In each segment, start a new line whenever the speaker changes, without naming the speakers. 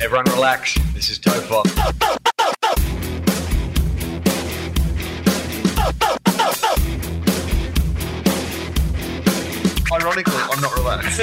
Everyone relax. This is Topher. Ironically, I'm not relaxed.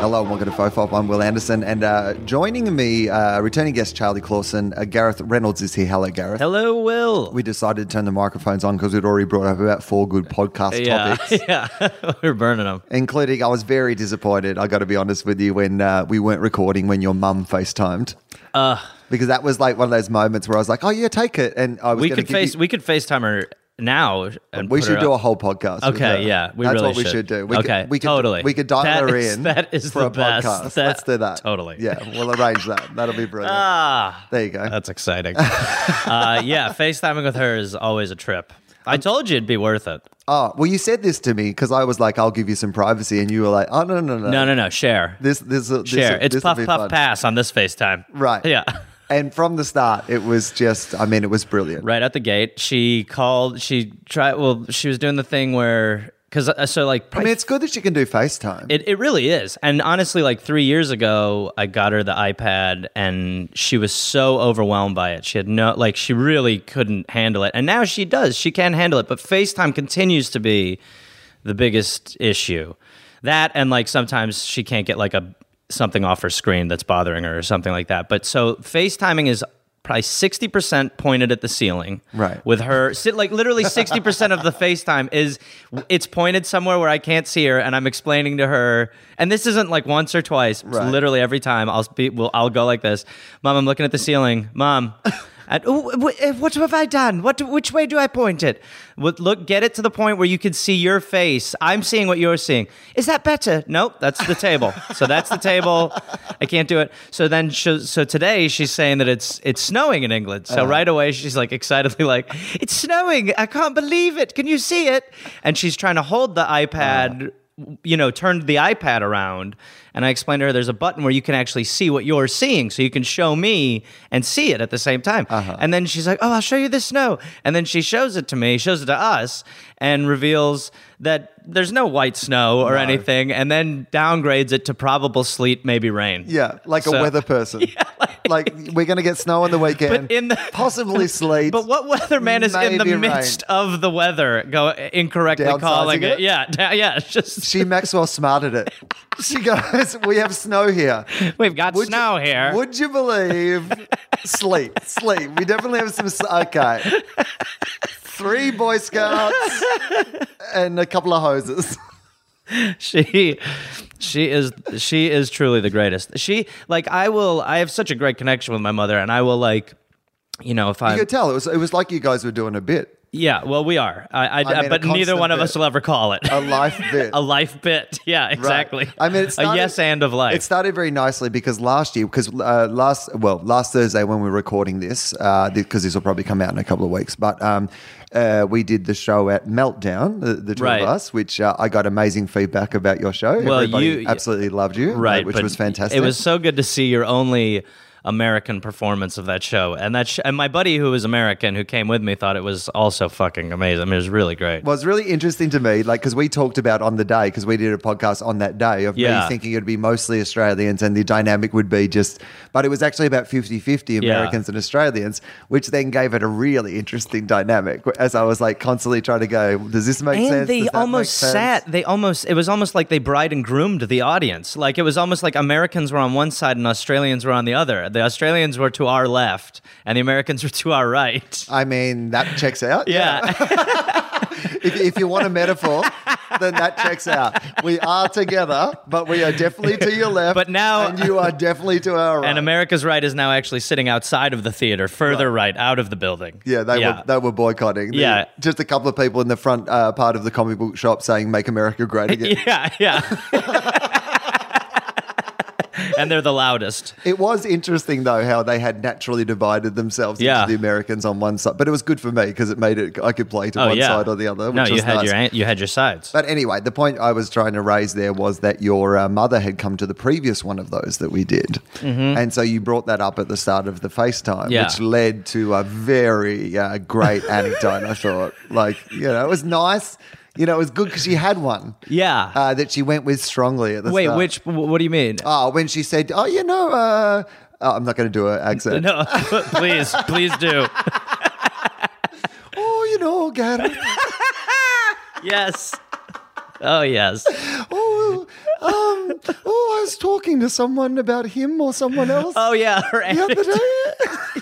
Hello and welcome to Fofop. I'm Will Anderson, and uh, joining me, uh, returning guest Charlie Clausen, uh, Gareth Reynolds is here. Hello, Gareth.
Hello, Will.
We decided to turn the microphones on because we'd already brought up about four good podcast
yeah,
topics,
yeah, we're burning them.
including I was very disappointed. I got to be honest with you when uh, we weren't recording when your mum FaceTimed.
Uh.
because that was like one of those moments where I was like, "Oh yeah, take it," and I was
We
gonna
could
give
face.
you-
We could FaceTime her now. And
we
put
should
her
do a
up.
whole podcast. with her.
Okay, yeah, we
that's
really
what we should do. We
okay,
could, we could,
totally.
We could dial
That
her
is-
in.
That is
for
the
a
best.
podcast.
That-
Let's do that.
Totally.
Yeah, we'll arrange that. That'll be brilliant.
Ah,
there you go.
that's exciting. uh, yeah, FaceTiming with her is always a trip. I told you it'd be worth it.
Oh, well, you said this to me because I was like, I'll give you some privacy. And you were like, oh, no, no, no.
No, no, no. Share.
This, this, this
Share.
This,
it's
this'll
puff,
be
puff,
fun.
pass on this FaceTime.
Right.
Yeah.
And from the start, it was just, I mean, it was brilliant.
right at the gate. She called. She tried. Well, she was doing the thing where because uh, so like
I mean, it's good that you can do FaceTime.
It, it really is. And honestly, like three years ago, I got her the iPad and she was so overwhelmed by it. She had no, like, she really couldn't handle it. And now she does. She can handle it. But FaceTime continues to be the biggest issue. That and like sometimes she can't get like a something off her screen that's bothering her or something like that. But so FaceTiming is probably 60% pointed at the ceiling
Right.
with her sit like literally 60% of the FaceTime is it's pointed somewhere where I can't see her and I'm explaining to her and this isn't like once or twice it's
Right.
literally every time I'll be well, I'll go like this mom I'm looking at the ceiling mom and, "Oh, wh- eh, what have I done what do- which way do I point it What- look get it to the point where you can see your face I'm seeing what you're seeing is that better nope that's the table so that's the table I can't do it so then she, so today she's saying that it's it's snowing in England so right away she's like excitedly like it's snowing I can't believe it can you see it and she's trying to hold the iPad you know, turned the iPad around and I explained to her there's a button where you can actually see what you're seeing. So you can show me and see it at the same time.
Uh-huh.
And then she's like, Oh, I'll show you the snow. And then she shows it to me, shows it to us, and reveals that there's no white snow or anything. And then downgrades it to probable sleet, maybe rain.
yeah, like a
So-
weather person. like, we're going to get snow on the weekend,
But in the-
possibly sleet.
But what weatherman is in the
Maybe rain.
midst of the weather go incorrectly
Downsizing
calling it?
it?
Yeah. da- Yeah. It's just
She Maxwell smarted it. She goes, we have snow here.
we've got
Would you-
snow here.
Would you believe? sleep, sleep. We definitely have some. s- Okay. Three Boy Scouts and a couple of hoses.
she she is she is truly the greatest she like i will i have such a great connection with my mother and i will like you know if
You
i
could tell it was. It was like you guys were doing a bit,
yeah well we are i, I,
I mean, a
but neither
constant
one of
bit.
us will ever call it
a life bit.
a life bit yeah exactly
I mean, it's
a yes and of life
It started very nicely because last year, because uh, last well, last Thursday when we were recording this, because this will probably come out in a couple of weeks, but um, uh, we did the show at Meltdown, the, the two
Right.
of us, which uh, I got amazing feedback about your show.
Well,
Everybody
you-
absolutely loved you, uh,
right
Which
but
was fantastic.
it was so good to see your only american performance of that show and that sh- and my buddy who was american who came with me thought it was also fucking amazing I mean, it was really great
Well, it's really interesting to me, like, because we talked about on the day, because we did a podcast on that day of me
Yeah.
thinking it'd be mostly Australians and the dynamic would be just, but it was actually about 50 50
Yeah.
Americans and Australians, which then gave it a really interesting dynamic as I was like constantly trying to go, does this make sense?
and they
Does that make
almost
sense?"
sat they almost it was almost like they bride and groomed the audience like it was almost like americans were on one side and australians were on the other the australians were to our left and the americans were to our right
I mean, that checks out.
yeah
if, if you want a metaphor, then that checks out. We are together, but we are definitely to your left.
But now-
and you are definitely to our right.
and america's right is now actually sitting outside of the theater further right, out of the building
Yeah, they were they were boycotting. The-
Yeah.
just a couple of people in the front uh, part of the comic book shop saying "Make America Great Again."
yeah yeah and they're the loudest.
It was interesting though how they had naturally divided themselves
Yeah.
into the Americans on one side, but it was good for me because it made it I could play to
Oh
one
yeah,
side or the other. Which
no, you
was
had
nice.
your an- you had your sides.
But anyway, the point I was trying to raise there was that your uh, mother had come to the previous one of those that we did. And so you brought that up at the start of the FaceTime,
Mm-hmm. Yeah.
which led to a very uh, great anecdote, I thought. Like, you know, it was nice. You know, it was good because she had one.
Yeah.
Uh, that she went with strongly at the
Wait,
start.
which? wh- What do you mean?
Oh, when she said, oh, you know, uh, oh, I'm not going to do an accent.
no, please, please do.
Oh, you know, Gareth.
Yes. Oh yes.
Oh, um, oh, I was talking to someone about him or someone else
Oh yeah. Her
the other
antics-
day.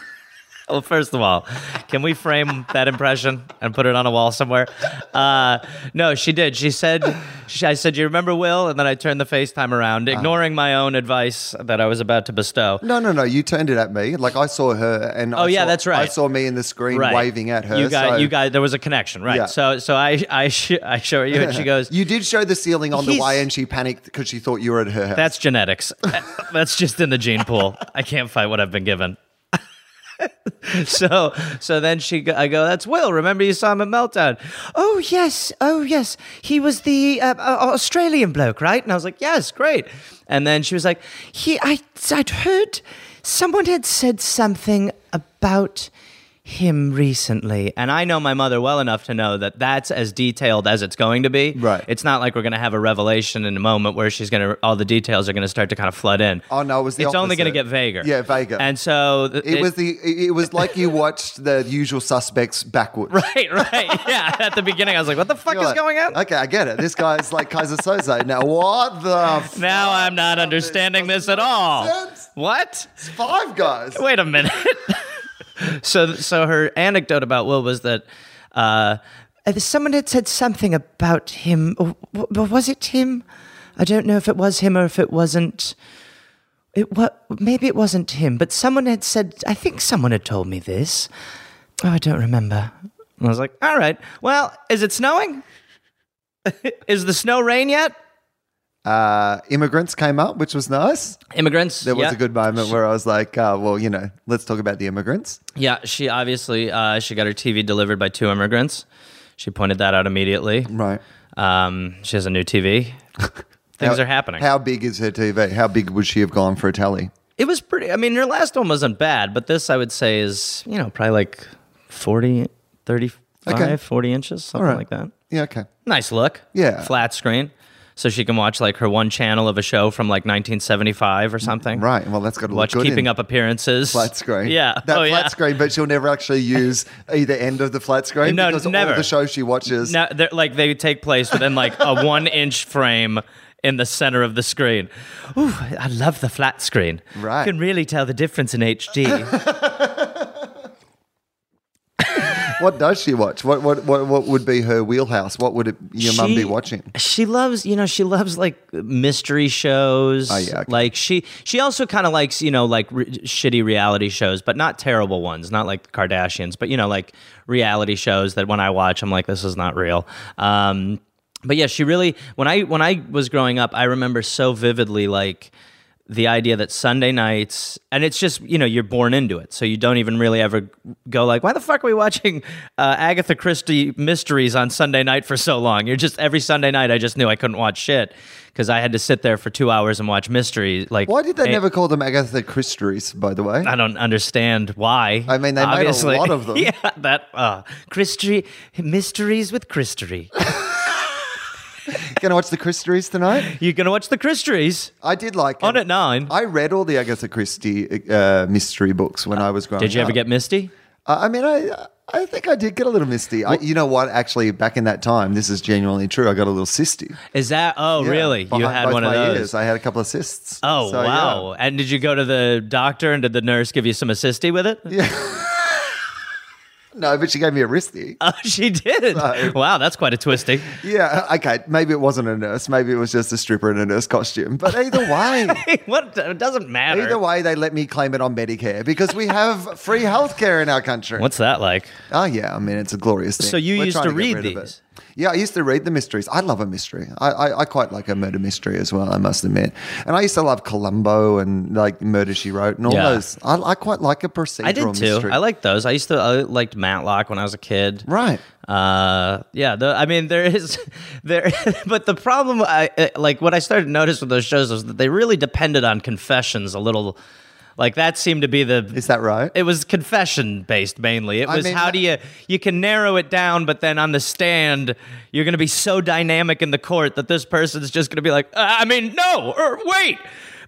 Well, first of all, can we frame that impression and put it on a wall somewhere? Uh, no, she did. She said, she, I said, you remember Will? And then I turned the FaceTime around,
Uh-huh.
ignoring my own advice that I was about to bestow.
No, no, no. You turned it at me. Like I saw her, and
Oh,
I
yeah,
saw,
that's right.
I saw me in the screen
Right.
waving at her.
You guys,
so-
you guys, there was a connection, right?
Yeah.
So, so I, I, sh- I show you, and she goes,
You did show the ceiling on the
He's-
way, and she panicked because she thought you were at her house.
That's genetics. That's just in the gene pool. I can't fight what I've been given. so so then she go, I go that's Will remember you saw him at meltdown oh yes oh yes he was the uh, uh, Australian bloke right and I was like yes great and then she was like he I I'd heard someone had said something about him recently and I know my mother well enough to know that that's as detailed as it's going to be
Right.
it's not like we're going to have a revelation in a moment where she's going to all the details are going to start to kind of flood in
Oh, no, it was the
it's only going to
opposite.
get vaguer
Yeah, vaguer.
and so
it, was the. It it was like you watched the Usual Suspects backwards.
Right, right. Yeah. At the beginning, I was like, what the fuck
You're
is
like,
going on?
Okay, I get it. This guy's like Kaiser Soze. Now what the f-
Now I'm not understanding this at all.
sense.
What?
five guys?
Wait a minute. so, so her anecdote about Will was that uh, someone had said something about him. W- w- Was it him? I don't know if it was him or if it wasn't. It what? Maybe it wasn't him, but someone had said. I think someone had told me this. Oh, I don't remember. And I was like, all right. Well, is it snowing? is the snow rain yet?
Uh, immigrants came up, which was nice.
Immigrants.
There was
yeah.
a good moment where I was like, uh, well, you know, let's talk about the immigrants.
Yeah, she obviously uh, she got her TV delivered by two immigrants. She pointed that out immediately.
Right.
Um, she has a new TV. Things
How-
are happening.
How big is her TV? How big would she have gone for a tally?
it was pretty. I mean, her last one wasn't bad, but this I would say is you know probably like 40, 35,
Okay.
40 inches, something like that.
Yeah, okay.
Nice look.
Yeah.
Flat screen, so she can watch like her one channel of a show from like 1975 or something.
Mm, Right. Well, that's got to
Watch
look good
Keeping
in
Up Appearances.
flat screen.
Yeah.
that flat
oh yeah.
screen, but she'll never actually use either end of the flat screen
No,
because all
never.
of the shows she watches.
Now, they're, like they take place within like a one inch frame in the center of the screen. Ooh, I love the flat screen.
Right.
You can really tell the difference in HD.
What does she watch? What what what, what would be her wheelhouse? What would it, your mum be
She-
watching?
She loves, you know, she loves like mystery shows.
Oh, yeah, okay.
Like she, she also kind of likes, you know, like re- shitty reality shows, but not terrible ones, not like the Kardashians, but you know, like reality shows that when I watch, I'm like, this is not real. Um, but yeah, she really when I when I was growing up, I remember so vividly like the idea that Sunday nights and it's just you know you're born into it, so you don't even really ever go like, why the fuck are we watching uh, Agatha Christie mysteries on Sunday night for so long? You're just every Sunday night, I just knew I couldn't watch shit because I had to sit there for two hours and watch mysteries. Like,
Why did they
eh,
never call them Agatha Christie's? By the way,
I don't understand why.
I mean, they made a
obviously.
lot of them.
yeah, that uh, Christie mysteries with Christie.
gonna watch the Christie's tonight.
You're gonna watch the Christies.
I did like
On at nine.
I read all the Agatha Christie uh, mystery books when I was growing.
Did you ever
up.
get misty?
I I mean, I I think I did get a little misty. I, you know what? Actually, back in that time, this is genuinely true. I got a little cysty.
Is that? Oh,
Yeah,
really? You
behind
had
both
one of
my
those.
ears, I had a couple of cysts.
Oh
So, yeah.
wow! And did you go to the doctor and did the nurse give you some assisty with it?
No, but she gave me a wristy.
Oh, she did. Wow, that's quite a twisty.
yeah, okay. Maybe it wasn't a nurse. Maybe it was just a stripper in a nurse costume. But either way,
what? It doesn't matter.
either way, they let me claim it on Medicare because we have free healthcare in our country.
What's that like?
Oh yeah, I mean it's a glorious thing.
So you
We're
used
trying
to
get
read
rid of it.
these?
Yeah, I used to read the mysteries. I love a mystery. I, I, I quite like a murder mystery as well, I must admit. And I used to love Columbo and like Murder She Wrote and all
Yeah.
those. I, I quite like a procedural
I did too.
mystery.
I liked those. I used to I liked Matlock when I was a kid.
Right.
Uh, yeah. The, I mean, there is there, but the problem, I uh, like what I started to notice with those shows was that they really depended on confessions a little. Like that seemed to be the.
Is that right?
It was confession based mainly. It
I
was
mean,
how
that-
do you you can narrow it down, but then on the stand you're going to be so dynamic in the court that this person's just going to be like, uh, I mean, no, or wait,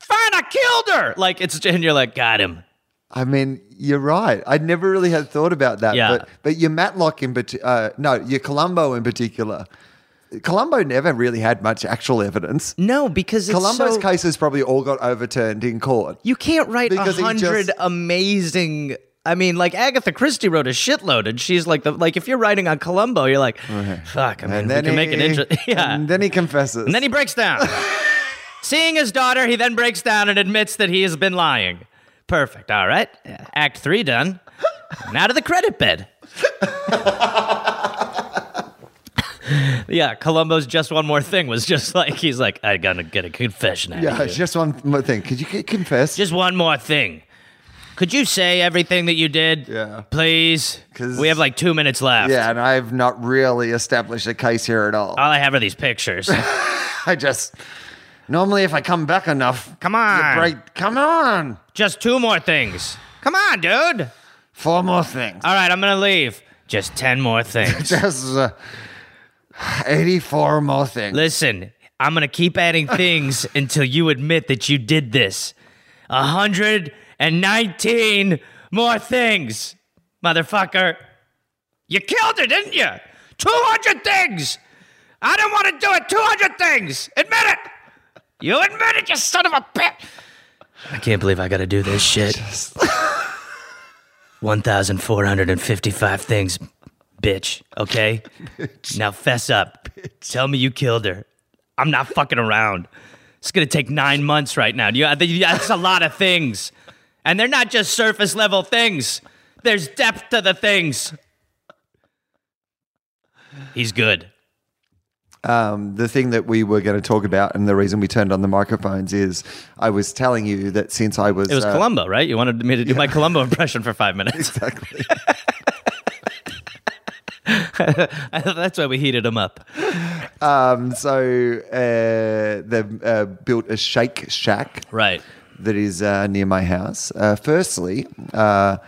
fine, I killed her. Like it's and you're like, got him.
I mean, you're right. I never really had thought about that.
Yeah.
But, but your Matlock in particular, uh, no, your Columbo in particular. Columbo never really had much actual evidence.
No, because it's
Columbo's
so-
cases probably all got overturned in court.
You can't write a
Because he
hundred
just-
amazing. I mean, like Agatha Christie wrote a shitload, and she's like the like if you're writing on Columbo, you're like, fuck. I mean, we can make it interesting. Yeah,
And then he confesses.
and then he breaks down. Seeing his daughter, he then breaks down and admits that he has been lying. Perfect. All right. Act three done. now to the credit bed. yeah, Columbo's just one more thing was just like he's like I gotta get a confession. Out
yeah,
of you.
just one more thing. Could you c- confess?
Just one more thing. Could you say everything that you did?
Yeah.
Please?
'Cause-
We have like two minutes left.
yeah, and I've not really established a case here at all.
All I have are these pictures.
I just normally if I come back enough,
Come on.
you break. Come on,
Just two more things. Come on, dude.
four more things.
All right, I'm going to leave. Just 10 more things.
Just uh, eighty-four more things.
Listen, I'm going to keep adding things until you admit that you did this. 119 more things, motherfucker. You killed her, didn't you? 200 things. I didn't want to do it. 200 things. Admit it. You admit it, you son of a bitch. I can't believe I got to do this shit. 1,455 things, bitch, okay? Now fess up. Tell me you killed her. I'm not fucking around. It's gonna take nine months right now. You, I think- yeah, that's a lot of things, and they're not just surface level things. There's depth to the things. He's good.
um, the thing that we were going to talk about and the reason we turned on the microphones is I was telling you that since I was,
It was
uh,
Columbo, right? You wanted me to do my Columbo impression for five minutes.
Exactly.
that's why we heated him up.
Um, so uh, they've uh, built a Shake Shack
Right.
that is uh, near my house. Uh, firstly, uh,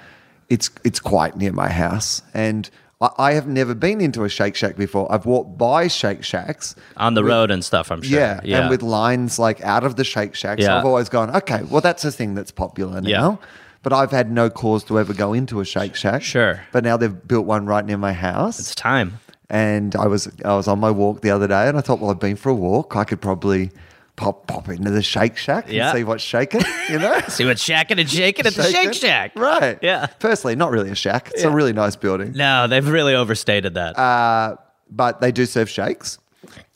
it's it's quite near my house, and I, I have never been into a Shake Shack before. I've walked by Shake Shacks,
On the road and stuff, I'm sure.
yeah, and with lines like out of the Shake Shacks.
Yeah.
I've always gone, okay, well that's a thing that's popular
Yeah.
now. But I've had no cause to ever go into a Shake Shack.
Sure.
But now they've built one right near my house
it's time.
and I was I was on my walk the other day, and I thought, well, I've been for a walk. I could probably pop pop into the Shake Shack and
Yeah.
see what's shaking. You know,
See what's shacking and shaking at the Shake
Shaking.
Shack.
right?
Yeah.
Firstly, not really a shack. It's a really nice building,
No, they've really overstated that.
Uh, but they do serve shakes.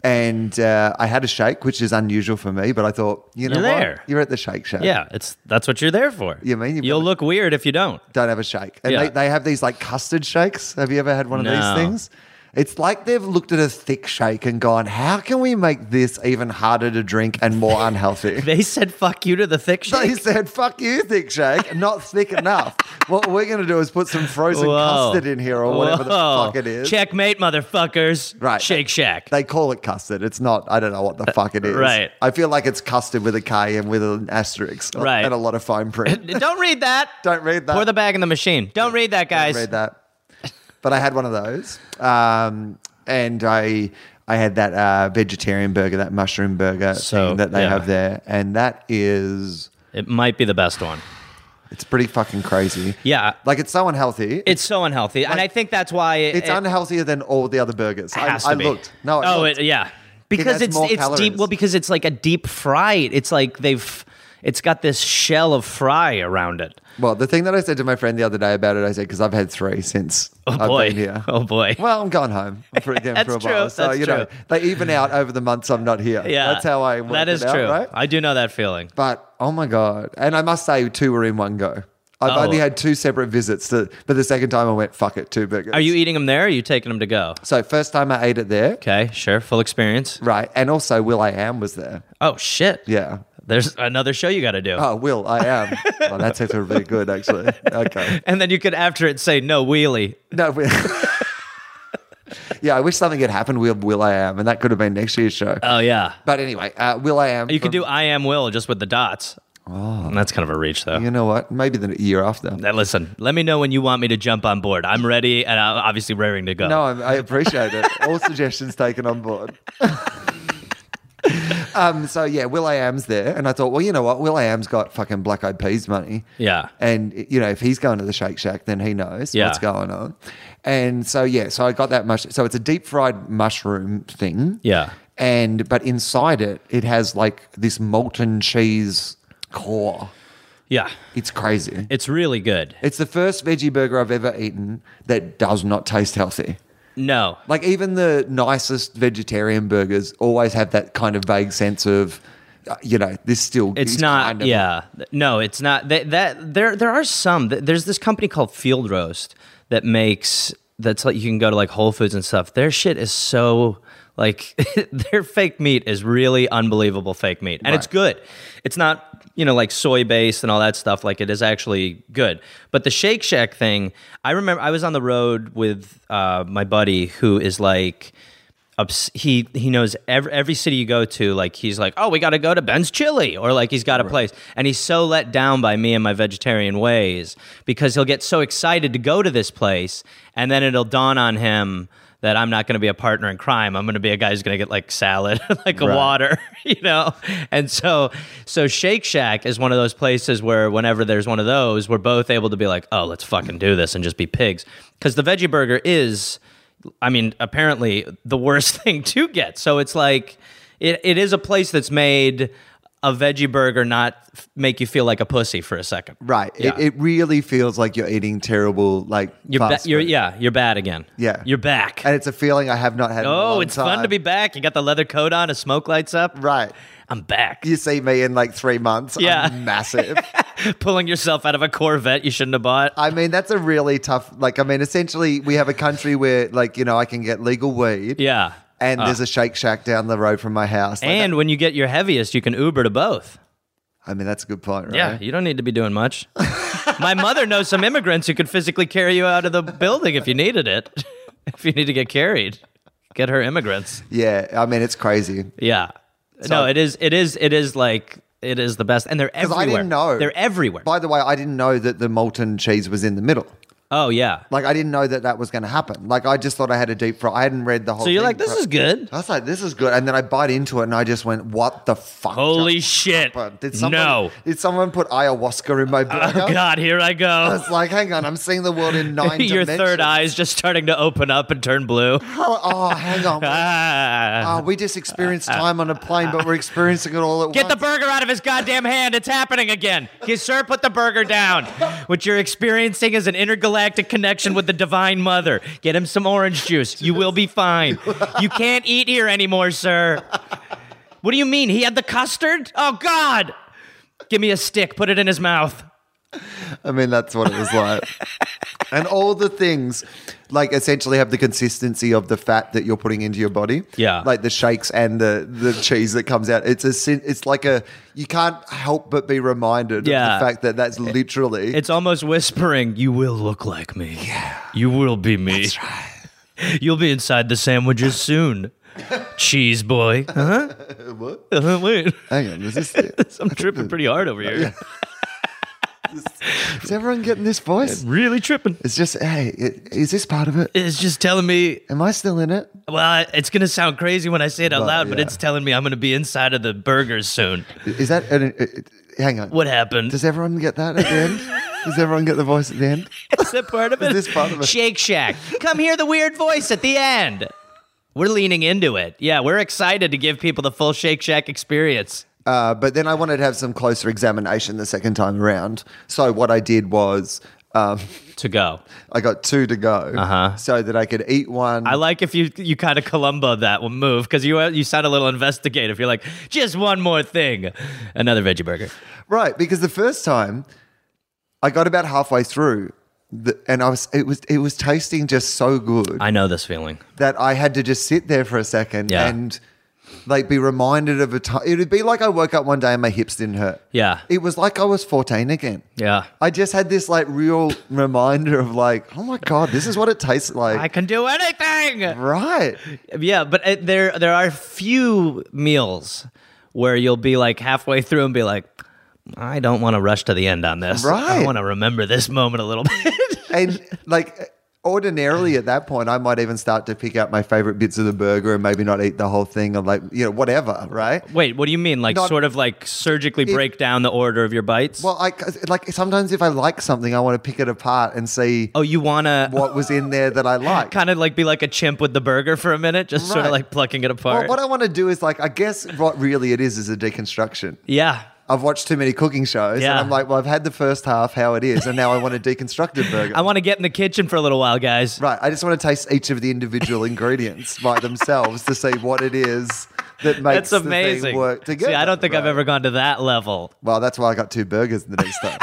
And uh, I had a shake, which is unusual for me, but I thought, you know
You're
what,
there.
you're at the Shake Shack.
yeah, it's that's what you're there for.
You mean you
you'll
probably-
look weird if you don't.
don't have a shake. And
Yeah.
they, they have these like custard shakes. Have you ever had one of
No.
these things? It's like they've looked at a thick shake and gone, how can we make this even harder to drink and more unhealthy?
They said fuck you to the thick
They
shake.
said, "Fuck you, thick shake, not thick enough." what we're going to do is put some frozen
Whoa.
custard in here, or whatever
Whoa.
the fuck it is.
Checkmate, motherfuckers.
Right.
Shake Shack.
They call it custard. It's not. I don't know what the fuck it is.
Uh, right.
I feel like it's custard with a K and with an asterisk.
Right.
And a lot of fine print.
don't read that.
don't read that.
Pour the bag in the machine. Don't read that, guys.
Read that. But I had one of those, um, and I I had that uh, vegetarian burger, that mushroom burger
So,
thing that they
yeah.
have there, and that is
It might be the best one.
it's pretty fucking crazy.
Yeah.
Like it's so unhealthy.
It's so unhealthy, and I think that's why it,
It's
it
unhealthier than all the other burgers.
has
I, I
to be.
looked. No, I
oh,
looked.
it, yeah, because
has
it's
more
it's deep.
calories.
Well, because it's like a deep fry. It's like they've it's got this shell of fry around it.
well, the thing that I said to my friend the other day about it, I said because I've had three since I've
boy.
been here.
Oh, boy.
Well, I'm going home for again
That's
for a while,
true.
so
That's
you know
true.
they even out over the months I'm not here.
Yeah,
that's how I. Work
That
it
is
out,
true.
right?
I do know that feeling.
But oh my god! And I must say, two were in one go. I've
Oh.
only had two separate visits, to, but the second time I went, fuck it, two burgers.
Are you eating them there or are you taking them to go?
So first time I ate it there,
Okay, sure. Full experience.
right? And also Will I Am was there.
Oh, shit.
Yeah.
There's another show you got to do.
Oh, Will I Am. well, that's actually really good, actually. Okay.
And then you could, after it, say, no, wheelie.
No. Will- yeah, I wish something had happened with Will I Am, and that could have been next year's show.
Oh, yeah.
but anyway, uh, Will I Am.
You could
from-
do I am Will just with the dots. Oh. That's kind of a reach, though.
You know what? Maybe the year after.
Now, listen, let me know when you want me to jump on board. I'm ready and I'm obviously raring to go.
No, I, I appreciate it. All suggestions taken on board. um, so yeah, Will I Am's there, and I thought, well, you know what? Will I Am's got fucking Black Eyed Peas money.
Yeah.
and you know if he's going to the Shake Shack, then he knows
Yeah.
what's going on. And so yeah, so I got that mush. So it's a deep fried mushroom thing.
Yeah.
and but inside it, it has like this molten cheese core.
Yeah.
It's crazy.
It's really good.
It's the first veggie burger I've ever eaten that does not taste healthy.
No.
Like even the nicest vegetarian burgers always have that kind of vague sense of, uh, you know, this still.
It's
is
not.
kind of-
yeah. no, it's not. That, that there there are some. th- There's this company called Field Roast that makes that's like you can go to like Whole Foods and stuff. Their shit is so like their fake meat is really unbelievable fake meat. And it's
Right.
good. It's not, you know, like soy based and all that stuff. Like it is actually good. But the Shake Shack thing, I remember I was on the road with uh, my buddy who is like obs- he he knows every every city you go to like he's like oh we got to go to Ben's Chili or like he's got a place and he's so let down by me and my vegetarian ways because he'll get so excited to go to this place and then it'll dawn on him that I'm not going to be a partner in crime I'm going to be a guy who's going to get like salad like a water you know and so so Shake Shack is one of those places where whenever there's one of those we're both able to be like oh let's fucking do this and just be pigs cuz the veggie burger is I mean, apparently the worst thing to get. So it's like it, it is a place that's made a veggie burger not f- make you feel like a pussy for a second.
Right.
Yeah.
It, it really feels like you're eating terrible, like
You're, ba-
fast
you're
food.
yeah, you're bad again.
Yeah.
You're back.
And it's a feeling I have not had. in a
oh,
long
it's
time.
fun to be back. You got the leather coat on, a smoke lights up.
right.
I'm back.
You see me in like three months.
Yeah.
I'm massive.
Pulling yourself out of a Corvette you shouldn't have bought.
I mean, that's a really tough. Like, I mean, essentially, we have a country where, like, you know, I can get legal weed.
yeah. Ah.
And there's a Shake Shack down the road from my house. Like,
And when you get your heaviest, you can Uber to both.
I mean, that's a good point, right?
Yeah, you don't need to be doing much. My mother knows some immigrants who could physically carry you out of the building if you needed it. if you need to get carried, get her immigrants.
Yeah. I mean, it's crazy.
Yeah. no, it is. It is. It is like it is the best, and they're everywhere.
I didn't know.
They're everywhere.
By the way, I didn't know that the molten cheese was in the middle.
oh yeah.
Like, I didn't know that that was going to happen. Like, I just thought I had a deep fry. I hadn't read the whole.
So you're
thing.
like, this is good.
I was like, this is good. And then I bite into it and I just went, what the fuck?
Holy
just
shit!
happened? Did someone,
No.
Did someone put ayahuasca in my burger?
Oh God, here I go.
It's like, hang on, I'm seeing the world in nine
Your
dimensions.
third eye's just starting to open up and turn blue.
Oh, oh, hang on. We-
Ah.
Oh, we just experienced time on a plane, but we're experiencing it all at
Get the
once.
burger out of his goddamn hand. It's happening again. Yes, sir, put the burger down. What you're experiencing is an intergalactic connection with the Divine Mother. Get him some orange juice. You will be fine. You can't eat here anymore, sir. What do you mean? He had the custard? Oh, God. Give me a stick. Put it in his mouth.
I mean, that's what it was like. and all the things, like, essentially have the consistency of the fat that you're putting into your body.
Yeah.
Like the shakes and the, the cheese that comes out. It's a sin- It's like a, you can't help but be reminded
Yeah.
of the fact that that's literally.
It's almost whispering, You will look like me. Yeah. You will be me. That's right. You'll be inside the sandwiches soon. Cheese boy. Huh? what? Wait.
hang on, is this it?
I'm tripping pretty hard over here.
Is everyone getting this voice?
Really tripping.
It's just, hey, it, is this part of it?
It's just telling me,
Am I still in it?
well, it's going to sound crazy when I say it out
Well,
loud, but
yeah.
it's telling me I'm going to be inside of the burgers soon.
Is that, an, uh, uh, hang on.
What happened?
Does everyone get that at the end? Does everyone get the voice at the end?
Is that part of it?
this part of it?
Shake Shack. Come hear the weird voice at the end. We're leaning into it. Yeah, we're excited to give people the full Shake Shack experience.
Uh, but then I wanted to have some closer examination the second time around. So what I did was um,
To go.
I got two to go so that I could eat one.
Uh-huh. I like if you you kind of Columbo that one move because you you sound a little investigative. You're like, just one more thing, another veggie burger.
right, because the first time I got about halfway through, the, and I was it was it was tasting just so good
I know this feeling.
that I had to just sit there for a second
Yeah.
and like be reminded of a time. It would be like I woke up one day and my hips didn't hurt.
Yeah.
It was like I was 14 again.
Yeah.
I just had this like real reminder of like, oh my God, this is what it tastes like.
I can do anything.
right.
Yeah, but uh, there there are few meals where you'll be like halfway through and be like, I don't want to rush to the end on this. I
Right.
want to remember this moment a little bit.
And like ordinarily at that point, I might even start to pick out my favorite bits of the burger and maybe not eat the whole thing or like, you know, whatever. Right.
Wait, what do you mean? Like
Not-
sort of like surgically
It-
break down the order of your bites?
Well, I like sometimes if I like something, I want to pick it apart and see
oh, you want to
what was in there that I like.
kind of like be like a chimp with the burger for a minute, just sort of
Right.
like plucking it apart.
Well, what I want to do is like, I guess what really it is is a deconstruction.
yeah.
I've watched too many cooking shows, and
Yeah.
I'm like, well, I've had the first half, how it is, and now I want a deconstructed burger.
I want to get in the kitchen for a little while, guys.
right, I just want to taste each of the individual ingredients by themselves to see what it is that makes
That's amazing.
the thing work together.
See, I don't think I've
right?
ever gone to that level.
Well, that's why I got two burgers the next time.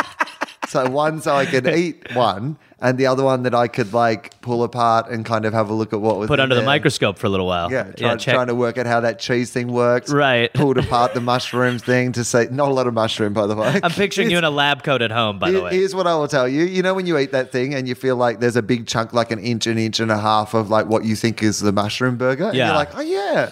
so one so I could eat one, and the other one that I could like pull apart and kind of have a look at what was
Put
in
under the
there.
microscope for a little while.
Yeah, try,
check-
trying to work out how that cheese thing works.
Right.
Pulled apart the mushroom thing to say, not a lot of mushroom, by the way.
I'm picturing you in a lab coat at home, by the
Here-
way.
Here's what I will tell you. You know when you eat that thing and you feel like there's a big chunk, like an inch, an inch and a half of like what you think is the mushroom burger? And
Yeah.
you're like, oh yeah.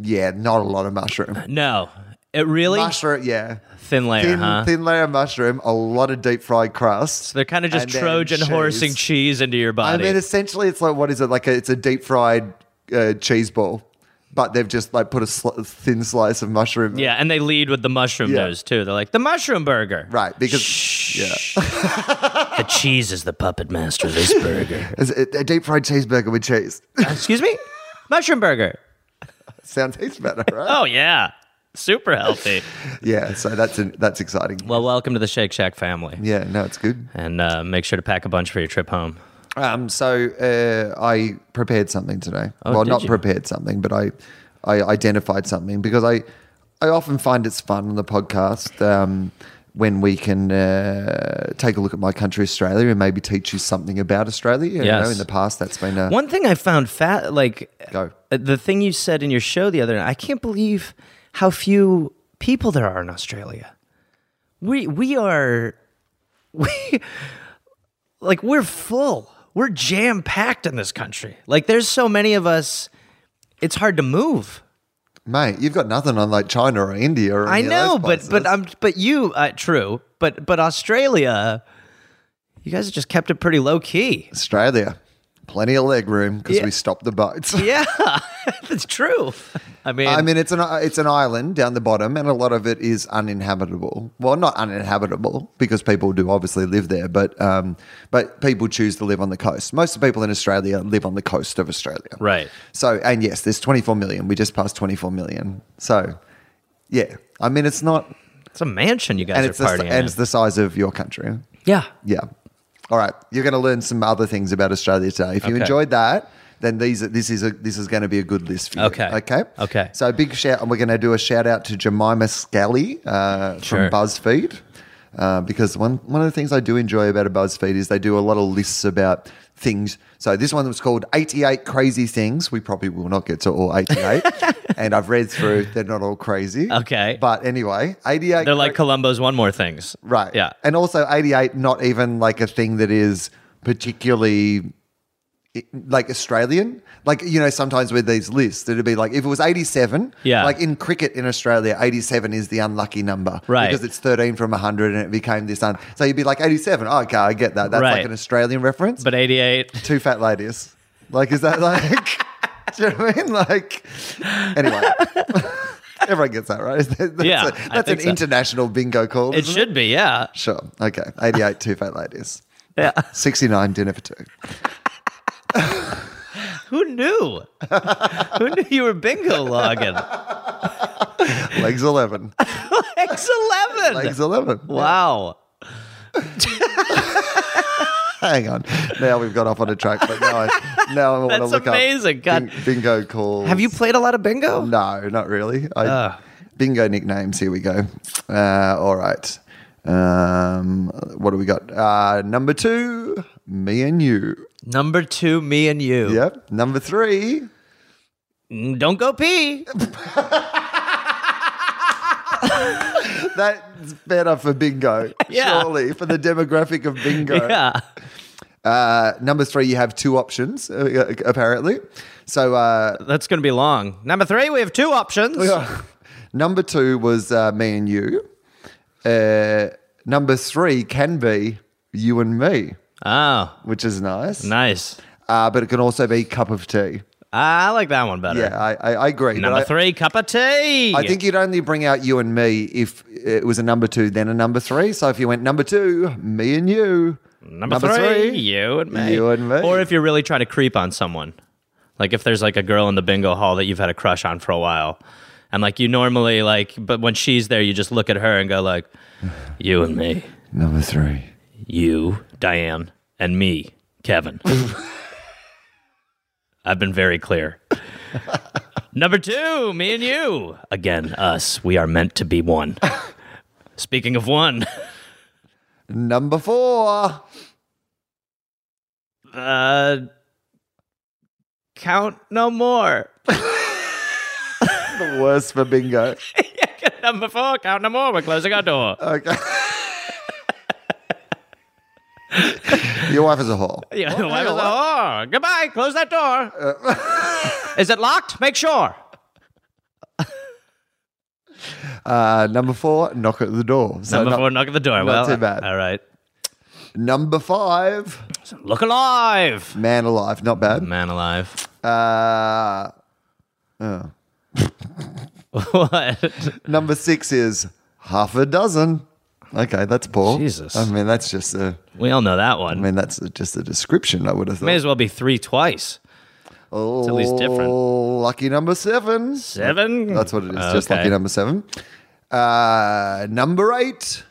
Yeah, not a lot of mushroom.
No, it really
Mushroom, yeah.
thin layer,
Thin,
huh?
thin layer of mushroom, a lot of deep fried crust.
They're kind of just
and then
Trojan horsing cheese into your
I
body.
mean, essentially, it's like, what is it? Like, a, it's a deep fried uh, cheese ball, but they've just like put a sl- thin slice of mushroom.
yeah, and they lead with the mushroom
Yeah.
nose too. They're like the mushroom burger.
Right. Because yeah.
The cheese is the puppet master of this burger.
It's a, a deep fried cheeseburger with cheese.
Excuse me, mushroom burger.
Sound tastes better, right?
Oh yeah, super healthy.
Yeah, so that's an, that's exciting.
well, welcome to the Shake Shack family,
yeah, no, it's good.
and uh, make sure to pack a bunch for your trip home.
Um, so uh, I prepared something today. well,
Oh, did
not
you?
prepared something, but I I identified something because I I often find it's fun on the podcast um, when we can uh, take a look at my country, Australia, and maybe teach you something about Australia. You know,
Yes.
in the past that's been a
One thing I found fat, like
Go.
uh, the thing you said in your show the other night. I can't believe how few people there are in Australia. We we are we like we're full. We're jam packed in this country. Like there's so many of us. It's hard to move.
mate. You've got nothing on like China or India or
I
any of those
know, but but
places.
I'm but you uh, true, but but Australia. You guys just kept it pretty low key.
Australia, plenty of leg room because
Yeah.
we stopped the boats.
Yeah, that's true. I mean,
I mean, it's an it's an island down the bottom, and a lot of it is uninhabitable. Well, not uninhabitable because people do obviously live there, but um, but people choose to live on the coast. Most of the people in Australia live on the coast of Australia,
Right.
So, and yes, there's 24 million. We just passed 24 million. So, yeah, I mean, it's not,
it's a mansion you guys
and
are
it's the,
partying. in.
and it's the size of your country.
Yeah.
Yeah. All right. You're going to learn some other things about Australia today. If you
Okay.
enjoyed that, then these are- this is a this is going to be a good list for you.
Okay.
Okay.
Okay.
So a big shout, and we're going to do a shout out to Jemima Scally uh,
Sure.
from BuzzFeed. Uh, because one, one of the things I do enjoy about a BuzzFeed is they do a lot of lists about things. So this one was called 88 Crazy Things. We probably will not get to all 88. and I've read through, they're not all crazy.
Okay.
But anyway, 88.
They're like
cra-
Columbo's One More Things.
Right.
Yeah.
And also 88, not even like a thing that is particularly i- like Australian. Like, you know, sometimes with these lists, it'd be like if it was 87,
Yeah.
like in cricket in Australia, 87 is the unlucky number.
Right.
Because it's 13 from 100 and it became this. Un- so you'd be like 87. Oh, okay, I get that. That's
Right.
like an Australian reference.
But 88.
two fat ladies. Like, is that like, do you know what I mean? Like, anyway. Everyone gets that, right? That's a-
Yeah, I
that's an
think so.
international bingo call.
It
isn't
should be, yeah.
Sure. Okay. 88, two fat ladies.
Yeah.
69, dinner for two.
Who knew? Who knew you were bingo logging?
Legs 11.
X11.
Legs 11.
wow.
Hang on. Now we've got off on a track, but now I, now I want to
That's
look
amazing.
up
God.
bing- bingo calls.
Have you Ah. played a lot of bingo?
No, not really. I,
Ugh.
bingo nicknames. Here we go. Uh, all right. Um, what do we got? Uh, number two, me and you.
Number two, me and you.
Yep. Number three,
Mm, Don't go pee.
that's better for bingo.
Yeah.
Surely for the demographic of bingo.
Yeah.
Uh, number three, you have two options uh, apparently. So uh,
That's going to be long. Number three, we have two options.
number two was uh, me and you. Uh, number three can be you and me,
Oh,
which is nice.
nice.
Uh, but it can also be cup of tea.
I like that one better.
Yeah, I, I, I agree.
Number
but I-
three, cup of tea.
I think you'd only bring out you and me if it was a number two, then a number three. So if you went number two, me and you.
number, three, you and me.
You and me.
Or if you're really trying to creep on someone, like if there's like a girl in the bingo hall that you've had a crush on for a while, and like you normally like, but when she's there, you just look at her and go like, you and me,
Number three.
you, Diane, and me, Kevin. I've been very clear. Number two, me and you. Again, us. We are meant to be one. Speaking of one.
Number four.
Uh, count no more.
The worst for bingo.
Number four, count no more. We're closing our door.
Okay. Your wife is a whore.
Yeah, the wife is a whore. Goodbye. Close that door. is it locked? Make sure.
Uh, number four, knock at the door. So
Number
no-
four, knock at the door. well,
too bad.
All right.
Number five,
Look alive.
man alive. Not bad.
Man alive.
Uh, oh.
what?
Number six is half a dozen. Okay, that's poor.
Jesus.
I mean, that's just a.
We all know that one.
I mean, that's just a description. I would have thought.
May as well be three twice.
oh,
at least different.
Lucky number seven.
Seven.
That's what it is. Just
Okay.
lucky number seven. Uh, number eight,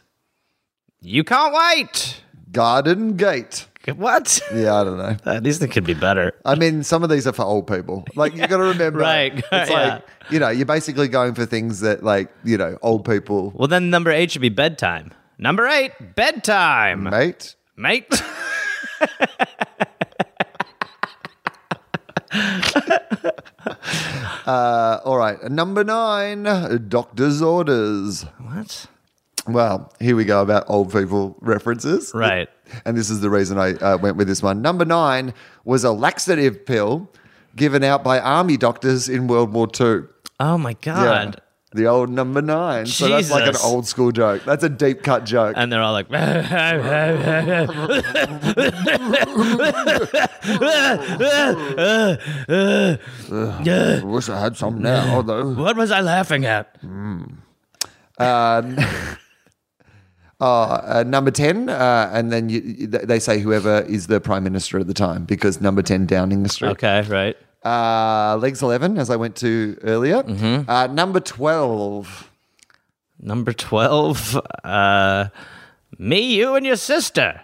You can't wait.
garden gate.
What?
Yeah, I don't know.
Uh, these things could be better.
I mean, some of these are for old people. Like you got to remember,
Right,
It's
yeah.
like you know, you're basically going for things that like you know, old people,
Well, then number eight should be bedtime. Number eight, bedtime.
mate.
mate.
Uh, all right, number nine, doctor's orders.
What?
Well, here we go about old people references.
Right.
And this is the reason I uh, went with this one. Number nine was a laxative pill given out by army doctors in World War II.
Oh my
Yeah.
god.
The old number nine. So that's like an
Jesus.
old school joke. That's a deep cut joke.
And they're all like, Uh.
I wish I had some now, though.
"What was I laughing at?"
Uh, number 10. Uh, and then you, you- they say whoever is the prime minister at the time because number 10 Downing Street.
Okay, right.
Uh, legs 11, as I went to earlier.
Mm-hmm.
Uh, number 12.
Number twelve. Uh, me, you, and your sister.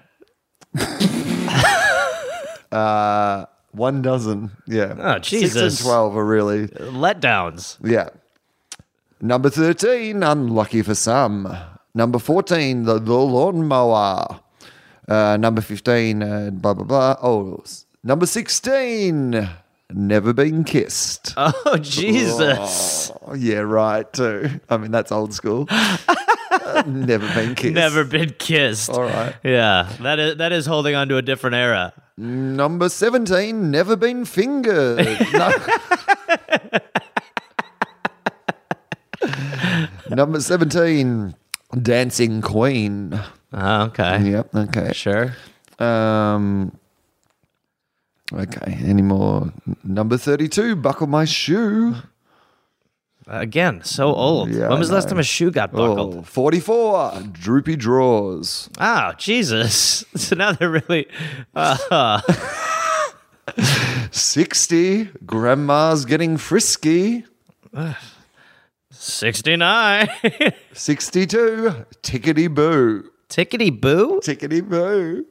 One dozen. Yeah.
Oh,
Six
Jesus.
and 12 are really.
Letdowns.
Yeah. Number 13, unlucky for some. Number 14, the, the lawnmower. Uh, number 15, uh, blah, blah, blah. Oh, s- number 16, never been kissed.
Oh Jesus!
Oh, yeah, right, too. I mean, that's old school. Uh, never been kissed.
Never been kissed.
All right.
Yeah, that is that is holding on to a different era.
Number 17, never been fingered. No. Number 17, dancing queen.
Oh, okay.
Yep, Ah, okay.
Sure.
Um, okay, any more? Number 32, buckle my shoe.
Again, so old.
Yeah,
when was
I
the last
know.
time a shoe got buckled?
Oh, 44, droopy drawers.
Oh, Jesus. So now they're really. Uh,
60, grandma's getting frisky.
69.
62, tickety boo.
Tickety boo?
Tickety boo.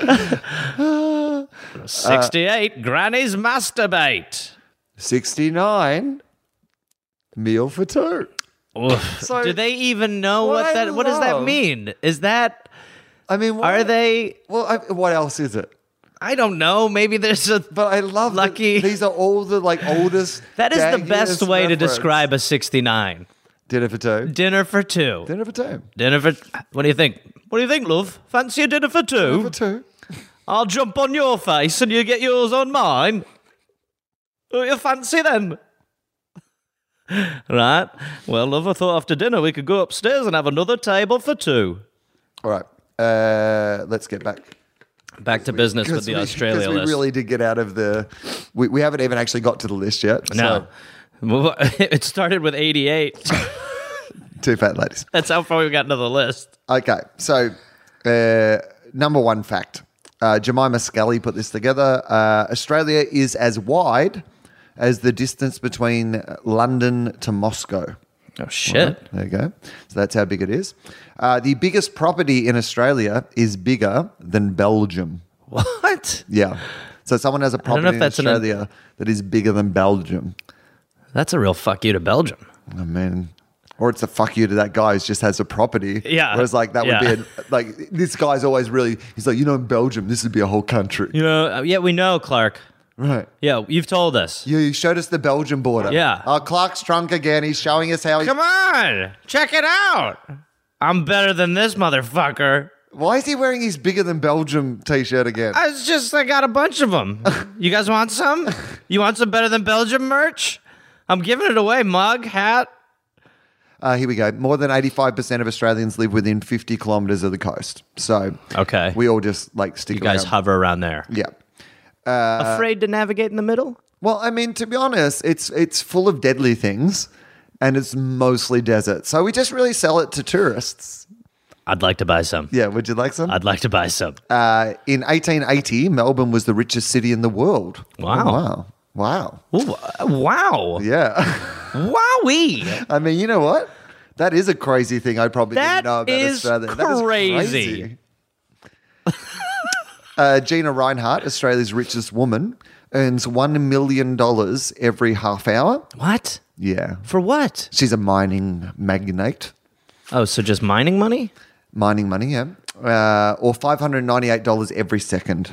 Uh, 68. Grannies masturbate.
69, meal for two. So-
Do they even know
What
what,
I
that? What does that
love-
mean? Is that
I mean, what,
are they?
Well, I, what else is it?
I don't know. Maybe there's a.
But I love that
Lucky.
these are all the like oldest.
that is the best
daggiest
way to
reference.
describe a 69
dinner for two.
dinner for two.
Dinner for two.
Dinner for. What do you think? What do you think, love? Fancy a dinner for two?
For two.
I'll jump on your face and you get yours on mine. Don't you fancy then? Right. Well, love, I thought after dinner we could go upstairs and have another table for two.
All right. Uh, let's get back.
Back to business with the
we,
Australia
'cause we
list.
really did get out of the. We, we haven't even actually got to the list yet.
no. Well, It started with 88.
So, two fat ladies.
That's how far we got into the list.
Okay, so uh, number one fact: uh, Jemima Scully put this together. Uh, Australia is as wide as the distance between London to Moscow.
Oh, shit.
There you go. So that's how big it is. Uh, the biggest property in Australia is bigger than Belgium.
What?
Yeah. So someone has a
know
property
if
in
that's an-
Australia that is bigger than Belgium.
That's a real fuck you to Belgium.
I mean, or it's a fuck you to that guy who just has a property.
Yeah.
Whereas, like, that
Yeah.
would be, a, like, this guy's always really, he's like, you know, in Belgium, this would be a whole country.
You know, uh, yeah, we know, Clark.
Right.
Yeah, you've told us.
You, you showed us the Belgian border.
Yeah.
Oh, Clark's drunk again. He's showing us how he.
Come on, check it out. I'm better than this motherfucker.
Why is he wearing his bigger than Belgium t shirt again?
I was just, I got a bunch of them. You guys want some? You want some better than Belgium merch? I'm giving it away. Mug, hat.
Uh, here we go. More than 85% of Australians live within 50 kilometers of the coast. So
Okay.
we all just like stick
You guys
around.
hover around there.
yeah.
Uh, Afraid to navigate in the middle?
Well, I mean, to be honest, it's it's full of deadly things and it's mostly desert. So we just really sell it to tourists.
I'd like to buy some.
Yeah, would you like some?
I'd like to buy some.
Uh, in 1880, Melbourne was the richest city in the world.
Wow.
Oh, wow. Wow.
Ooh, uh, wow.
Yeah.
Wowee.
I mean, you know what? That is a crazy thing I probably
That
didn't know about
is
Australia.
crazy.
uh, Gina Reinhart, Australia's richest woman, earns $1 million every half hour.
What?
Yeah.
For what?
She's a mining magnate,
Oh, so just mining money?
mining money, yeah. Uh, or $598 every second.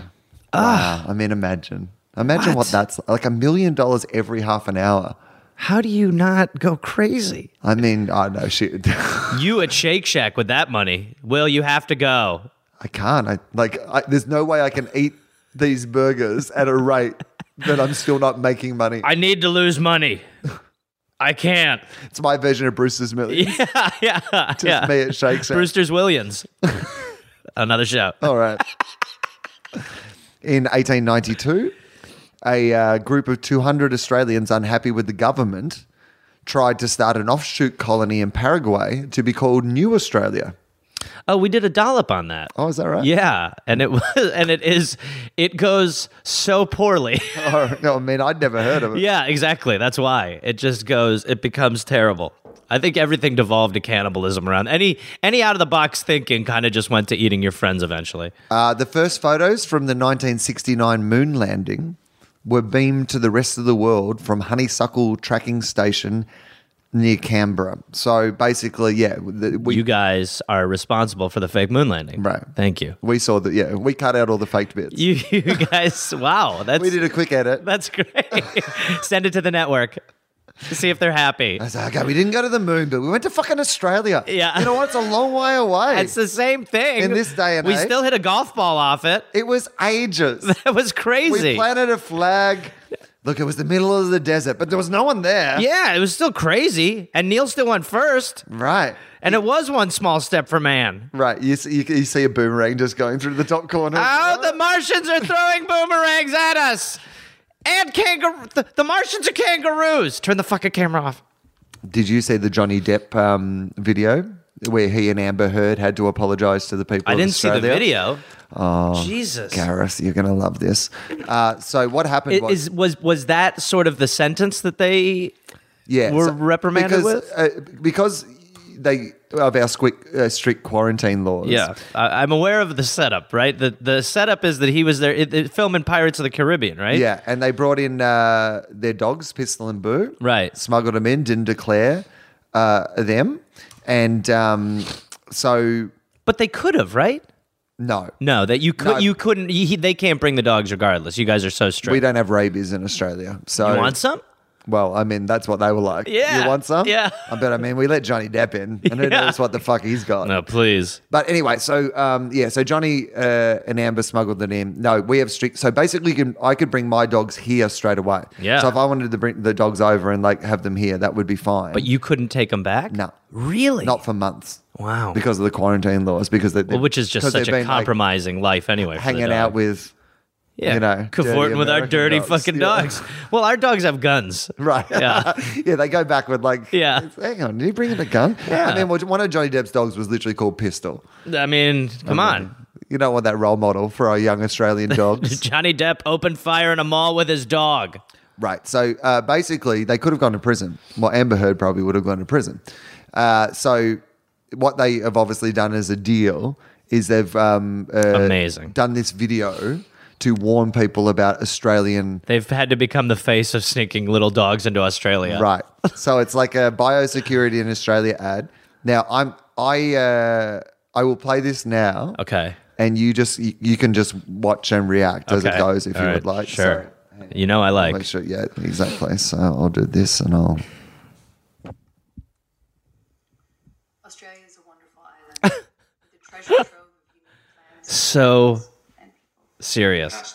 Wow. I mean, imagine. Imagine what,
Ah. What?
that's like a million dollars every half an hour.
How do you not go crazy?
I mean, I know shit.
You at Shake Shack with that money. Will, you have to go.
I can't. I like. I, there's no way I can eat these burgers at a rate that I'm still not making money.
I need to lose money. I can't.
it's my version of Brewster's Millions.
yeah, yeah, yeah.
me at Shake Shack.
Brewster's Williams. Another show.
All right. In 1892, a uh, group of 200 Australians unhappy with the government tried to start an offshoot colony in Paraguay to be called New Australia.
Oh, we did a dollop on that.
Oh, is that right?
Yeah, and it was, and it is, it goes so poorly.
Oh, no, I mean, I'd never heard of it.
yeah, exactly. That's why it just goes. It becomes terrible. I think everything devolved to cannibalism around any any out of the box thinking kind of just went to eating your friends eventually.
Uh, the first photos from the 1969 moon landing were beamed to the rest of the world from Honeysuckle Tracking Station near Canberra. So basically, yeah, the, we
you guys are responsible for the fake moon landing.
Right.
Thank you.
we saw that. Yeah, we cut out all the faked bits.
You, you guys. Wow. That's
we did a quick edit.
That's great. Send it to the network. See if they're happy.
I said, okay, we didn't go to the moon, but we went to fucking Australia.
Yeah.
you know what? It's a long way away.
It's the same thing.
In this day and
we
age-
still hit a golf ball off it.
it was ages.
That was
we
crazy.
planted a flag. Look, it was the middle of the desert, but there was no one there.
yeah, it was still crazy. And Neil still went first.
Right.
And it was one small step for man.
Right. You see, you, you see a boomerang just going through the top corner.
Oh, the Martians are throwing boomerangs at us. And kangaroo. The, the Martians are kangaroos. Turn the fucking camera off.
Did you see the Johnny Depp um, video where he and Amber Heard had to apologize to the people?
I
of
didn't see the
Oh, Australia?
video. Oh, Jesus.
Gareth, you're gonna love this. Uh, so what happened
It
was,
is- was was that sort of the sentence that they
yeah,
were
so-
reprimanded
because,
with?
uh, because they of our squick, uh, strict quarantine laws.
Yeah, I, I'm aware of the setup, right? The the setup is that he was there it, it, filming Pirates of the Caribbean, right?
Yeah, and they brought in uh, their dogs, Pistol and Boo.
Right.
Smuggled them in, didn't declare uh, them. And um, so,
But they could have, right?
no,
No, that you could
No.
you couldn't. You, he- they can't bring the dogs regardless. You guys are so strict.
we don't have rabies in Australia. So,
you want some?
well, I mean, that's what they were like.
Yeah.
You want some?
Yeah.
I bet, I mean, we let Johnny Depp in, and who
Yeah.
knows what the fuck he's got.
No, please.
But anyway, so um, yeah, so Johnny uh, and Amber smuggled it in. No, we have strict. So basically, you can, I could bring my dogs here straight away.
Yeah.
So if I wanted to bring the dogs over and like have them here, that would be fine.
But you couldn't take them back?
No.
Really?
not for months.
Wow.
Because of the quarantine laws, because they,
Well, which is just
'cause
such
they've
a
been, like,
compromising life anyway. for the
hanging
dog.
out with,
yeah.
you know, dirty
cavorting with our
American
dirty
dogs.
fucking
Yeah.
dogs. Well, our dogs have guns.
right?
Yeah.
yeah. They go back with like,
Yeah.
Hang on, did he bring in a gun?
Yeah.
I mean, well, one of Johnny Depp's dogs was literally called Pistol.
I mean, come on.
You don't want that role model for our young Australian dogs.
Johnny Depp opened fire in a mall with his dog.
Right. So uh, basically, they could have gone to prison. Well, Amber Heard probably would have gone to prison. Uh, so what they have obviously done as a deal is they've um, uh,
Amazing.
done this video to warn people about Australian.
They've had to become the face of sneaking little dogs into Australia.
Right. So it's like a biosecurity in Australia ad. Now I'm I uh, I will play this now,
Okay.
and you just you, you can just watch and react as
okay.
it goes if
All
you
right.
would like.
Sure.
So-
You know I like.
Make sure, yeah, exactly. So I'll do this and I'll.
Australia is a wonderful island. with a treasure trove of unique plants
So
and people.
serious.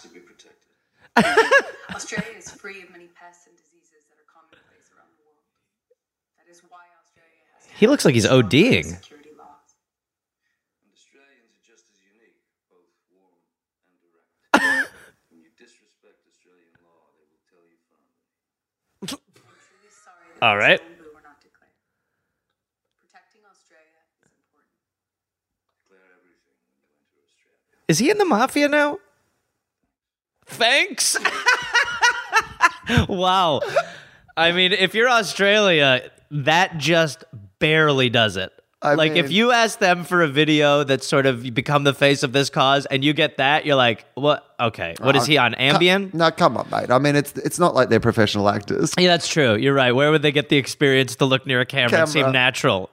Australia is free of many pests and diseases that are commonplace around the world. That is why Australia has
He looks like he's ODing.
security laws. Truly sorry that
All right.
Pistol and Boo were not declared. Protecting Australia is important.
Is he in the mafia now? Thanks. wow. I mean, if you're Australia, that just barely does it.
I
like, if
mean-
you ask them for a video that's sort of you become the face of this cause and you get that, you're like, what? Okay.
Uh,
What is he on? Ambien?
No, come on, mate. I mean, it's it's not like they're professional actors.
Yeah, that's true. You're right. Where would they get the experience to look near a camera, and seem
Camera.
natural?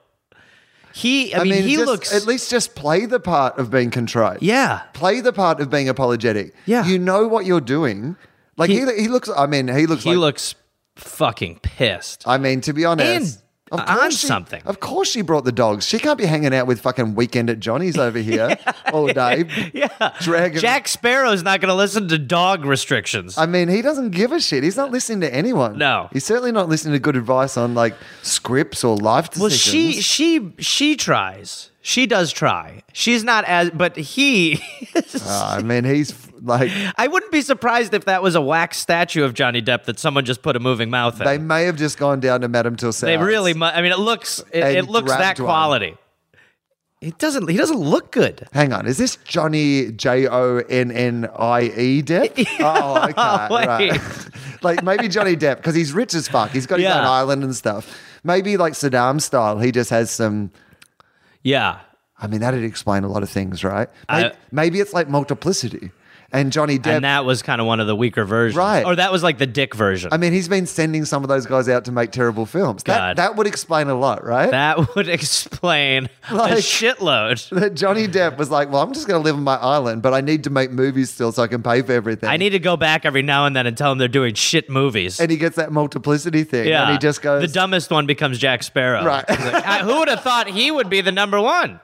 He, I, mean, he
just-
looks.
At least just play the part of being contrite.
yeah.
Play the part of being apologetic.
Yeah.
You know what you're doing. Like
He-
he, he, looks. I mean, he looks.
He
like,
looks fucking pissed.
I mean, to be honest.
And
of course
on
she-
something.
Of course, she brought the dogs. She can't be hanging out with fucking weekend at Johnny's over here all day.
Yeah.
Dragging-
Jack Sparrow's not going to listen to dog restrictions.
I mean, he doesn't give a shit. He's not listening to anyone.
No.
he's certainly not listening to good advice on like scripts or life
well,
decisions.
she she she tries. She does try. She's not as but he
Ah, I mean, he's f- like
I wouldn't be surprised if that was a wax statue of Johnny Depp that someone just put a moving mouth in.
they may have just gone down to Madame Tussauds.
They really mu- I mean it looks it,
And
it looks that
grabbed one.
quality. It doesn't he doesn't look good.
Hang on, is this Johnny J O N N I E Depp? Oh, okay, right. like maybe Johnny Depp because he's rich as fuck. He's got his
Yeah.
own island and stuff. Maybe like Saddam style, he just has some.
Yeah.
I mean, that'd explain a lot of things, right?
I-
Maybe, maybe it's like multiplicity, and Johnny Depp.
Uh, And that was kind of one of the weaker versions.
Right.
Or that was like the dick version.
I mean, he's been sending some of those guys out to make terrible films. That,
God.
that would explain a lot, right?
that would explain a
Like-
shitload.
that Johnny Depp was like, "Well, I'm just going to live on my island, but I need to make movies still, so I can pay for everything."
I need to go back every now and then and tell them they're doing shit movies.
and he gets that multiplicity thing, and he just goes,
The dumbest one becomes Jack Sparrow.
Right.
He's like, "I- who would have thought he would be the number one?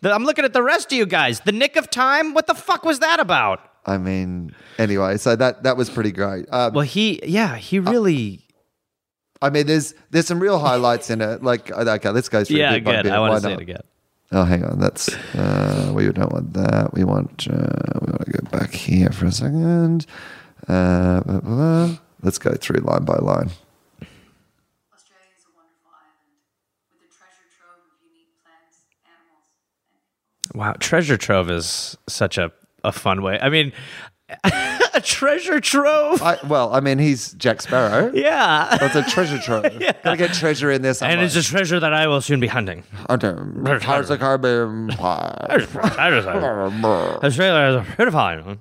The- I'm looking at the rest of you guys. The Nick of Time. What the fuck was that about?
I mean, anyway, so that that was pretty great. Um, uh,
Well, he, yeah, he really.
I mean, there's there's some real highlights in it. Like, okay, let's go through.
yeah,
bit by
good.
bit.
I want
Why
to see
not?
it again.
Oh, hang on, that's uh, we don't want that. We want uh, we want to go back here for a second. Uh, blah, blah, blah. Let's go through line by line.
Australia is a wonderful island with a treasure trove of unique plants, animals, and
Wow, treasure trove is such a, a fun way. I mean, treasure trove.
I, well, I mean, he's Jack Sparrow.
yeah.
That's a treasure trove. Gotta get treasure in there somewhere.
And it's a treasure that I will soon be hunting.
I don't know. Pirates of the Caribbean Pie.
A trailer is beautiful.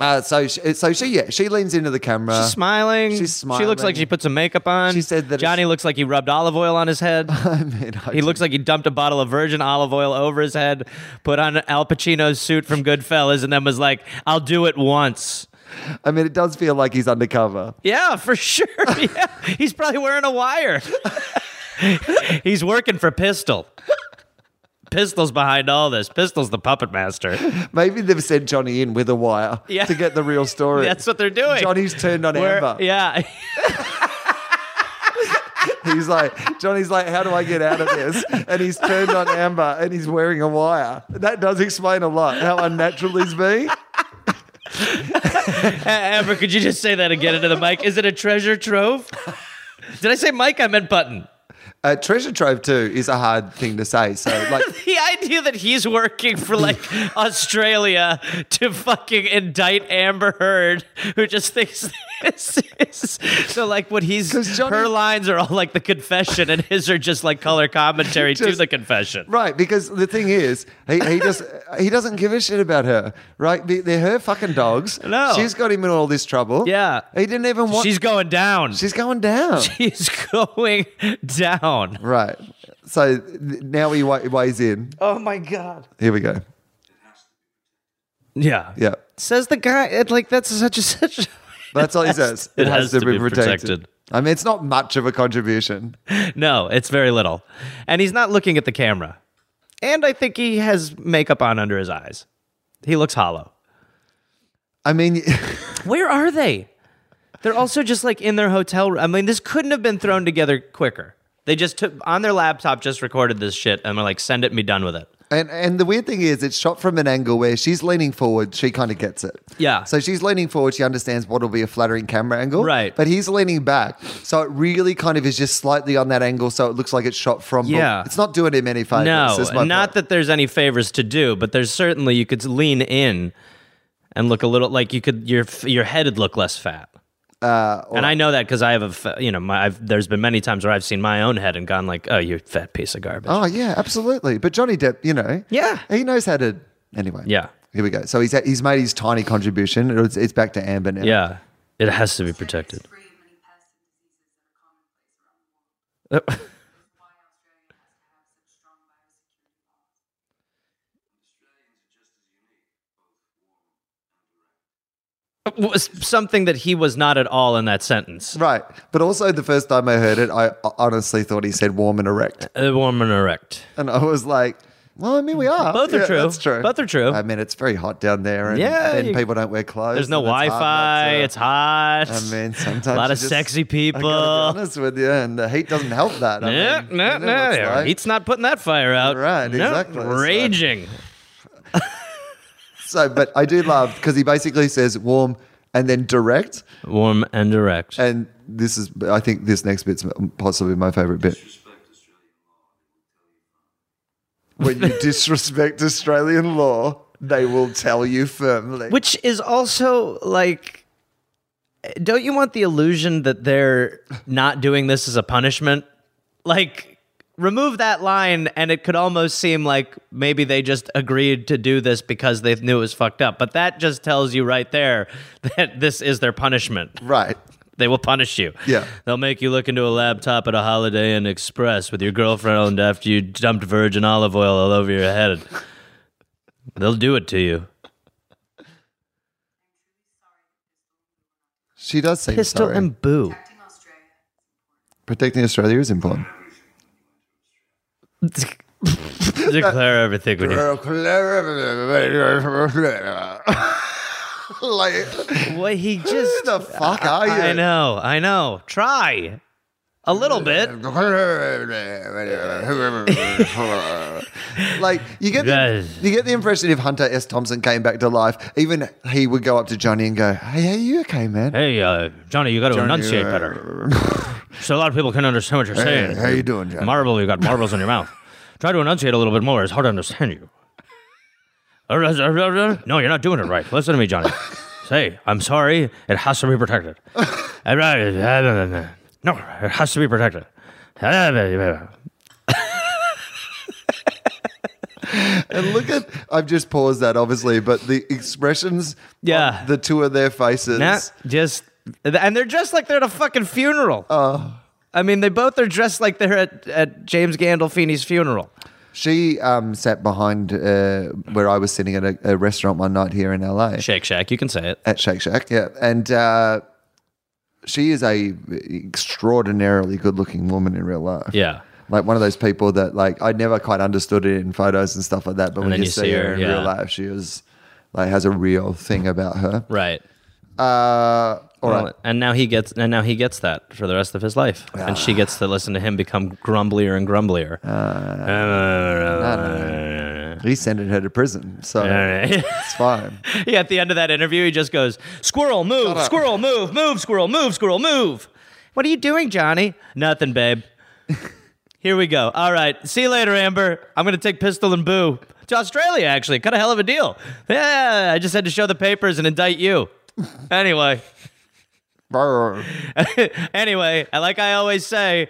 Uh, so, she, so she, yeah, she leans into the camera.
She's smiling.
She's
She looks
smiling.
like she put some makeup on.
She said that
Johnny
it's-
looks like he rubbed olive oil on his head.
I mean, I
He looks like he dumped a bottle of virgin olive oil over his head, put on Al Pacino's suit from Goodfellas, and then was like, I'll do it once.
I mean, it does feel like he's undercover.
Yeah, for sure. Yeah. He's probably wearing a wire. He's working for Pistol. Pistol's behind all this. Pistol's the puppet master.
Maybe they've sent Johnny in with a wire
Yeah.
to get the real story.
That's what they're doing.
Johnny's turned on
Where-
Amber.
Yeah.
He's like, Johnny's like, how do I get out of this? And he's turned on Amber and he's wearing a wire. That does explain a lot how unnatural he's being.
Amber, could you just say that again into the mic? Is it a treasure trove? Did I say Mike? I meant button.
Uh, treasure trove too is a hard thing to say. So like,
The idea that he's working for like Australia to fucking indict Amber Heard, who just thinks this is so like what he's
'Cause Johnny-
her lines are all like the confession, and his are just like color commentary to
Just-
the confession.
right? Because the thing is, he, he just he doesn't give a shit about her, right? They- They're her fucking dogs.
No.
she's got him in all this trouble.
Yeah.
he didn't even want.
She's going down.
she's going down.
She's going down.
Right. So th- now he wa- weighs in.
Oh my god.
Here we go.
Yeah.
Yeah.
Says the guy. It, like that's such a such. a-
That's all he says.
it has to be protected.
I mean, it's not much of a contribution.
No, it's very little. And he's not looking at the camera. And I think he has makeup on under his eyes. He looks hollow.
I mean,
Where are they? They're also just like in their hotel room. I mean, this couldn't have been thrown together quicker. They just took on their laptop, just recorded this shit, and were like, send it and be done with it.
and and the weird thing is, it's shot from an angle where she's leaning forward. She kind of gets it.
Yeah.
So she's leaning forward. She understands what will be a flattering camera angle.
Right.
But he's leaning back, so it really kind of is just slightly on that angle, so it looks like it's shot from.
Yeah.
It's not doing him any favors.
No,
is my
not
point.
that there's any favors to do, but there's certainly you could lean in and look a little like you could your your head would look less fat. Uh, and I know that because I have a fa- you know my I've, there's been many times where I've seen my own head and gone like oh you fat piece of garbage.
Oh yeah, absolutely. But Johnny Depp, you know,
Yeah.
he knows how to. Anyway,
Yeah.
Here we go. So he's he's made his tiny contribution. It's, it's back to Amber now.
Yeah, it has to be protected.
Free of many pests and diseases that are commonplace around the world. That's why Australia has to have such strong biosecurity laws.
Was something that he was not at all in that sentence.
Right. But also, the first time I heard it, I honestly thought he said warm and erect,
A warm and erect.
and I was like, "Well, I mean, we are.
Both are
Yeah,
true.
That's true.
Both are true.
I mean, it's very hot down there, and
Yeah,
then
you-
people don't wear clothes.
There's no
and it's hard not
Wi-Fi.
to-
It's hot.
uh, I mean, sometimes
a lot
you
of
just-
sexy
I gotta be
people.
honest with you, and the heat doesn't help that. I
Yeah,
mean,
no,
you know what
no,
it's
no.
like.
Heat's not putting that fire out.
Right,
No,
exactly. uh, So-
Raging.
So, but I do love because he basically says warm and then direct.
Warm and direct.
And this is, I think this next bit's possibly my favorite bit. When you disrespect Australian law, they will tell you firmly.
Which is also like, don't you want the illusion that they're not doing this as a punishment? Like, remove that line, and it could almost seem like maybe they just agreed to do this because they knew it was fucked up. But that just tells you right there that this is their punishment.
right.
They will punish you.
Yeah.
They'll make you look into a laptop at a Holiday Inn Express with your girlfriend after you dumped virgin olive oil all over your head. They'll do it to you.
She does seem
Pistol
sorry.
and boo.
Protecting Australia
Protecting Australia is important.
Declare everything when you.
like,
What he
who
just.
the fuck are you?
I know. I know. Try a little bit.
like you get the,
Yes.
you get the impression if Hunter S. Thompson came back to life, even he would go up to Johnny and go, "Hey, are you okay, man?
Hey, uh, Johnny, you got to enunciate
uh,
better, so a lot of people can understand what you're saying.
how you doing, Johnny?
Marble, you got marbles in your mouth. Try to enunciate a little bit more. It's hard to understand you. No, you're not doing it right. Listen to me, Johnny. Say, I'm sorry, it has to be protected. I'm not- no, it has to be protected.
And look at, I've just paused that obviously, but the expressions,
Yeah.
on the two of their faces.
Nah, just and they're dressed like they're at a fucking funeral. I mean, they both are dressed like they're at, at James Gandolfini's funeral.
She um, sat behind uh, where I was sitting at a, a restaurant one night here in LA
Shake Shack, you can say it.
at Shake Shack. Yeah, and uh, she is a extraordinarily good-looking woman in real life.
Yeah.
like one of those people that like I never quite understood it in photos and stuff like that. But when
then
you,
you
see her, in
yeah.
real life, she is like has a real thing about her.
Right.
Uh, all right.
Well, and now he gets and now he gets that for the rest of his life. And she gets to listen to him become grumblier and grumblier.
He's sending her to prison, so it's fine.
yeah, at the end of that interview, he just goes, "Squirrel, move! Squirrel, move! Move! Squirrel, move! Squirrel, move!" What are you doing, Johnny? Nothing, babe. Here we go. All right. See you later, Amber. I'm gonna take Pistol and Boo to Australia. Actually, cut a hell of a deal. Yeah, I just had to show the papers and indict you. Anyway.
Brr.
anyway, like I always say,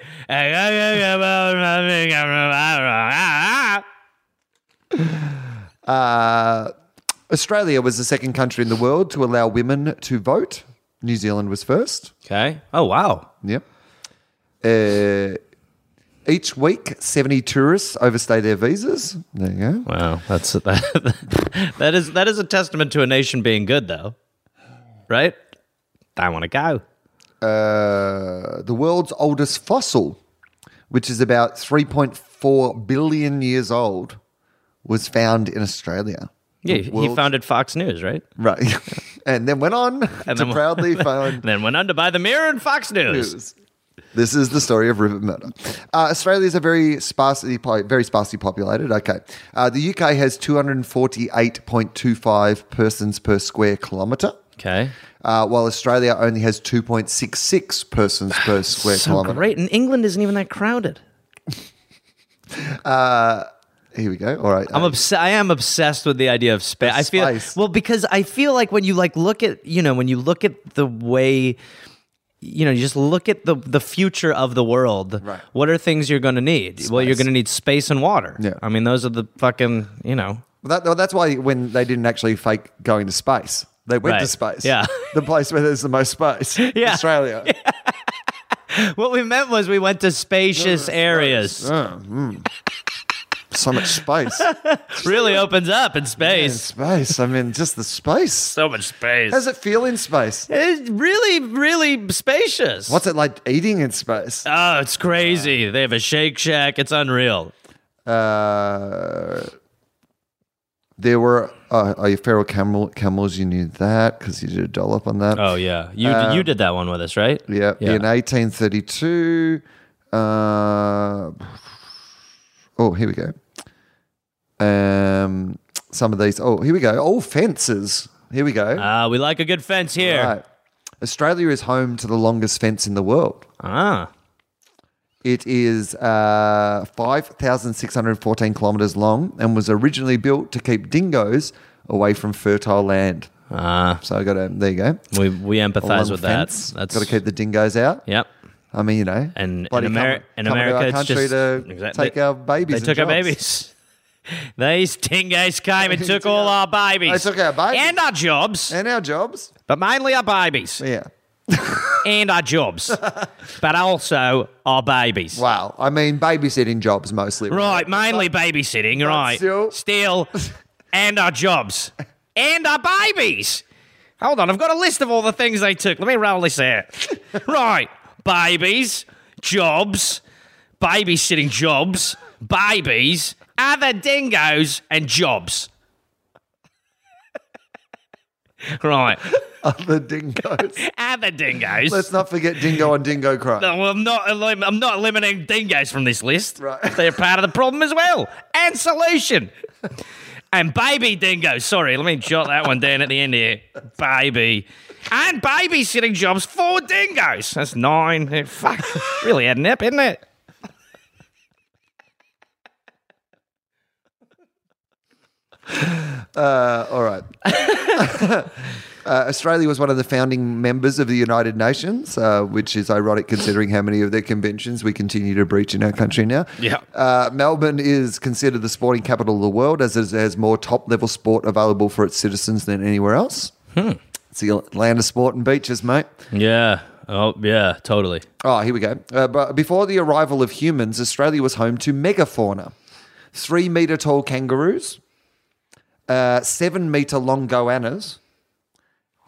Australia was the second country in the world to allow women to vote. New Zealand was first.
okay. Oh wow.
Yep. Uh, each week, 70 tourists overstay their visas. There you go.
Wow, that's that, that is that is a testament to a nation being good, though, right? I want to go.
Uh, the world's oldest fossil, which is about 3.4 billion years old, was found in Australia.
Yeah,
The
he
world's-
founded Fox News, right?
Right. and then went on to
then-
proudly found
And then went on to buy the Mirror and Fox News.
news. This is the story of river murder. Uh, Australia is a very sparsely, po- very sparsely populated. Okay, uh, the UK has 248.25 persons per square kilometre,
Okay,
uh, while Australia only has 2.66 persons per square
so
kilometre.
great, and England isn't even that crowded.
Here we go. All right,
I'm
uh,
obs- I am obsessed with the idea of space. I feel
space.
well because I feel like when you like look at you know when you look at the way you know you just look at the the future of the world.
Right.
What are things you're going to need? Well, you're
Space.
going to need space and water.
Yeah.
I mean those are the fucking you know.
Well, that, well, that's why when they didn't actually fake going to space, they went to
Right.
space.
Yeah.
the place where there's the most space,
Yeah.
Australia.
What we meant was we went to spacious areas.
So much space,
Really opens up in space.
space. I mean, just the space.
So much space.
How does it feel in space?
It's really, really spacious.
What's it like eating in space?
Oh, it's crazy. They have a Shake Shack. It's unreal.
Uh, there were uh, oh, your feral camel camels. You knew that because you did a dollop on that.
Oh yeah, you you did that one with us, right?
Uh, Yeah.
Yeah.
In 1832. Uh, oh, here we go. Um, some of these. Oh, here we go. All fences. Here we go.
Ah, we like a good fence here.
Right. Australia is home to the longest fence in the world.
Ah,
It is uh, 5,614 kilometres long and was originally built to keep dingoes away from fertile land.
ah,
So I got to, there you go.
we we empathize
Long
with
fence.
that. That's
got to keep the dingoes out.
Yep.
I mean, you know,
And
bloody
in, Ameri-
come-
in
come
America,
to our
it's
country
just
to
Exactly.
take our babies.
They
and
took our
jobs.
babies. These dingoes came and took
took
all
our-
our babies.
they took our babies.
and our jobs,
and our jobs.
but mainly our babies
Yeah.
and our jobs, but also our babies.
Wow. I mean, babysitting jobs mostly.
Right, mainly babysitting, right.
still-
Still, and our jobs. And our babies. Hold on, I've got a list of all the things they took. Let me roll this out. right, babies, jobs, babysitting jobs, babies, other dingoes, and jobs. right,
The dingoes.
other dingoes.
Let's not forget dingo and dingo crime.
Well, I'm not. elim- I'm not eliminating dingoes from this list.
Right.
They're part of the problem as well, and solution. and baby dingoes. Sorry, let me jot that one down at the end here. Baby. And babysitting jobs for dingoes. That's nine. Fuck. Really adding up, isn't it?
Uh, all right. Uh, Australia was one of the founding members of the United Nations, uh, which is ironic considering how many of their conventions we continue to breach in our country now.
Yeah.
Uh, Melbourne is considered the sporting capital of the world as it has more top level sport available for its citizens than anywhere else. It's the land of sport and beaches, mate.
Yeah. Oh, yeah, totally.
Oh, here we go. Uh, but before the arrival of humans, Australia was home to megafauna three meter tall kangaroos, uh, seven meter long goannas,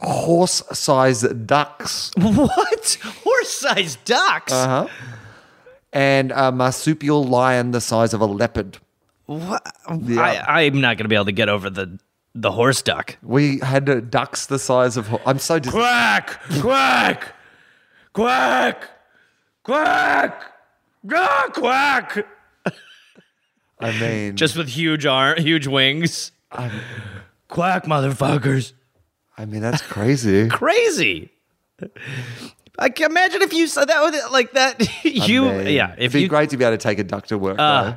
horse sized ducks,
What? Horse sized ducks?
and a marsupial lion the size of a leopard.
What? I, I'm not going to be able to get over the, the horse duck.
We had uh, ducks the size of. ho- I'm so. Dis-
Quack! Quack! Quack! Quack! Ah, quack!
I mean,
Just with huge arm, huge wings. quack, motherfuckers.
I mean that's crazy.
Crazy. I can imagine if you said that with like that. You,
I mean,
yeah. If
it'd be
you Uh.
great to be able to take a duck to work. though.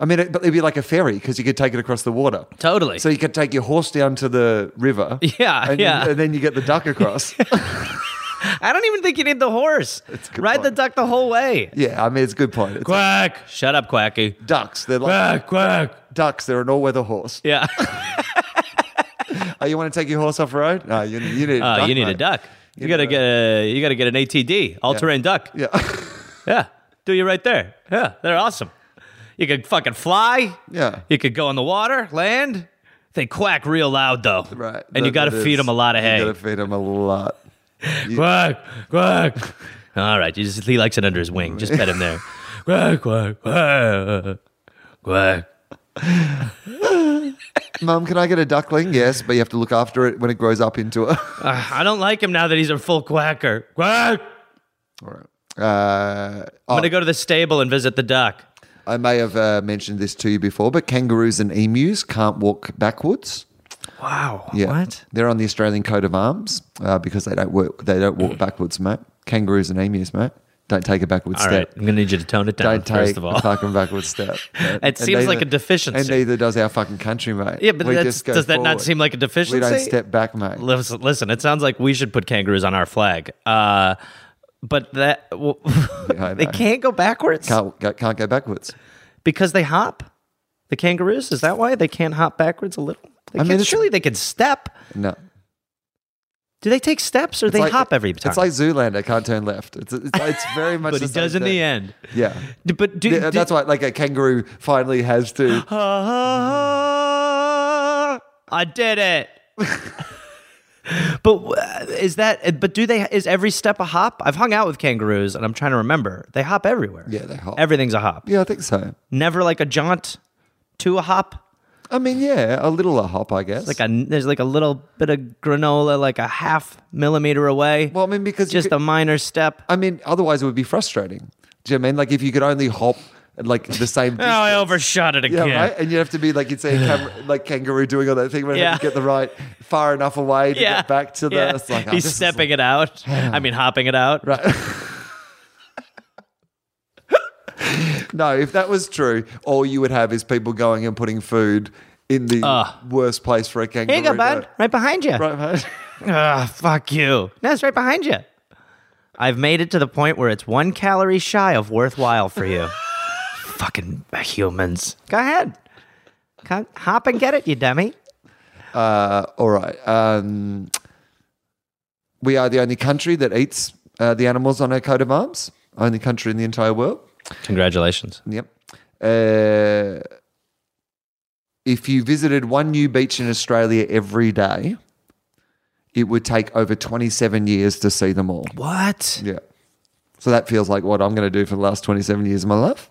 I mean, it, but it'd be like a ferry because you could take it across the water.
Totally.
So you could take your horse down to the river.
Yeah,
and
yeah.
and then you get the duck across.
I don't even think you need the horse.
good
Ride the
point.
duck the whole way.
yeah, I mean, it's a good point. It's
Quack! Shut up, Quacky.
ducks. They're like
quack.
ducks. They're an all-weather horse.
Yeah.
Oh, you want to take your horse off road? No, you, you need. A
Uh,
duck,
you need a
mate.
duck. You, gotta get a, you gotta get an ATD, all terrain duck. Yeah.
Yeah,
Do you right there. Yeah. They're awesome. You could fucking fly.
yeah.
You could go on the water, land. They quack real loud though.
Right.
And you
That-
gotta
that
feed
is-
them a lot of hay.
You got to feed them a lot.
Quack, quack. All right, you just, he likes it under his wing. Just pet him there. quack, quack, quack, quack.
Mum, can I get a duckling? Yes, but you have to look after it when it grows up into a.
Uh, I don't like him now that he's a full quacker. Quack.
Uh,
I'm
oh,
gonna go to the stable and visit the duck.
I may have uh, mentioned this to you before, but kangaroos and emus can't walk backwards.
Wow.
Yeah.
What?
They're on the Australian coat of arms uh, because they don't work. They don't
Mm.
walk backwards, mate. Kangaroos and emus, mate. Don't take a backwards
All
step.
right, I'm gonna need you to tone it down
Don't
first
take
of
a
all.
fucking backwards step. mate.
It seems like a deficiency.
And neither does our fucking country, mate.
Yeah, but
We
that's,
just go
does that not
forward.
seem like a deficiency?
We don't step back, mate.
Listen, listen, it sounds like we should put kangaroos on our flag. Uh, but that well,
I
they
know.
can't go backwards
Can't, go- can't go backwards.
because they hop. The kangaroos is that why they can't hop backwards a little? They
I mean,
can't-
it's-
surely they can step.
No.
Do they take steps or
It's
they
like-
hop every time?
It's like Zoolander. Can't turn left. It's, it's, it's very much
but
the
he
same
does in
thing.
the end.
Yeah.
D- But do,
Yeah,
do-
that's why, like, a kangaroo finally has to.
Ah, I did it. but uh, is that? But do they? Is every step a hop? I've hung out with kangaroos, and I'm trying to remember. They hop everywhere.
Yeah, they hop.
Everything's a hop.
Yeah, I think so.
Never like a jaunt to a hop.
I mean, yeah, a little a hop, I guess.
Like a there's like a little bit of granola, like a half millimeter away.
Well, I mean, because you
just
could-
a minor step.
I mean, otherwise it would be frustrating. Do you know what I mean like if you could only hop like the same?
Oh, I
distance.
overshot it
Yeah,
again.
right. And you'd have to be like you'd say camera, like kangaroo doing all that thing where
Yeah.
you get the right far enough away to
Yeah,
get back to the.
yeah.
It's like, oh,
He's
this is-
stepping it out. I mean, hopping it out.
No, if that was true, all you would have is people going and putting food in the worst place for a kangaroo.
Here you go,
to-
bud. Right behind you.
Right, mate.
Ah, fuck you. No, it's right behind you. I've made it to the point where it's one calorie shy of worthwhile for you. Fucking humans. Go ahead. Come, hop and get it, you dummy.
Uh, all right. Um, we are the only country that eats uh, the animals on our coat of arms. Only country in the entire world.
Congratulations.
Yep. Uh, if you visited one new beach in Australia every day, it would take over 27 years to see them all.
What?
Yeah. So that feels like what I'm going to do for the last 27 years of my life.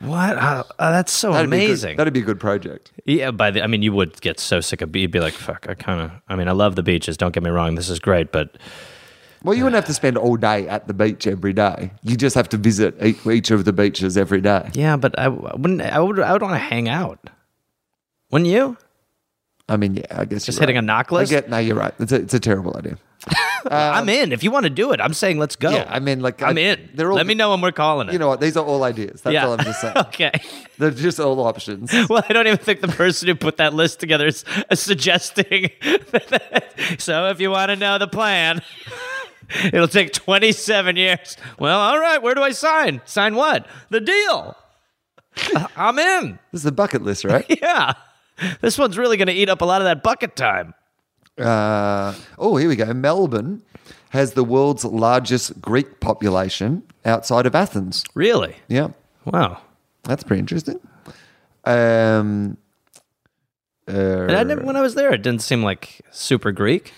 What? Oh, oh, that's so
That'd be good-
amazing.
that'd be a good project.
yeah, by the, I mean, you would get so sick of, you'd be like, fuck, I kind of, I mean, I love the beaches. Don't get me wrong. This is great, but
Well, you wouldn't have to spend all day at the beach every day. You just have to visit e- each of the beaches every day.
yeah, but I, w- I wouldn't, I would, I would want to hang out. Wouldn't you?
I mean, yeah, I guess
Just
you're
hitting
right.
a knock list?
I get, no, you're right. It's a, it's a terrible idea.
I'm in. If you want to do it, I'm saying let's go.
Uh, Yeah, I mean, like,
Oh, I'm
I-
in.
they're all-
Let me know when we're calling it.
You know what? These are all ideas. That's
Yeah.
all I'm just saying.
okay.
They're just all options.
Well, I don't even think the person who put that list together is is suggesting. so, if you want to know the plan, it'll take 27 years. Well, all right. Where do I sign? Sign what? The deal. I'm in.
This is the bucket list, right?
Yeah. This one's really going to eat up a lot of that bucket time.
Uh, oh, here we go. Melbourne has the world's largest Greek population outside of Athens.
Really?
Yeah,
Wow.
that's pretty interesting. Um, uh,
And I never, when I was there, it didn't seem like super Greek.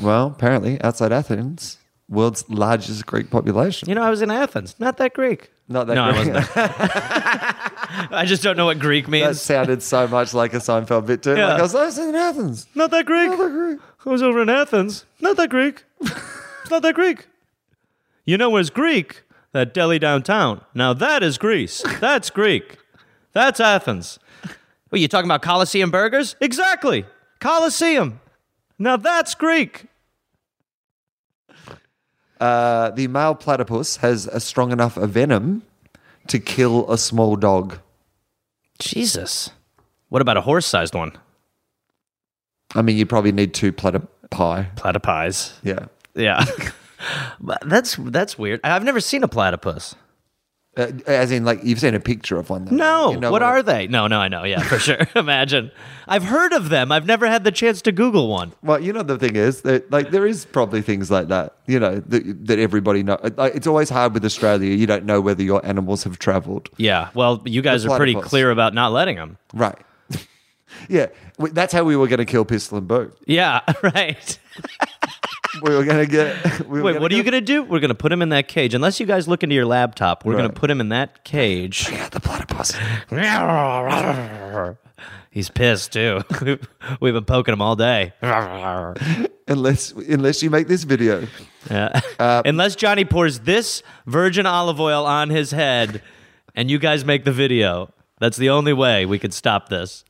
well, apparently, outside Athens, world's largest Greek population.
You know, I was in Athens. Not that Greek.
Not that
no,
Greek.
I wasn't. I just don't know what Greek
that
means.
sounded so much like a Seinfeld bit too.
Yeah.
Like "Oh, I was, I was in Athens.
not that Greek.
Not that Greek.
I was over in Athens. Not that Greek. it's not that Greek. You know where's Greek? That deli downtown. Now that is Greece. That's Greek. That's Athens. What, you talking about Colosseum burgers? Exactly. Colosseum. Now that's Greek.
Uh, the male platypus has a strong enough a venom to kill a small dog.
Jesus. What about a horse-sized one?
I mean, you probably need two platypi.
Platypies.
Yeah.
Yeah. But that's that's weird. I've never seen a platypus.
Uh, as in, like you've seen a picture of one. Though.
No.
You know
what are
it-
they? No, no, I know. Yeah, for sure. Imagine. I've heard of them. I've never had the chance to Google one.
Well, you know the thing is, that, like there is probably things like that. You know that, that everybody know. Like, it's always hard with Australia. You don't know whether your animals have travelled.
Yeah. Well, you guys
The
are pretty
platypus.
clear about not letting them.
Right. yeah. We- That's how we were going to kill Pistol and Boo.
Yeah. Right.
We were going to get. We were
Wait.
gonna
What are you
get-
gonna do? We're gonna put him in that cage. Unless you guys look into your laptop, we're gonna
Right.
put him in that cage.
Yeah, the platypus.
He's pissed too. We've been poking him all day.
unless unless you make this video.
Yeah.
Uh,
Unless Johnny pours this virgin olive oil on his head and you guys make the video. That's the only way we could stop this.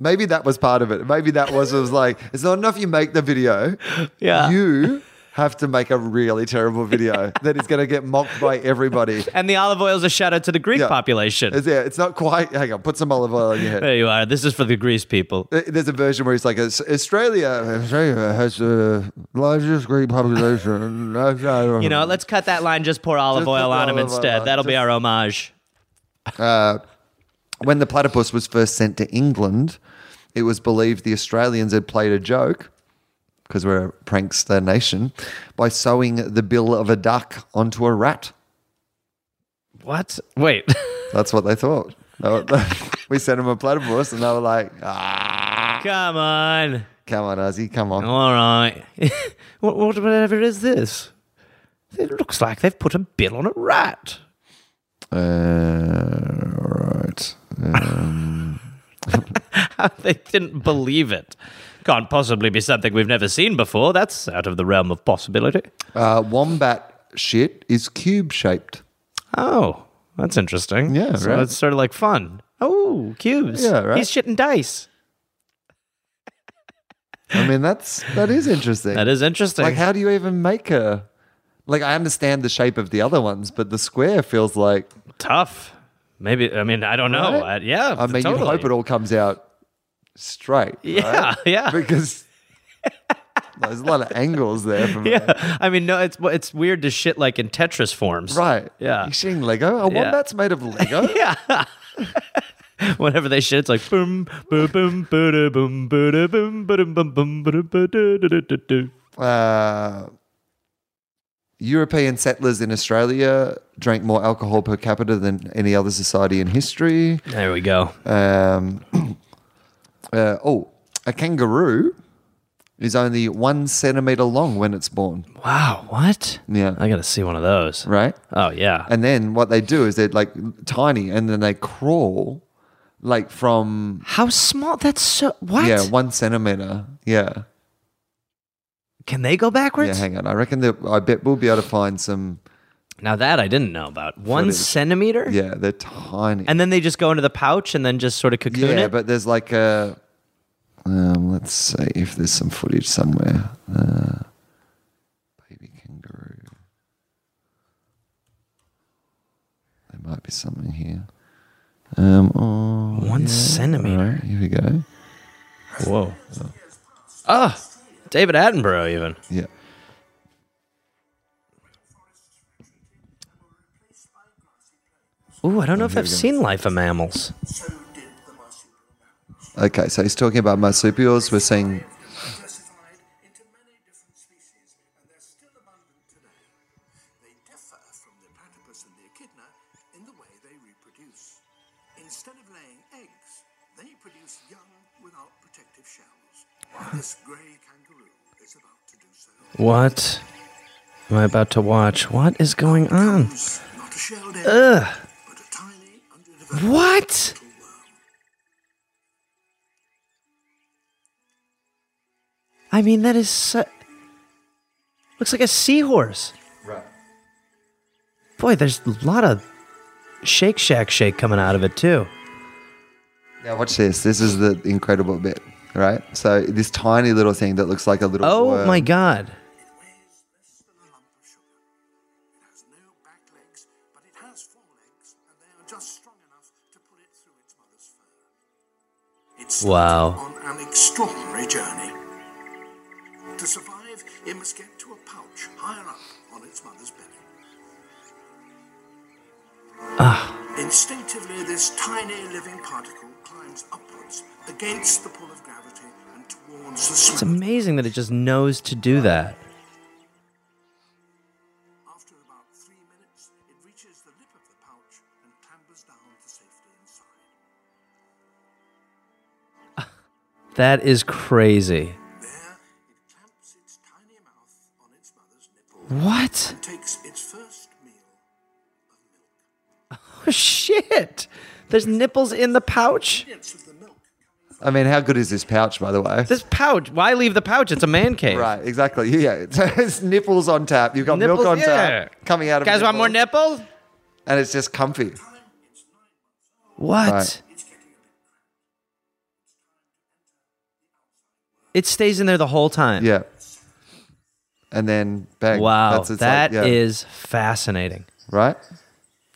Maybe that was part of it. Maybe that was it was like it's not enough you make the video.
Yeah.
You have to make a really terrible video that is going to get mocked by everybody.
And the olive oil is a shout out to the Greek
Yeah.
population.
It's, yeah, it's not quite. Hang on, put some olive oil on your head.
there you are. This is for the Greece people.
There- There's a version where he's like, "Aus- Australia, Australia has the largest Greek population.
You know, let's cut that line, just pour olive
Just
oil
pour
on him
olive oil
instead.
on.
That'll be
Just-
our homage.
When the platypus was first sent to England, it was believed the Australians had played a joke, because we're a prankster nation, by sewing the bill of a duck onto a rat.
What? Wait.
That's what they thought. They were- we sent them a platypus, and they were like, ah,
Come on.
"Come on, Ozzy, come on."
All right. what, what- whatever is this? It looks like they've put a bill on a rat.
Uh, all right. Uh,
they didn't believe it. Can't possibly be something we've never seen before. That's out of the realm of possibility.
Uh, wombat shit is cube shaped.
Oh, that's interesting.
Yeah,
so
right.
it's sort of like fun. Oh, cubes.
Yeah, right.
He's shitting dice.
I mean, that's that is interesting.
That is interesting.
like, how do you even make a? Like, I understand the shape of the other ones, but the square feels like.
Tough. Maybe. I mean, I don't know.
Right?
I- yeah.
I mean,
totally.
you hope it all comes out straight.
Yeah,
right?
yeah.
Because there's a lot of angles there. From
Yeah. I mean, no. It's it's weird to shit like in Tetris forms.
Right.
Yeah.
You're seeing Lego. A
Yeah.
wombat's made of Lego.
Whenever they shit, it's like boom, boom, boom, boom, boom, boom, boom, boom, boom, boom, boom, boom.
uh, European settlers in Australia drank more alcohol per capita than any other society in history.
There we go.
Um, uh, oh, a kangaroo is only one centimeter long when it's born,
Wow, what?
Yeah.
I gotta see one of those.
right?
Oh yeah.
And then what they do is they're like tiny, and then they crawl like from
How small? That's so. What?
yeah one centimeter. Yeah,
Can they go
yeah.
backwards?
Hang on, I reckon that I bet we'll be able to find some.
now that I didn't know about. One
Footage.
centimeter.
Yeah, they're tiny.
And then they just go into the pouch and then just sort of cocoon
yeah,
it.
but there's like a. Um, let's see if there's some footage somewhere. Uh, There's something here. Um, oh,
One
all
centimeter.
right, here we go.
Whoa. Ah, David Attenborough, even.
Yeah.
Ooh, I don't know if I've seen Life of Mammals.
Okay, so he's talking about marsupials. We're seeing
diversified into many different species, and they're still abundant today. They differ from the platypus and the echidna in the way they reproduce. Instead of laying eggs, they produce young without protective shells. This grey kangaroo is about to do so.
What am I about to watch? What is going on?
Not a shelled egg,
Uh.
but a tiny, underdeveloped
What?
little worm.
I mean, that is so. Looks like a seahorse. Right. Boy, there's a lot of Shake Shack shake coming out of it, too.
Now watch this. This is the incredible bit, right? So this tiny little thing that looks like a little.
Oh
worm.
my god.
weighs less than a lump of sugar. It has no back legs, but it has four legs, and they are just strong enough to pull it through its mother's fur. It's
Wow.
on an extraordinary journey. To survive, it must get to a pouch higher up on its mother's belly. Instinctively, this tiny living particle climbs upwards against the pull of gravity and towards the
It's
smooth
amazing that it just knows to do that.
After about three minutes, it reaches the lip of the pouch and clambers down to safety inside.
That is crazy.
There, it clamps its tiny mouth on its mother's nipple
What?
and takes its first meal of milk.
Oh, shit. There's nipples in the pouch?
Hints of the milk
I mean, how good is this pouch, by the way?
This pouch. Why leave the pouch? It's a man cave.
Right, exactly. Yeah, so it's nipples on tap. You've got milk on
Nipples, yeah.
tap coming out of
Guys want more
nipples,
nipples?
and it's just comfy.
What?
Right.
It stays in there the whole time.
Yeah, and then bang.
Wow.
its,
that
like, yeah.
is fascinating.
right.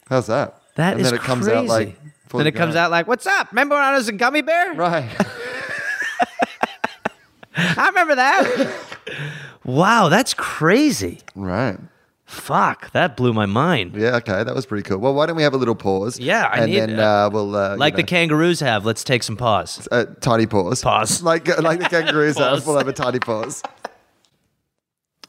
How's that?
That
and
is
then it comes
crazy.
out like.
then it comes out like, "What's up? Remember when I was a gummy bear?
Right.
I remember that." wow, that's crazy.
right.
Fuck, that blew my mind.
Yeah. Okay. That was pretty cool. Well, why don't we have a little pause?
Yeah, I
and
need-
then uh, we'll uh, you
Like the
know.
kangaroos have. Let's take some pause.
a tiny pause.
Pause.
Like like the kangaroos
Pause.
have, we'll have a tiny pause.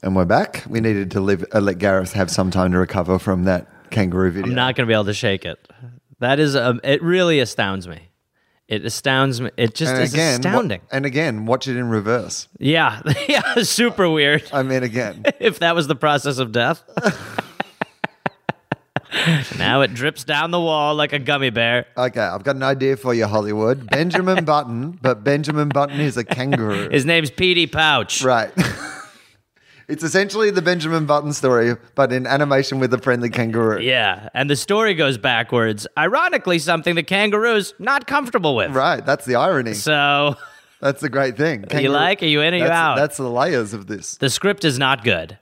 And we're back. We needed to live, uh, let Gareth have some time to recover from that kangaroo video.
I'm not gonna be able to shake it. That is, um, it really astounds me. It astounds me. It just
and
is
again, wa-
astounding.
and again, watch it in reverse.
yeah, yeah, super weird.
I mean, again,
if that was the process of death. now it drips down the wall like a gummy bear.
okay, I've got an idea for you, Hollywood. Benjamin Button, but Benjamin Button is a kangaroo.
His name's Petey Pouch.
right. it's essentially the Benjamin Button story, but in animation with a friendly kangaroo.
Yeah, and the story goes backwards. Ironically, something the kangaroo's not comfortable with.
Right. That's the irony.
So
that's the great thing. Kangaroo-
like? Are you in or you
that's-
out?
That's the layers of this.
the script is not good.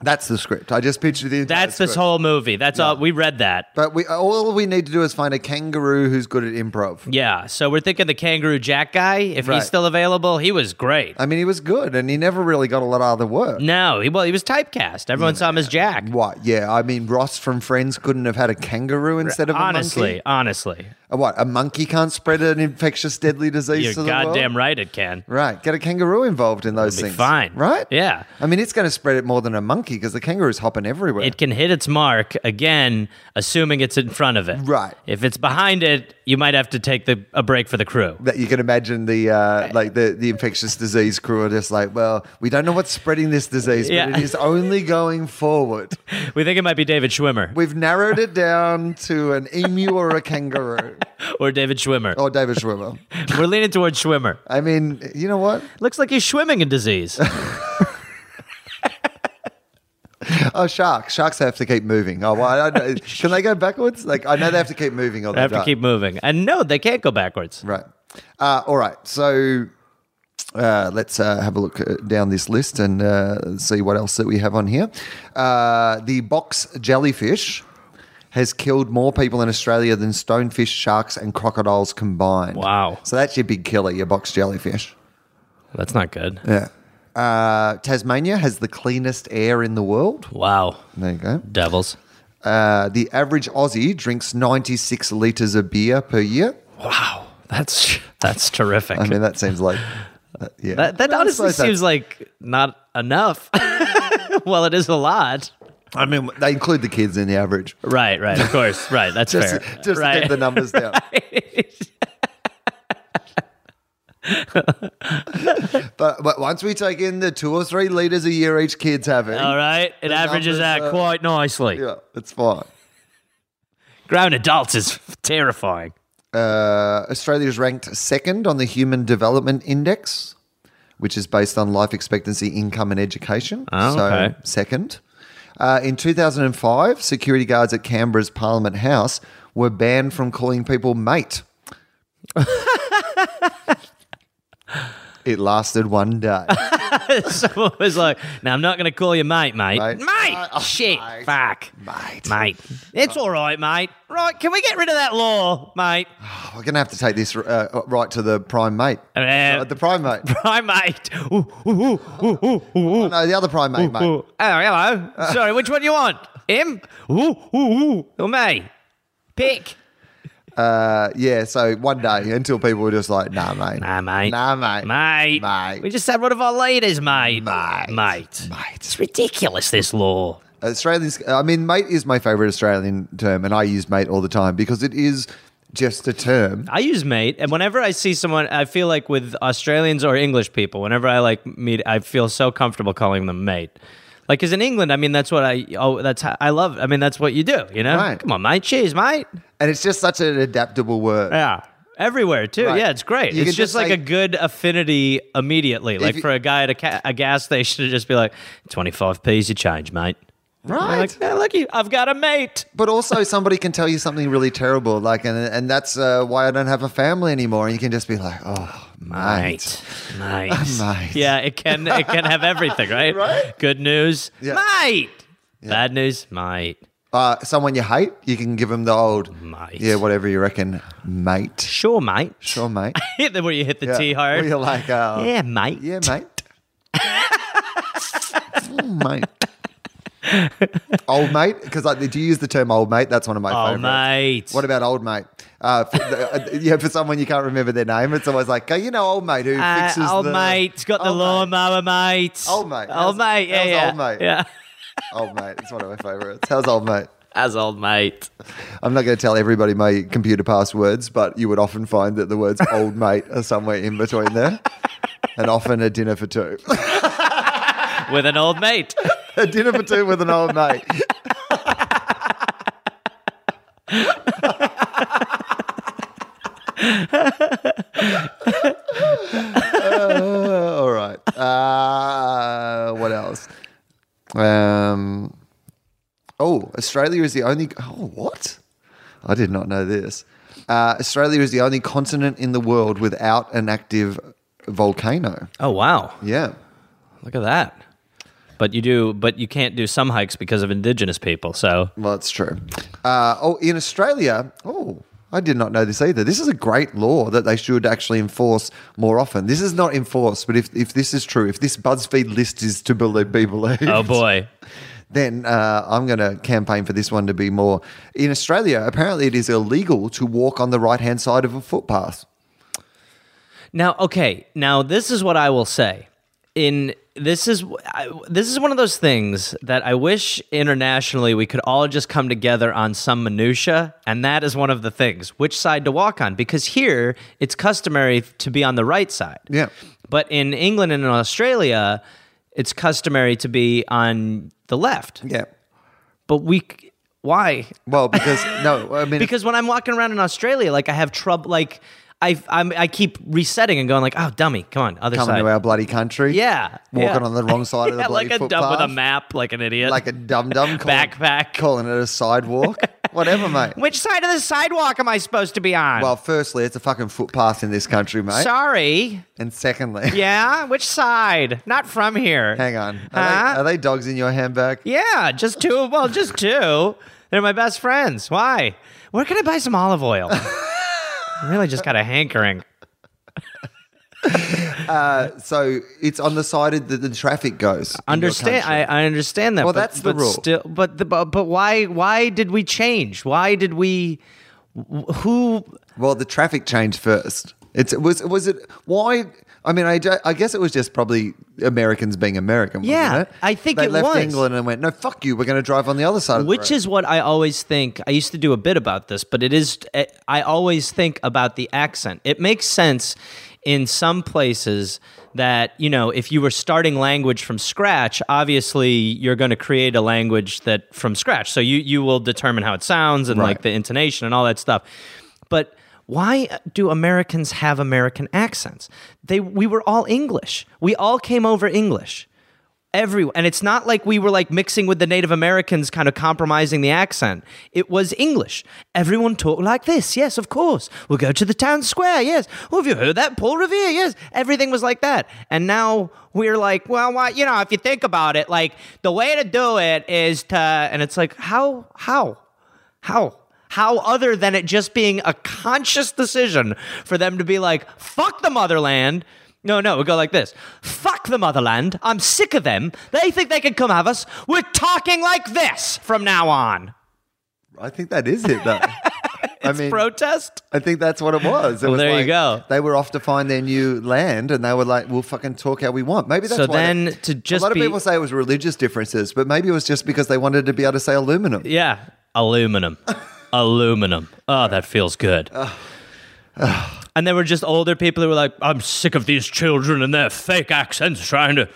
That's the script. I just pictured the. entire
That's this
script.
whole movie. That's all we read that.
But we all we need to do is find a kangaroo who's good at improv.
Yeah, so we're thinking the Kangaroo Jack guy, if
Right.
he's still available, he was great.
I mean, he was good, and he never really got a lot of other work.
no, he well, he was typecast. Everyone saw him as Jack.
What? Yeah, I mean, Ross from Friends couldn't have had a kangaroo instead of
honestly,
a monkey.
honestly,
A What? A monkey can't spread an infectious, deadly disease.
you're
to the
goddamn
world?
right. It can.
Right, get a kangaroo involved in those
It'll be
things.
fine.
right?
Yeah.
I mean, it's going to spread it more than a monkey because the kangaroo's hopping everywhere.
It can hit its mark again, assuming it's in front of it.
Right.
If it's behind it, you might have to take the a break for the crew.
that you can imagine the uh, like the, the infectious disease crew are just like, well, we don't know what's spreading this disease,
Yeah.
but it is only going forward.
We think it might be David Schwimmer
We've narrowed it down to an emu or a kangaroo
or David Schwimmer.
or David Schwimmer.
We're leaning towards Schwimmer.
I mean, you know what?
Looks like he's swimming in disease.
Oh, sharks! Sharks have to keep moving. Oh, well, I don't know. can they go backwards? Like I know they have to keep moving. Or
I have to
don't.
keep moving. And no, they can't go backwards.
right. Uh, all right, so. Uh, let's uh, have a look uh, down this list and uh, see what else that we have on here. Uh, the box jellyfish has killed more people in Australia than stonefish, sharks, and crocodiles combined.
Wow.
So that's your big killer, your box jellyfish.
That's not good.
Yeah. Uh, Tasmania has the cleanest air in the world.
Wow.
There you go.
Devils.
Uh, the average Aussie drinks 96 litres of beer per year.
Wow. That's that's terrific.
I mean, that seems like. uh, yeah.
that that
I
honestly
suppose that's-
seems like not enough. well, it is a lot.
I mean, they include the kids in the average.
Right, right, of course. Right, that's
Just,
fair.
just to
right.
get the numbers down. but, but once we take in the two or three litres a year each kid's having,
All right, it
The
averages
numbers
out
are-
quite nicely.
yeah, it's fine.
Grown adults is terrifying.
Uh, Australia's ranked second on the Human Development Index, which is based on life expectancy, income, and education.
Oh,
so,
okay.
second. Uh, in 2005, security guards at Canberra's Parliament House were banned from calling people mate. it lasted one day.
Someone was like, "Now I'm not going to call you mate, mate,
Mate.
mate,
Uh,
shit,
mate.
fuck,
Mate.
mate. It's all right, mate. Right? Can we get rid of that law, mate?
Oh, we're going to have to take this uh, right to the prime mate.
Uh,
Uh, the prime mate.
Hi, mate. Ooh, ooh, ooh, ooh, ooh, ooh,
No, the other prime mate, mate.
Ooh. Oh, hello. Sorry, which one do you want? Him? Ooh, ooh, ooh. Or me? Pick.
Uh, yeah, so one day until people were just like, nah, mate.
Nah, mate.
Nah, mate.
Mate.
Mate.
We just had one of our leaders, mate.
Mate.
Mate.
Mate.
It's ridiculous, this law.
Australians, I mean, mate is my favorite Australian term, and I use mate all the time because it is just a term.
I use mate, and whenever I see someone, I feel like with Australians or English people, whenever I like meet, I feel so comfortable calling them mate. Like, cause in England, I mean, that's what I oh, that's how, I love. I mean, that's what you do, you know?
Right.
Come on, mate. Cheers, mate.
And it's just such an adaptable word.
Yeah. Everywhere too.
Right.
Yeah, it's great.
You
it's
can
just,
just
like
say-
a good affinity immediately. Like
you-
for a guy at a, ca- a gas station to just be like, 25 P's your change, mate. I'm
Right.
Like, "Yeah, lucky, I've got a mate.
But also, somebody can tell you something really terrible, like, and, and that's uh, why I don't have a family anymore. And you can just be like, oh, mate.
Mate. Mate.
Mate.
Yeah, it can it can have everything, right? right? Good news,
Yeah.
mate. Bad news, mate.
Uh, someone you hate, you can give them the old,
Mate.
yeah, whatever you reckon, mate.
Sure, mate.
Sure, mate.
Hit the where you hit the
Yeah.
T hard.
Or you're like, uh,
yeah, mate.
Yeah, mate. Mm, mate. old mate, because like, do you use the term old mate? That's one of my
Oh,
favorites.
mate.
What about old mate? Uh, for the, uh, yeah, for someone you can't remember their name, it's always like, oh, you know, old mate who
Uh,
fixes
old
the
mate's got the
Old mate.
lawnmower, mate.
Old mate. How's-
Old mate. Yeah,
how's
yeah.
old mate?
Yeah.
Old mate. It's one of my favorites. How's old mate?
As old mate.
I'm not going to tell everybody my computer passwords, but you would often find that the words old mate are somewhere in between there, and often a dinner for two.
With an old mate.
a dinner for two with an old mate. Uh, all right. Uh, what else? Um, oh, Australia is the only. Oh, what? I did not know this. Uh, Australia is the only continent in the world without an active volcano.
Oh wow.
Yeah.
Look at that. But you do but you can't do some hikes because of indigenous people, so
Well, that's true. Uh, oh, in Australia, oh, I did not know this either. This is a great law that they should actually enforce more often. This is not enforced, but if, if this is true, if this BuzzFeed list is to be, be believed,
Oh boy.
then uh, I'm going to campaign for this one to be more. In Australia, apparently it is illegal to walk on the right hand side of a footpath.
Now, okay. Now, this is what I will say. In this is I, this is one of those things that I wish internationally we could all just come together on some minutia, and that is one of the things which side to walk on. Because here it's customary to be on the right side.
Yeah.
But in England and in Australia, it's customary to be on the left.
Yeah.
But we c- why?
Well, because, no, I mean,
because when I'm walking around in Australia, like I have trouble, like I I'm, I keep resetting and going like, oh dummy, come on, other
coming
side.
to our bloody country.
yeah,
Walking
yeah.
on the wrong side of the
yeah,
bloody
like a
footpath.
dumb with a map, like an idiot,
Like a dum dum
backpack.
Calling it a sidewalk. Whatever, mate.
Which side of the sidewalk am I supposed to be on?
Well, firstly, it's a fucking footpath in this country, mate.
sorry.
and secondly,
Yeah, which side? Not from here.
hang on. Are,
Huh?
they, are they dogs in your handbag?
Yeah, just two. Well, just two. They're my best friends. Why? Where can I buy some olive oil? I really just got a hankering.
So it's on the side of the, the traffic goes. in your
Understand?
country.
I, I understand that.
Well,
but-
that's the
but
rule.
Still, but the, but but why why did we change? Why did we? wh- Who?
Well, the traffic changed first. It's it was was it why? I mean, I, ju- I guess it was just probably Americans being American. wasn't
Yeah,
it?
I think
they
it
left
was.
England and went, no, fuck you. We're going to drive on the other side. of
Which
the road."
is what I always think. I used to do a bit about this, but it is. eh, I always think about the accent. It makes sense in some places that, you know, if you were starting language from scratch, obviously you're going to create a language that from scratch. So you, you will determine how it sounds and
Right.
like the intonation and all that stuff. But why do Americans have American accents? They we were all English. We all came over English. Everyone, and it's not like we were like mixing with the Native Americans, kind of compromising the accent. It was English. Everyone talked like this. Yes, of course. We'll go to the town square. Yes. Oh, have you heard that, Paul Revere? Yes. Everything was like that. And now we're like, well, why, you know, if you think about it, like the way to do it is to, and it's like, how, how, how? How other than it just being a conscious decision for them to be like, fuck the motherland. No, no, we go like this. Fuck the motherland. I'm sick of them. They think they can come have us. We're talking like this from now on.
I think that is it, though. I mean,
Protest?
I think that's what it was. It
Well,
was
there you
like
go.
They were off to find their new land, and they were like, "We'll fucking talk how we want." Maybe that's
So
why
then
they-
to just
a lot
be-
of people say it was religious differences, but maybe it was just because they wanted to be able to say aluminum.
Yeah. Aluminum. Aluminum. Oh, that feels good. and there were just older people who were like, I'm sick of these children and their fake accents trying to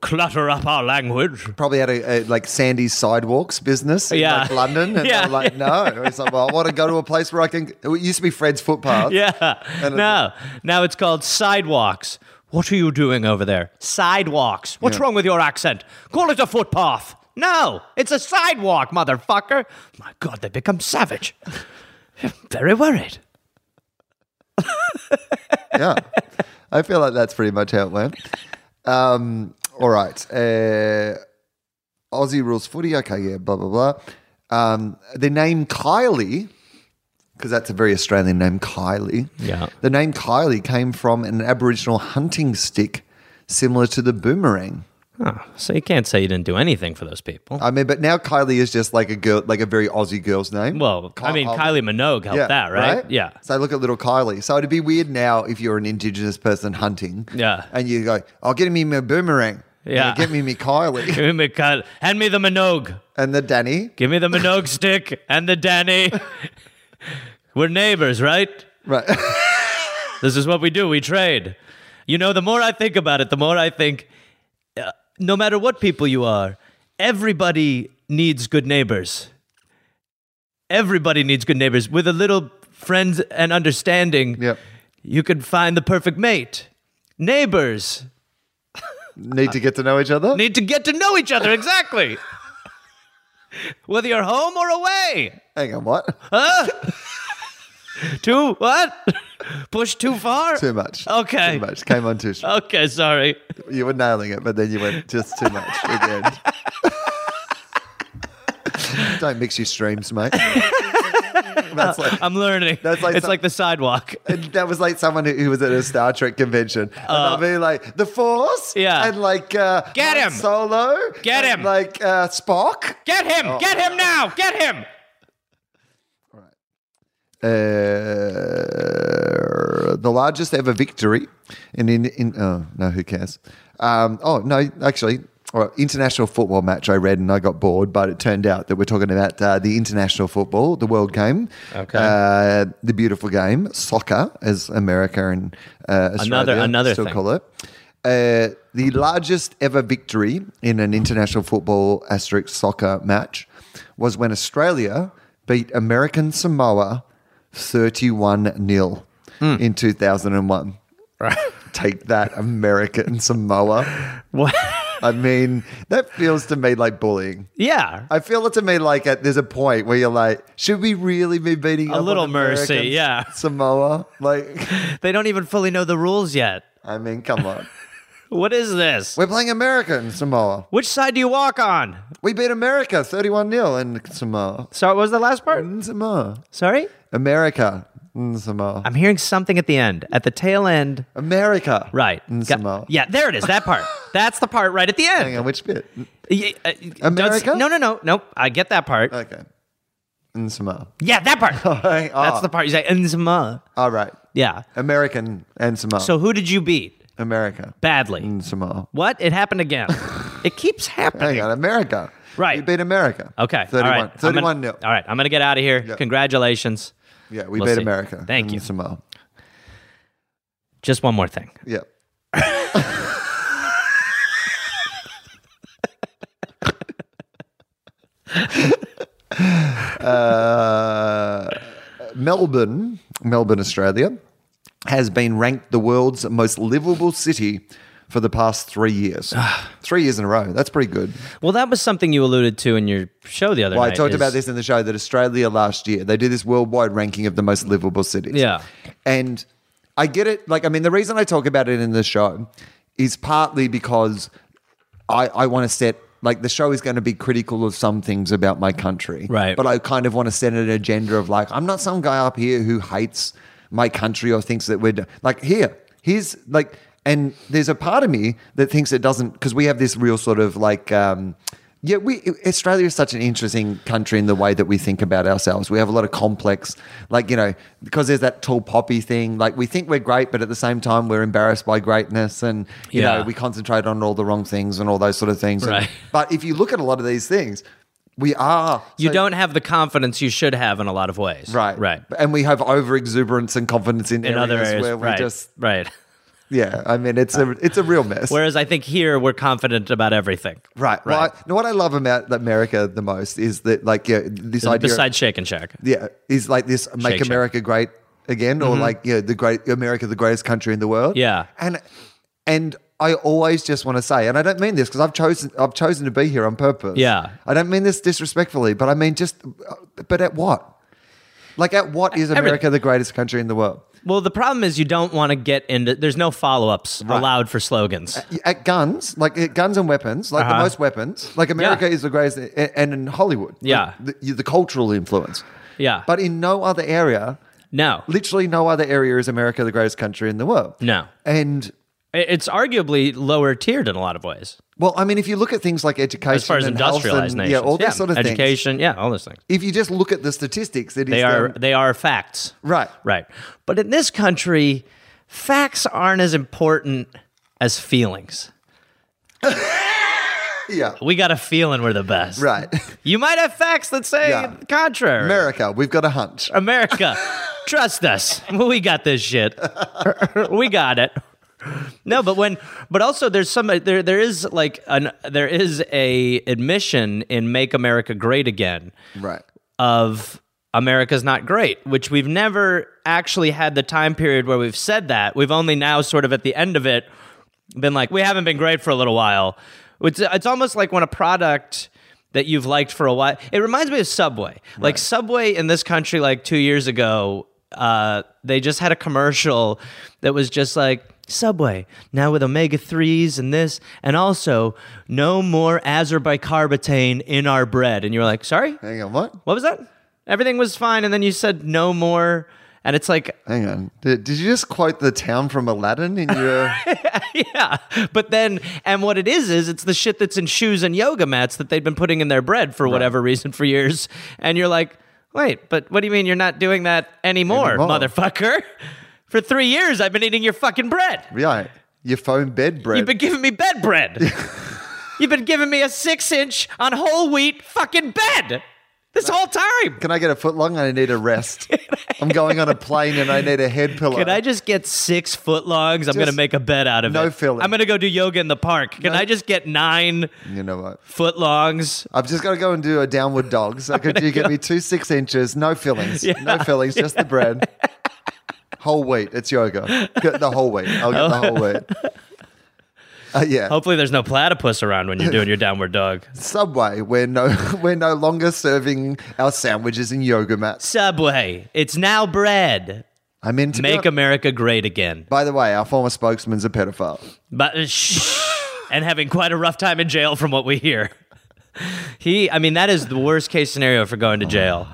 clutter up our language.
Probably had a, a like Sandy's sidewalks business in
Yeah.
like, London, and
Yeah.
they were like, "No," it's like, "Well, I want to go to a place where I can." It used to be Fred's footpath.
Yeah.
And it's
No. Now it's called sidewalks. What are you doing over there? Sidewalks. What's wrong with your accent? Call it a footpath. No, it's a sidewalk, motherfucker. My God, they become savage. I'm very worried.
yeah. I feel like that's pretty much how it went. Um, all right. Uh, Aussie rules footy. Okay, yeah, blah, blah, blah. Um, the name Kylie, because that's a very Australian name, Kylie.
Yeah.
The name Kylie came from an Aboriginal hunting stick similar to the boomerang.
Oh, so you can't say you didn't do anything for those people.
I mean, but now Kylie is just like a girl, like a very Aussie girl's name.
well, I
Ky-
mean,
oh,
Kylie Minogue helped that, right? Yeah.
So look at little Kylie. So it'd be weird now if you're an indigenous person hunting.
Yeah.
And you go, oh, get me my boomerang.
Yeah.
And Get me my Kylie.
Give me Kylie. Hand me the Minogue.
and the Danny.
Give me the Minogue stick and the Danny. We're neighbors, right?
Right.
This is what we do. We trade. You know, the more I think about it, the more I think uh, no matter what people you are, everybody needs good neighbors. Everybody needs good neighbors. With a little friends and understanding,
yep.
you can find the perfect mate. Neighbors
Need to get to know each other.
need to get to know each other, exactly. Whether you're home or away.
Hang on, what?
Too, what? Push too far?
too much.
Okay.
Too much. Came on too sh-
Okay, sorry.
You were nailing it, but then you went just too much at the end. Don't mix your streams, mate. That's like,
I'm learning.
That's like
it's
some-
like the sidewalk.
And that was like someone who, who was at a Star Trek convention. And I'll be like, the Force?
Uh, Yeah.
And like, uh,
Get
Han
him.
Solo?
Get
And
him.
Like, uh, Spock?
Get him!
Oh.
Get him now! Get him!
Uh, the largest ever victory. And in, in oh, no, who cares? Um, oh, no, actually. All right, international football match I read and I got bored, but it turned out that we're talking about uh, the international football, the World Game,
Okay.
uh, the beautiful game, soccer, as America and uh, Australia
another
still
thing.
call it. Uh, the largest ever victory in an international football asterisk soccer match was when Australia beat American Samoa 31 0
Hmm.
in 2001. Take that, American Samoa.
What?
I mean, that feels to me like bullying.
Yeah.
I feel it to me like at, there's a point where you're like, should we really be beating
A
up on
little mercy,
American
yeah.
Samoa? Like,
They don't even fully know the rules yet.
I mean, come on.
What is this?
We're playing America in Samoa.
Which side do you walk on?
We beat America 31 0 in Samoa.
So what was the last part?
In Samoa.
Sorry?
America in Samoa.
I'm hearing something at the end, at the tail end.
America.
Right.
In
Got-
Samoa.
yeah, there it is. That part. That's the part right at the end.
Mm, uh, Hang on, which bit?
Y- uh, don't s-
America? Uh,
No, no, no, nope. I get that part.
Okay. In Samoa.
yeah, that part.
That's
That's the part you say. "And some, uh,"
All right.
Yeah.
American and Samoa.
So who did you beat?
America
Badly.
in Samoa.
What? It happened again. it keeps
Hang
happening.
on, America.
Right.
We beat America.
Okay.
31
all right. I'm
31
gonna-
0.
All right. I'm going to get out of here.
Yep.
Congratulations.
Yeah, we
We'll
beat
see.
America.
Thank
in
you.
Samoa.
Just one more thing.
Yeah. uh, Melbourne, Melbourne, Australia, has been ranked the world's most livable city for the past three years. three years in a row. That's pretty good.
Well, that was something you alluded to in your show the other
Well,
night.
I talked
is-
about this in the show that Australia last year, they do this worldwide ranking of the most livable cities.
Yeah.
And I get it. Like, I mean, the reason I talk about it in the show is partly because I, I want to set, like, the show is going to be critical of some things about my country.
Right.
But I kind of want to set an agenda of, like, I'm not some guy up here who hates my country or thinks that we're, d- like, here, here's, like, and there's a part of me that thinks it doesn't, because we have this real sort of, like, um, yeah, we Australia is such an interesting country in the way that we think about ourselves. We have a lot of complex, like you know, because there's that tall poppy thing. Like we think we're great, but at the same time we're embarrassed by greatness, and you
Yeah.
know we concentrate on all the wrong things and all those sort of things. And-
Right.
but if you look at a lot of these things, we are
You
so-
don't have the confidence you should have in a lot of ways.
right,
Right.
and we have over exuberance and confidence in,
In
areas
other areas.
where we
right.
just
right.
yeah. I mean, it's a it's a real mess.
Whereas I think here we're confident about everything.
Right,
Right.
Well, I, no, what I love about America the most is that, like, yeah, this idea.
Besides Shake and Shack.
yeah, uh, is like this make
Shake. Mm-hmm.
America great again, or like yeah, the great America, the greatest country in the world.
Yeah.
and and I always just want to say, and I don't mean this because I've chosen I've chosen to be here on purpose.
Yeah.
I don't mean this disrespectfully, but I mean just, uh, but at what? Like, at what is
Everything.
America the greatest country in the world?
Well, the problem is you don't want to get into. There's no follow ups allowed for slogans.
At guns, like at guns and weapons, like
Uh-huh.
the most weapons. Like America
Yeah.
is the greatest, a- and in Hollywood, like,
Yeah.
the, the cultural influence.
Yeah.
But in no other area
No,
literally no other area is America the greatest country in the world.
No.
And
I- it's arguably lower tiered in a lot of ways
well, I mean, if you look at things like education,
as far as
and health
industrialized
and,
nations.
yeah, all these sort of things.
education. Yeah, all those things.
If you just look at the statistics, it is
They are
them-
they are facts.
right.
Right. But in this country, facts aren't as important as feelings.
Yeah,
We got a feeling we're the best.
right.
You might have facts that say
Yeah.
the contrary.
America, we've got a hunch.
America, trust us. We got this shit. we got it. No, but when but also there's some there there is like an there is a admission in Make America Great Again
Right.
of America's not great, which we've never actually had the time period where we've said that. We've only now sort of at the end of it been like, we haven't been great for a little while. It's, it's almost like when a product that you've liked for a while, it reminds me of Subway. Like Subway in this country, like two years ago, uh, they just had a commercial that was just like, Subway, now with omega 3s and this, and also no more azerbaicarbietane in our bread. And you're like, sorry?
Hang on, what?
What was that? Everything was fine, and then you said no more, and it's like,
Hang on. Did, did you just quote the town from Aladdin in your?
yeah. But then, and what it is is it's the shit that's in shoes and yoga mats that they've been putting in their bread for whatever reason for years, and you're like, wait, but what do you mean you're not doing that anymore,
Anymore.
motherfucker? For three years, I've been eating your fucking bread.
yeah, your phone bed bread.
You've been giving me bed bread. You've been giving me a six inch on whole wheat fucking bed this whole time.
Can I get a foot long? I need a rest. I'm going on a plane and I need a head pillow.
Can I just get six foot longs? I'm gonna make a bed out of it.
no filling.
I'm gonna go do yoga in the park. Can I just get nine
You know what?
foot longs?
I've just got to go and do a downward dog. So could you get me two six inches, no fillings, no fillings, just the bread, whole wheat. It's yoga. Get the whole wheat. I'll get the whole wheat. Uh, yeah,
Hopefully, there's no platypus around when you're doing your downward dog.
Subway. We're no, we're no longer serving our sandwiches in yoga mats.
Subway. It's now bread.
I mean, to be
Make
hon-
America great again.
By the way, our former spokesman's a pedophile.
but uh, shh, and having quite a rough time in jail from what we hear. He, I mean, that is the worst case scenario for going to
Oh,
jail.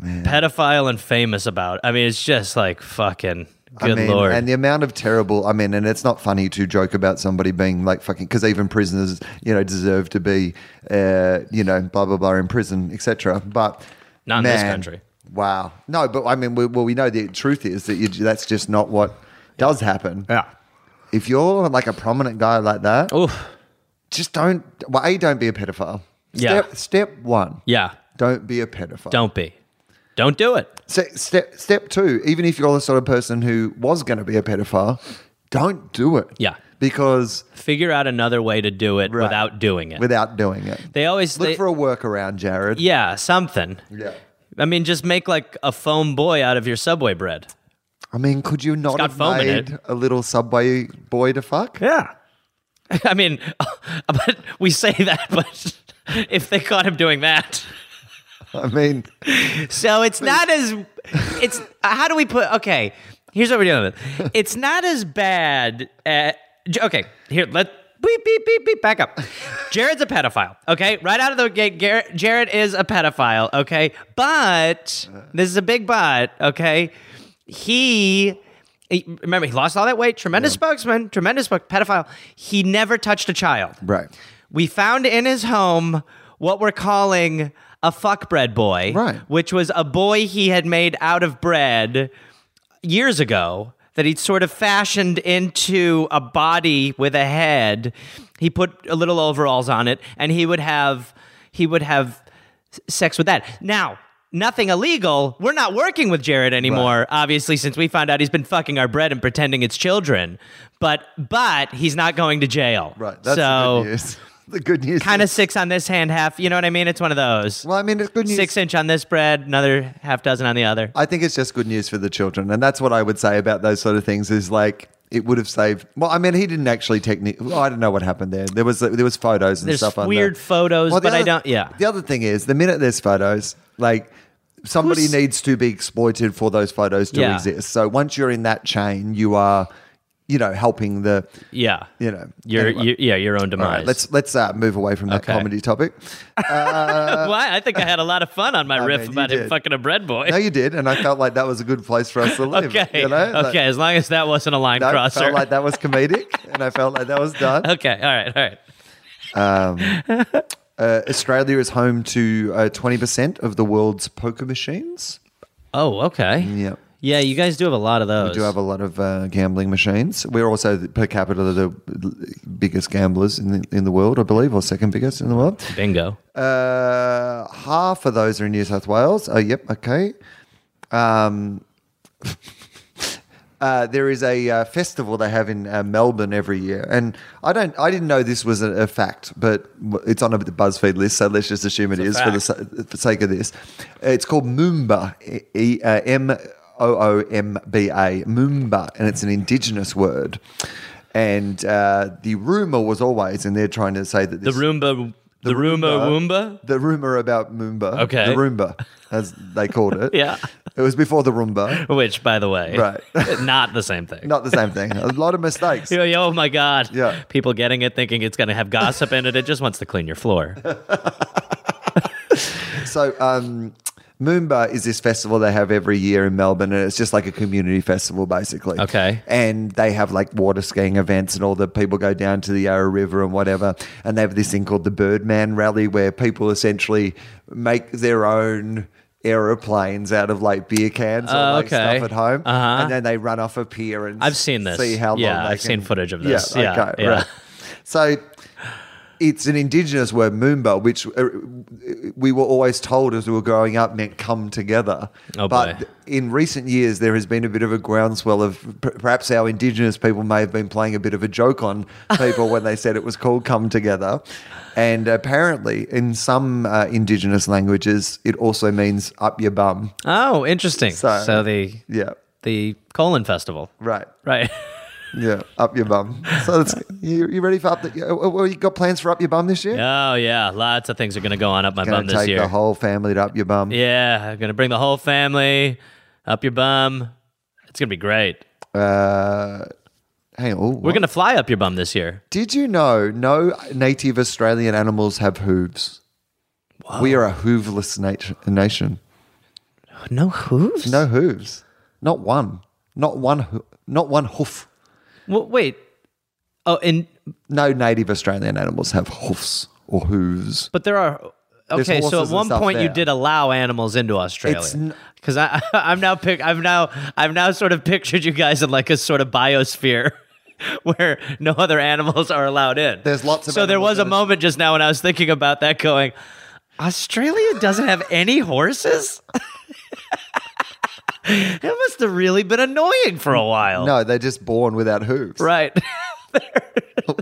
Pedophile and famous about. I mean, it's just like fucking good
I mean,
lord.
and the amount of terrible. I mean, and it's not funny to joke about somebody being like fucking because even prisoners, you know, deserve to be, uh, you know, blah blah blah in prison, etc. But
Not in this
man,
country.
Wow. No, but I mean, we, well, we know the truth is that you, that's just not what does happen.
yeah.
If you're like a prominent guy like that,
Oof.
just don't. Well, a don't be a pedophile.
Yeah.
Step, step one.
Yeah.
Don't be a pedophile.
Don't be. Don't do it.
Se- step step two, even if you're the sort of person who was going to be a pedophile, don't do it.
Yeah.
because
Figure out another way to do it
Right.
without doing it.
without doing it,
they always
look
they-
for a workaround, Jared.
yeah something.
Yeah.
I mean, just make like a foam boy out of your subway bread.
I mean, could you not
got
have
foam in
made
it.
a little subway boy to fuck?
Yeah. I mean, but we say that, but if they caught him doing that.
I mean,
So it's not as it's how do we put okay, here's what we're dealing with. It's not as bad uh, j- okay, here let beep beep beep beep back up. Jared's a pedophile, okay? Right out of the gate Garrett, Jared is a pedophile, okay? But this is a big but, okay? He he- Remember, he lost all that weight. Tremendous spokesman, tremendous book, pedophile. He never touched a child.
right,
We found in his home what we're calling a fuck bread boy,
Right.
which was a boy he had made out of bread years ago that he'd sort of fashioned into a body with a head. He put a little overalls on it and he would have he would have s- sex with that. Now, nothing illegal. We're not working with Jared anymore, obviously since we found out he's been fucking our bread and pretending it's children. But but he's not going to jail.
right. That's
so
the good news. The good news,
kind of
is-
six on this hand, half. You know what I mean? It's one of those.
Well, I mean, it's good news.
Six inch on this bread, another half dozen on the other.
I think it's just good news for the children, and that's what I would say about those sort of things. Is like it would have saved. Well, I mean, he didn't actually technically. Well, I don't know what happened there. There was there was photos and
There's
stuff. on
weird
there.
photos,
the
but I
other-
don't- yeah.
The other thing is, the minute there's photos, like somebody
Who's-
needs to be exploited for those photos to
Yeah.
exist. So once you're in that chain, you are, you know, helping the,
Yeah.
you know,
Your,
anyway.
your- yeah, your own
All
demise.
right, let's let's uh, move away from that
Okay.
comedy topic.
Why? I think I had a lot of fun on my
uh, I
riff
mean, you
about him
did.
fucking a bread boy.
No, you did, and I felt like that was a good place for us to live.
okay.
you know? Like-
okay. As long as that wasn't a line
No, I
crosser.
felt like that was comedic, and I felt like that was done.
okay. All right. All right.
Uh, Australia is home to uh, twenty percent of the world's poker machines.
Oh, okay.
Yeah,
Yeah, you guys do have a lot of those.
Mm. we do have a lot of uh, gambling machines. We're also the- per capita the biggest gamblers in the, in the world, I believe, or second biggest in the world.
bingo.
Uh, half of those are in New South Wales. Oh, yep, okay. Um, uh, there is a uh, festival they have in uh, Melbourne every year, and I don't, I didn't know this was a, a fact, but w- it's on a Buzzfeed list, so let's just assume it's for the sa- for sake of this. It's called Moomba, E- E- uh, M O O M B A, Moomba, and it's an indigenous word. And uh, the rumor was always, and they're trying to say that
The
this,
Roomba. The, Roomba Woomba.
the rumor about Moomba.
Okay.
The Roomba, as they called it.
Yeah.
It was before the Roomba.
Which, by the way,
Right.
not the same thing.
Not the same thing. A lot of mistakes.
You're like, oh my God.
Yeah.
People getting it thinking it's going to have gossip in it. It just wants to clean your floor.
So, um, Moomba is this festival they have every year in Melbourne, and it's just like a community festival, basically.
Okay.
And they have like water skiing events, and all the people go down to the Yarra River and whatever. And they have this thing called the Birdman Rally, where people essentially make their own aeroplanes out of like beer cans or
Oh,
like
okay.
stuff at home,
Uh-huh.
and then they run off a pier and
I've seen this.
See how
Yeah,
long they
I've seen
can-
footage of this. Yeah,
okay,
yeah.
right. So it's an indigenous word, Moomba, which uh, we were always told as we were growing up meant come together.
Oh,
but
boy.
in recent years, there has been a bit of a groundswell of p- perhaps our indigenous people may have been playing a bit of a joke on people when they said it was called come together. And apparently, in some uh, indigenous languages, it also means up your bum.
Oh, interesting. So,
So-
the
Yeah,
the colon festival,
right.
right?
Yeah, up your bum. So it's, you, you ready for up the? uh, Well, you got plans for up your bum this year?
oh yeah, lots of things are going to go on up my
Gonna
bum
take
this year.
the whole family to up your bum.
yeah, I'm going to bring the whole family up your bum. It's gonna be great.
Uh, hang on. Ooh,
We're gonna fly up your bum this year.
Did you know no native Australian animals have hooves? We are a hooveless nat- nation.
No hooves.
No hooves. Not one. Not one. Ho- not one hoof.
Well, wait. Oh, and
No native Australian animals have hoofs or hooves.
but there are.
There's
Okay, so at
horses and
one
stuff
point you
there.
did allow animals into
It's
Australia
n-
because I I'm now pic- I've now I've now sort of pictured you guys in like a sort of biosphere where no other animals are allowed in.
There's lots of
so there
animals
was a
in it.
moment just now when I was thinking about that, going, Australia doesn't have any horses. it must have really been annoying for a while.
No, they're just born without hooves.
right.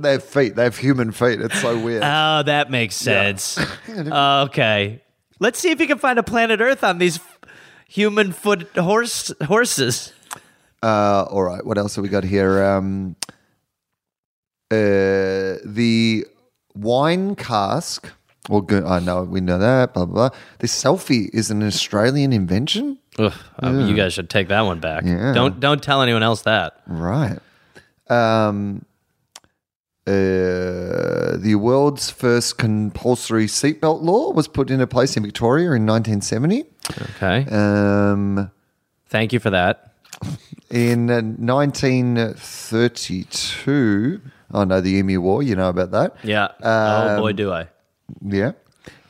they have feet. They have human feet. It's so weird.
Oh, that makes sense. okay. Let's see if you can find a planet Earth on these f- human foot horse horses.
Uh, all right, what else have we got here? Um, uh, the wine cask. Well, good. I know we know that. Blah blah. blah. The selfie is an Australian invention,
Ugh, um, you guys should take that one back.
Yeah.
Don't don't tell anyone else that.
right? Um, uh, the world's first compulsory seatbelt law was put into place in Victoria in 1970.
Okay.
Um,
Thank you for that.
In uh, 1932, oh no, the Emu War, you know about that.
Yeah. oh boy, do I.
Yeah.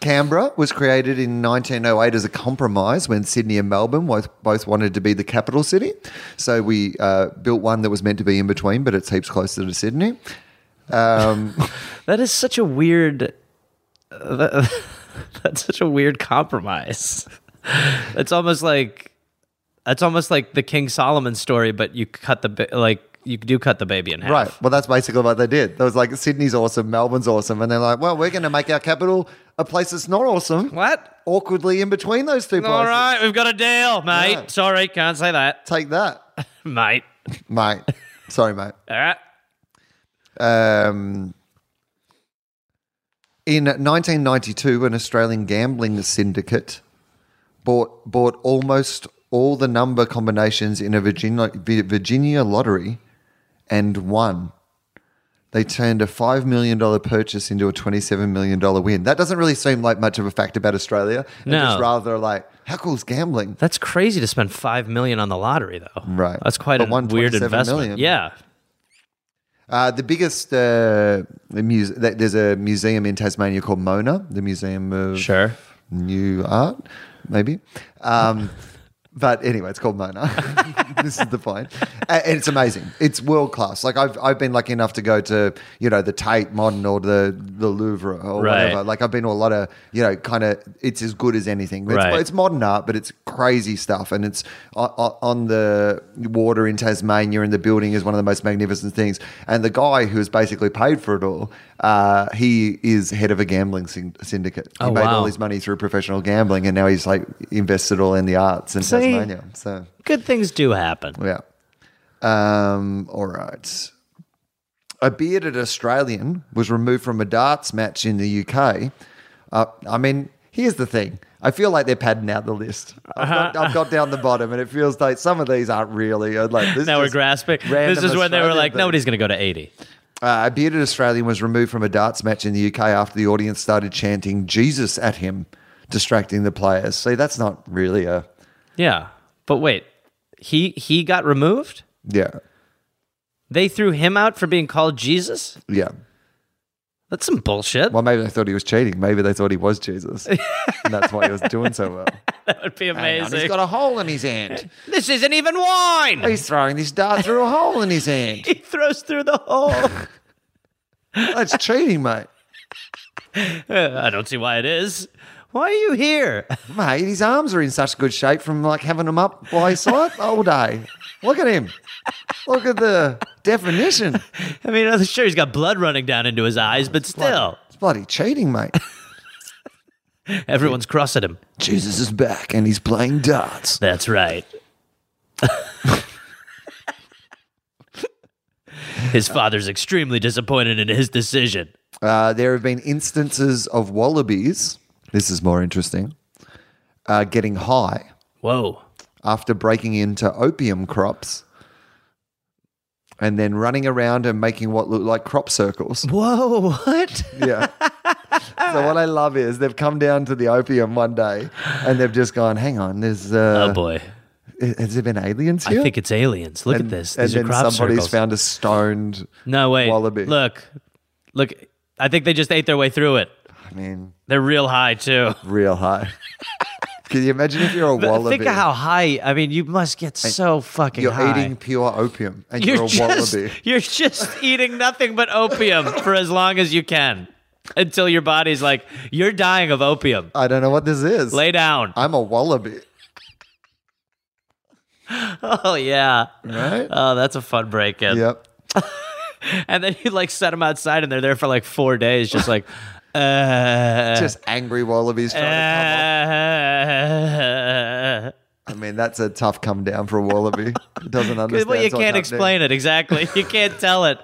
Canberra was created in 1908 as a compromise when Sydney and Melbourne both, both wanted to be the capital city. So we uh, built one that was meant to be in between, but it's heaps closer to Sydney.
That is such a weird. that- that's such a weird compromise. It's almost like, it's almost like the King Solomon story, but you cut the ba- like you do cut the baby in half.
Right. Well, that's basically what they did. There was like, Sydney's awesome, Melbourne's awesome. And they're like, well, we're going to make our capital a place that's not awesome.
What?
Awkwardly in between those two places.
All right, we've got a deal, mate.
Yeah.
Sorry, can't say that,
Take that,
mate.
mate. Sorry, mate.
All right.
Um, in 1992, an Australian gambling syndicate bought bought almost all the number combinations in a Virginia Virginia lottery and won. They turned a five million dollar purchase into a twenty seven million dollar win. That doesn't really seem like much of a fact about Australia. It's
No.
just rather like how cool's gambling?
That's crazy to spend five million on the lottery, though.
Right.
That's quite
But
a weird
127
investment.
million.
Yeah.
Uh, the biggest uh, the muse- th- there's a museum in Tasmania called Mona, the Museum of
Sure.
new art, maybe. Um, but anyway, it's called Mona. this is the point, A- and it's amazing. It's world class. Like I've I've been lucky enough to go to you know the Tate Modern or the the Louvre or
Right.
whatever. Like I've been to a lot of you know kind of it's as good as anything. It's,
Right.
it's modern art, but it's crazy stuff, and it's o- o- on the water in Tasmania, and the building is one of the most magnificent things. And the guy who has basically paid for it all, uh, he is head of a gambling syn- syndicate. He
Oh,
made
wow.
all his money through professional gambling, and now he's like invested all in the arts in
See?
Tasmania. So
Good things do happen.
yeah. Um, all right. A bearded Australian was removed from a darts match in the UK. Uh, I mean, here's the thing. I feel like they're padding out the list. I've got, I've got down the bottom, and it feels like some of these aren't really. I'd Like this
Now we're
just
grasping. This
random
is when they were
Australian
like,
thing.
nobody's going to go to eighty.
Uh, a bearded Australian was removed from a darts match in the UK after the audience started chanting Jesus at him, distracting the players. See, that's not really a
Yeah. But wait, he he got removed.
yeah,
They threw him out for being called Jesus.
yeah.
That's some bullshit.
Well, maybe they thought he was cheating. Maybe they thought he was Jesus, and that's why he was doing so well.
that would be
Hang on,
amazing.
a hole in his hand.
this isn't even wine.
He's throwing this dart through a hole in his hand.
he throws through the hole.
That's cheating, mate.
I don't see why it is. Why are you here?
Mate, his arms are in such good shape from like having them up by his side all day. Look at him. Look at the definition.
I mean, I'm sure he's got blood running down into his eyes, but still,
It's bloody cheating, mate.
everyone's crossing him.
Jesus is back and he's playing darts.
That's right. his father's extremely disappointed in his decision.
Uh, there have been instances of wallabies. This is more interesting. Uh, getting high
Whoa.
after breaking into opium crops and then running around and making what look like crop circles.
Whoa, what?
Yeah. so what I love is they've come down to the opium one day and they've just gone, hang on, there's uh,
oh boy.
has there been aliens here?
I think it's aliens. Look
and,
at this.
and
These are
then
crop
somebody's
circles.
found a stoned
no, wait.
wallaby.
Look. Look. I think they just ate their way through it.
I mean,
They're real high too.
real high. Can you imagine if you're a
But
wallaby?
Think of how high. I mean, you must get so fucking
you're
high.
eating pure opium and you're,
you're
a
just,
wallaby.
You're just eating nothing but opium for as long as you can until your body's like, you're dying of opium.
I don't know what this is.
Lay down.
I'm a wallaby,
Oh, yeah.
right?
Oh, that's a fun break in.
yep.
And then you like set them outside and they're there for like four days, just like, uh,
Just angry wallabies trying to come up.
uh,
I mean, that's a tough come down for a wallaby. It doesn't understand.
Well, you can't explain it exactly. You can't tell it.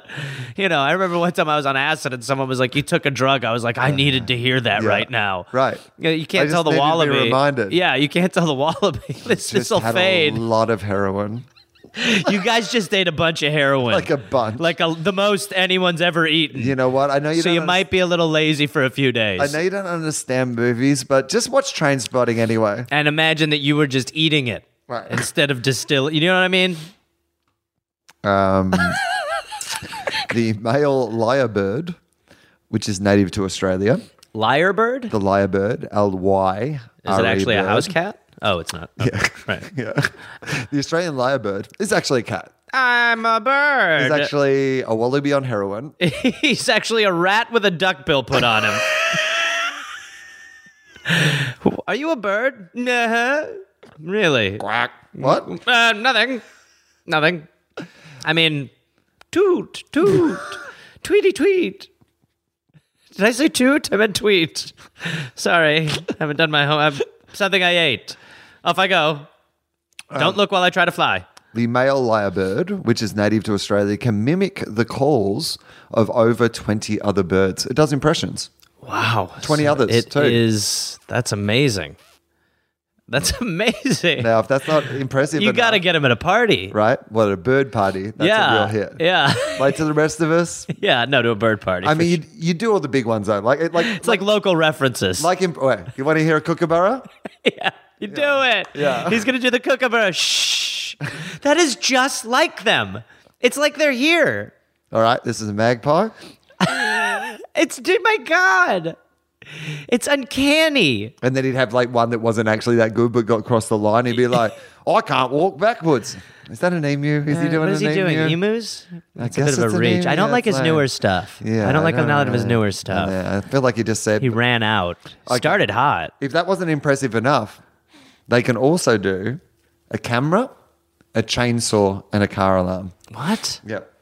You know, I remember one time I was on acid and someone was like, "You took a drug." I was like, "I needed to hear that
yeah.
right now."
Right.
Yeah, you
I
can't
just
tell the
needed to be
wallaby.
reminded.
Yeah, you can't tell the wallaby. This
Just
this will
had
fade.
a lot of heroin.
you guys just ate a bunch of heroin,
Like a bunch.
like a, the most anyone's ever eaten.
You know what? I know you
so
don't
you
understand-
might be a little lazy for a few days.
I know you don't understand movies, but just watch Train Spotting anyway.
and imagine that you were just eating it
Right.
instead of distilling. You know what I mean?
Um, the male lyrebird, which is native to Australia,
Lyrebird?
the lyrebird, L Y. E
Is it actually a house cat? Oh, it's not. Okay. Right.
Yeah. the Australian lyrebird is actually a cat.
I'm a bird.
It's actually a wallaby on heroin.
He's actually a rat with a duck bill put on him. Are you a bird? Nah. Uh-huh. Really?
What?
Uh, nothing. Nothing. I mean, toot, toot, tweety, tweet. Did I say toot? I meant tweet. Sorry, haven't done my home. I've, something I ate. Off I go. Don't look while I try to fly.
The male lyrebird, which is native to Australia, can mimic the calls of over 20 other birds. It does impressions.
Wow.
20 others,
It
too.
is- That's amazing. That's amazing.
Now, if that's not impressive,
you got to
enough,
get him at a party.
right. Well, at a bird party, that's
yeah.
a real hit.
Yeah.
Like to the rest of us,
yeah. No, to a bird party.
I
for
mean,
sure.
you, you do all the big ones though. Like, it- like,
it's like local references.
like, in, wait, you want to hear a kookaburra?
You do it.
Yeah.
He's gonna do the kookaburra. Shh. That is just like them. It's like they're here.
All right, this is a magpie.
It's dude, my God. It's uncanny.
And then he'd have like one that wasn't actually that good, but got across the line. He'd be like, "Oh, I can't walk backwards. Is that an emu? Is he doing
Uh, what is
an
he doing?
emu?
Emus? That's a
guess
bit of
it's
a
an
reach.
emu,
I don't
yeah,
like
it's
his
like-
newer stuff.
Yeah,
I don't like a lot of his
really-
newer stuff.
Yeah, I feel like he just said.
He ran out. Started hot.
if that wasn't impressive enough, they can also do a camera, a chainsaw, and a car alarm.
What?
Yep.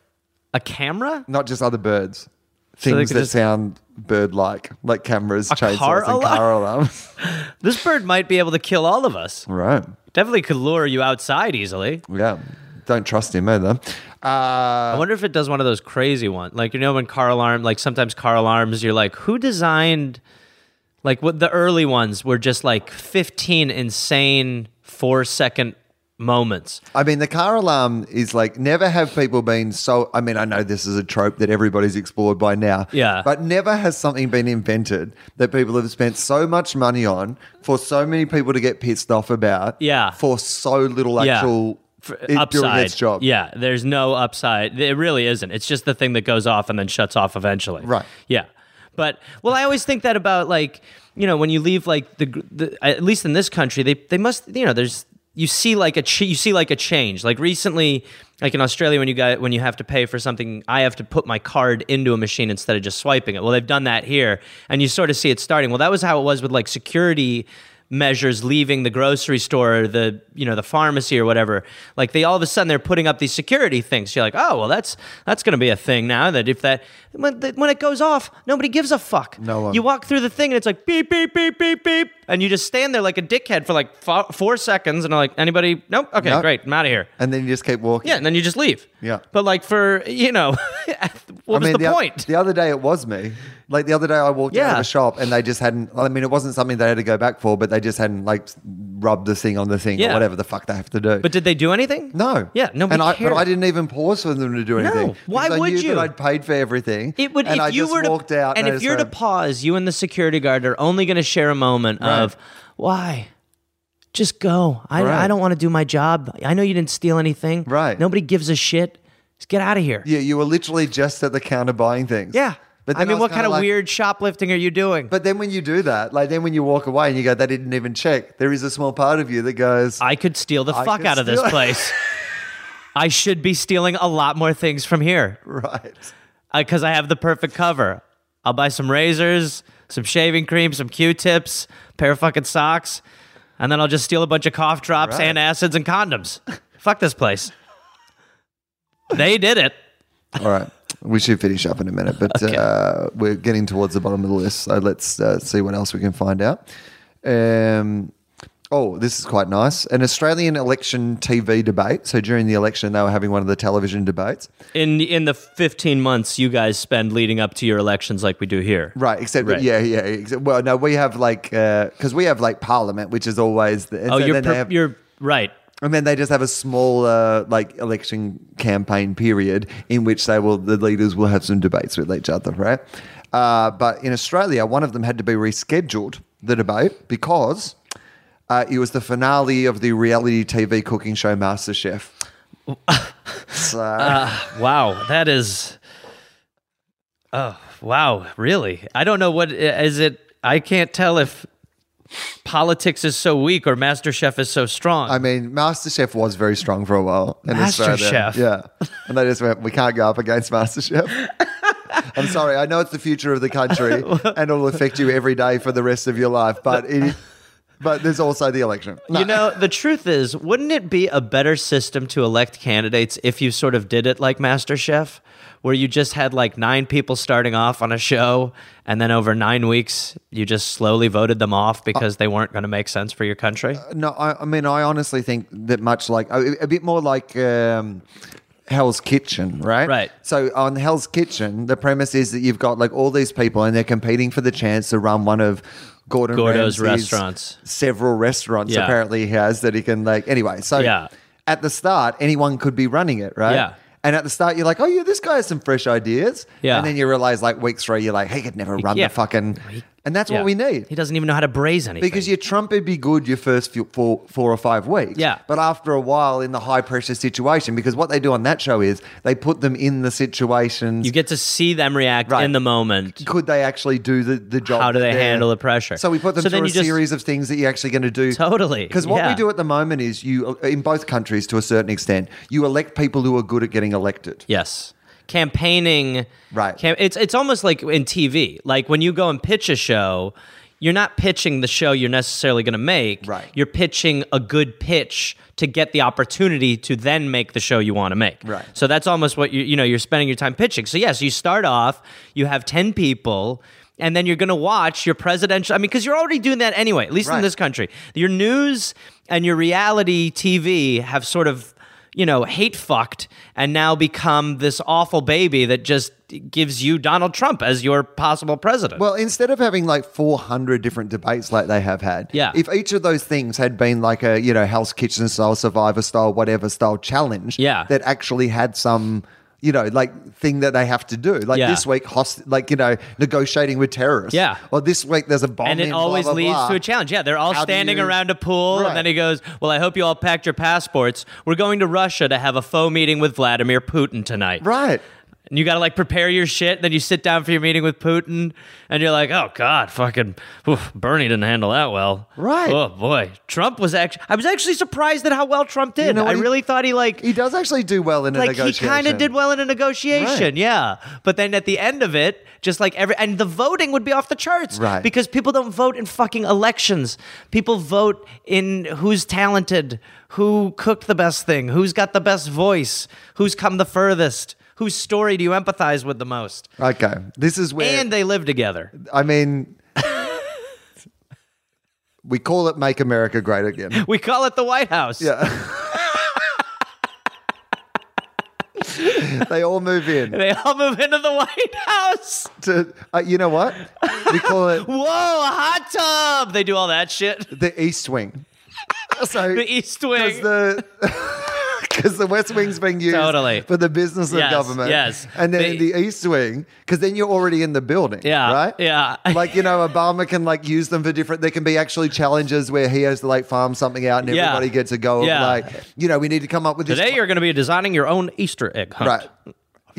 A camera?
Not just other birds.
they
Things
could
that
just-
sound bird-like, like cameras, chainsaws,
car
and car alarms.
This bird might be able to kill all of us.
right.
Definitely could lure you outside easily.
Yeah. Don't trust him either.
I wonder if it does one of those crazy ones. Like, you know, when car alarm, like sometimes car alarms, you're like, who designed, like, what the early ones were just like 15 insane four second moments.
I mean, the car alarm is like never have people been so. I mean, I know this is a trope that everybody's explored by now.
Yeah.
But never has something been invented that people have spent so much money on for so many people to get pissed off about.
Yeah.
For so little
Yeah.
actual it doing
upside.
its job.
Yeah, there's no upside. It really isn't. It's just the thing that goes off and then shuts off eventually.
Right.
Yeah. But well, I always think that about like you know when you leave like the, gr- the at least in this country they they must you know there's you see like a ch- you see like a change like recently like in Australia when you got when you have to pay for something I have to put my card into a machine instead of just swiping it well they've done that here and you sort of see it starting well that was how it was with like security measures leaving the grocery store or the you know the pharmacy or whatever like they all of a sudden they're putting up these security things you're like oh well that's that's going to be a thing now that if that when, that when it goes off nobody gives a fuck
No one.
you walk through the thing and it's like beep beep beep beep beep and you just stand there like a dickhead for like fo- four seconds, and I'm like, anybody? Nope. Okay,
Nope.
great. I'm out of here.
and then you just keep walking.
Yeah, and then you just leave.
Yeah.
But like for you know, what was the,
o-
point?
The other day it was me. Like the other day I walked out of
Yeah.
a shop and they just hadn't. I mean, it wasn't something they had to go back for, but they just hadn't like rubbed the thing on the thing or
Yeah.
whatever the fuck they have to do.
but did they do anything?
no,
Yeah. Nobody
and I,
cared.
but I didn't even pause for them to do anything.
Why
because I
would
knew
you?
That I'd paid for everything.
It would
and
if
I
you
just
were to
walked out.
and,
I
if
just
you're to
went,
pause, you and the security guard are only going to share a moment
Right.
of why. Just go. I,
Right.
I don't want to do my job. I know you didn't steal anything.
Right.
Nobody gives a shit. Just get out of here.
yeah, you were literally just at the counter buying things.
Yeah. But I
then
mean,
was
what
kinda
kind of
like-
weird shoplifting are you doing?
But then when you do that, like then when you walk away and you go, they didn't even check. There is a small part of you that goes,
I could steal the
I
fuck
could
out of this
steal-
place. I should be stealing a lot more things from here
right.
because I have the perfect cover. I'll buy some razors, some shaving cream, some Q-tips, pair of fucking socks, and then I'll just steal a bunch of cough drops,
Right.
and acids, and condoms. Fuck this place. They did it.
All right. We should finish up in a minute, but uh, we're getting towards the bottom of the list. So let's uh, see what else we can find out. Um, oh, this is quite nice. An Australian election TV debate. So during the election, they were having one of the television debates.
In in the 15 months you guys spend leading up to your elections, like we do here.
Right. Except,
Right.
yeah, yeah. Except, well, no, we have like, because we have like parliament, which is always the. and
Oh,
so
you're
then they
per-
have-
you're right.
And then they just have a small uh, like election campaign period in which they will the leaders will have some debates with each other, right? Uh, but in Australia, one of them had to be rescheduled the debate because uh, it was the finale of the reality TV cooking show MasterChef. so,
Wow, that is. Oh wow, really? I don't know what is it. I can't tell if politics is so weak or MasterChef is so strong.
I mean, MasterChef was very strong for a while in Australia.
MasterChef.
Yeah. And they just went, we can't go up against MasterChef. I'm sorry. I know it's the future of the country and it'll affect you every day for the rest of your life, but it, but there's also the election. No.
you know, the truth is, wouldn't it be a better system to elect candidates if you sort of did it like MasterChef, where you just had like nine people starting off on a show, and then over nine weeks, you just slowly voted them
Uh,
off because they weren't going to make sense for your country?
No, I, I mean, I honestly think that much like a, a bit more like um, Hell's Kitchen, right?
Right.
So on Hell's Kitchen, the premise is that you've got like all these people and they're competing for the chance to run one of Gordon
Gordo's
Ramsay's
restaurants.
several restaurants
Yeah.
apparently he has that he can like. Anyway, so
Yeah.
at the start, anyone could be running it, right?
Yeah.
And at the start, you're like, oh, yeah, this guy has some fresh ideas.
Yeah.
And then you realize, like, week three, you're like, he could never run
yeah.
the fucking. And that's
Yeah.
what we need.
He doesn't even know how to braise anything.
Because your Trump would be good your first few, four, four or five weeks.
Yeah.
But after a while in the high pressure situation, because what they do on that show is they put them in the situations.
You get to see them react
Right.
in the moment.
could they actually do the, the job?
How do they
that they're-
handle the pressure?
So we put them
So then
through a
you just-
series of things that you're actually going to do.
Totally,
Because what
yeah.
we do at the moment is you, in both countries to a certain extent, you elect people who are good at getting elected.
Yes. Campaigning.
Right.
Cam- it's it's almost like in TV. Like when you go and pitch a show, you're not pitching the show you're necessarily going to make.
Right.
You're pitching a good pitch to get the opportunity to then make the show you want to make.
Right.
So that's almost what you you know you're spending your time pitching. So yes, you start off, you have 10 people and then you're going to watch your presidential I mean cuz you're already doing that anyway, at least
Right.
in this country. Your news and your reality TV have sort of you know, hate fucked and now become this awful baby that just gives you Donald Trump as your possible president.
Well, instead of having like 400 different debates like they have had,
Yeah.
if each of those things had been like a, you know, Hell's Kitchen style, Survivor style, whatever style challenge
Yeah.
that actually had some, you know, like thing that they have to do. Like
Yeah.
this week, host- like, you know, negotiating with terrorists.
Yeah.
Or this week there's a bomb.
and it
in,
always
blah, blah,
leads
blah.
to a challenge. Yeah, they're all
How do
standing
you-
around a pool,
Right.
and then he goes, "Well, I hope you all packed your passports. We're going to Russia to have a faux meeting with Vladimir Putin tonight."
Right.
And you got to like prepare your shit. Then you sit down for your meeting with Putin, and you're like, "Oh God, fucking oof, Bernie didn't handle that well."
Right.
Oh boy, Trump was actually. I was actually surprised at how well Trump did.
know what
I
he-
really thought he like
He does actually do well in a
like he
negotiation.
kind of did well in a negotiation
Right.
yeah but then at the end of it just like every and the voting would be off the charts
Right.
because people don't vote in fucking elections people vote in who's talented who cooked the best thing who's got the best voice who's come the furthest whose story do you empathize with the most
Okay. This is where.
and they live together
I mean, We call it Make America Great Again.
We call it the White House.
Yeah. they all move in.
They all move into the White House.
To, uh, you know what? We call it
Whoa, a hot tub. They do all that shit.
the East Wing. So
The East Wing.
Because the, 'cause the West Wing's being used
Totally.
for the business of
Yes,
government.
yes.
And then
The-
the, East Wing, because then you're already in the building.
yeah.
Right?
Yeah.
Like, you know, Obama can like use them for different there can be actually challenges where he has to like farm something out and
Yeah.
everybody gets a go
Yeah.
of like, you know, we need to come up with this.
Today you're going to be designing your own Easter egg hunt.
right.
Yeah.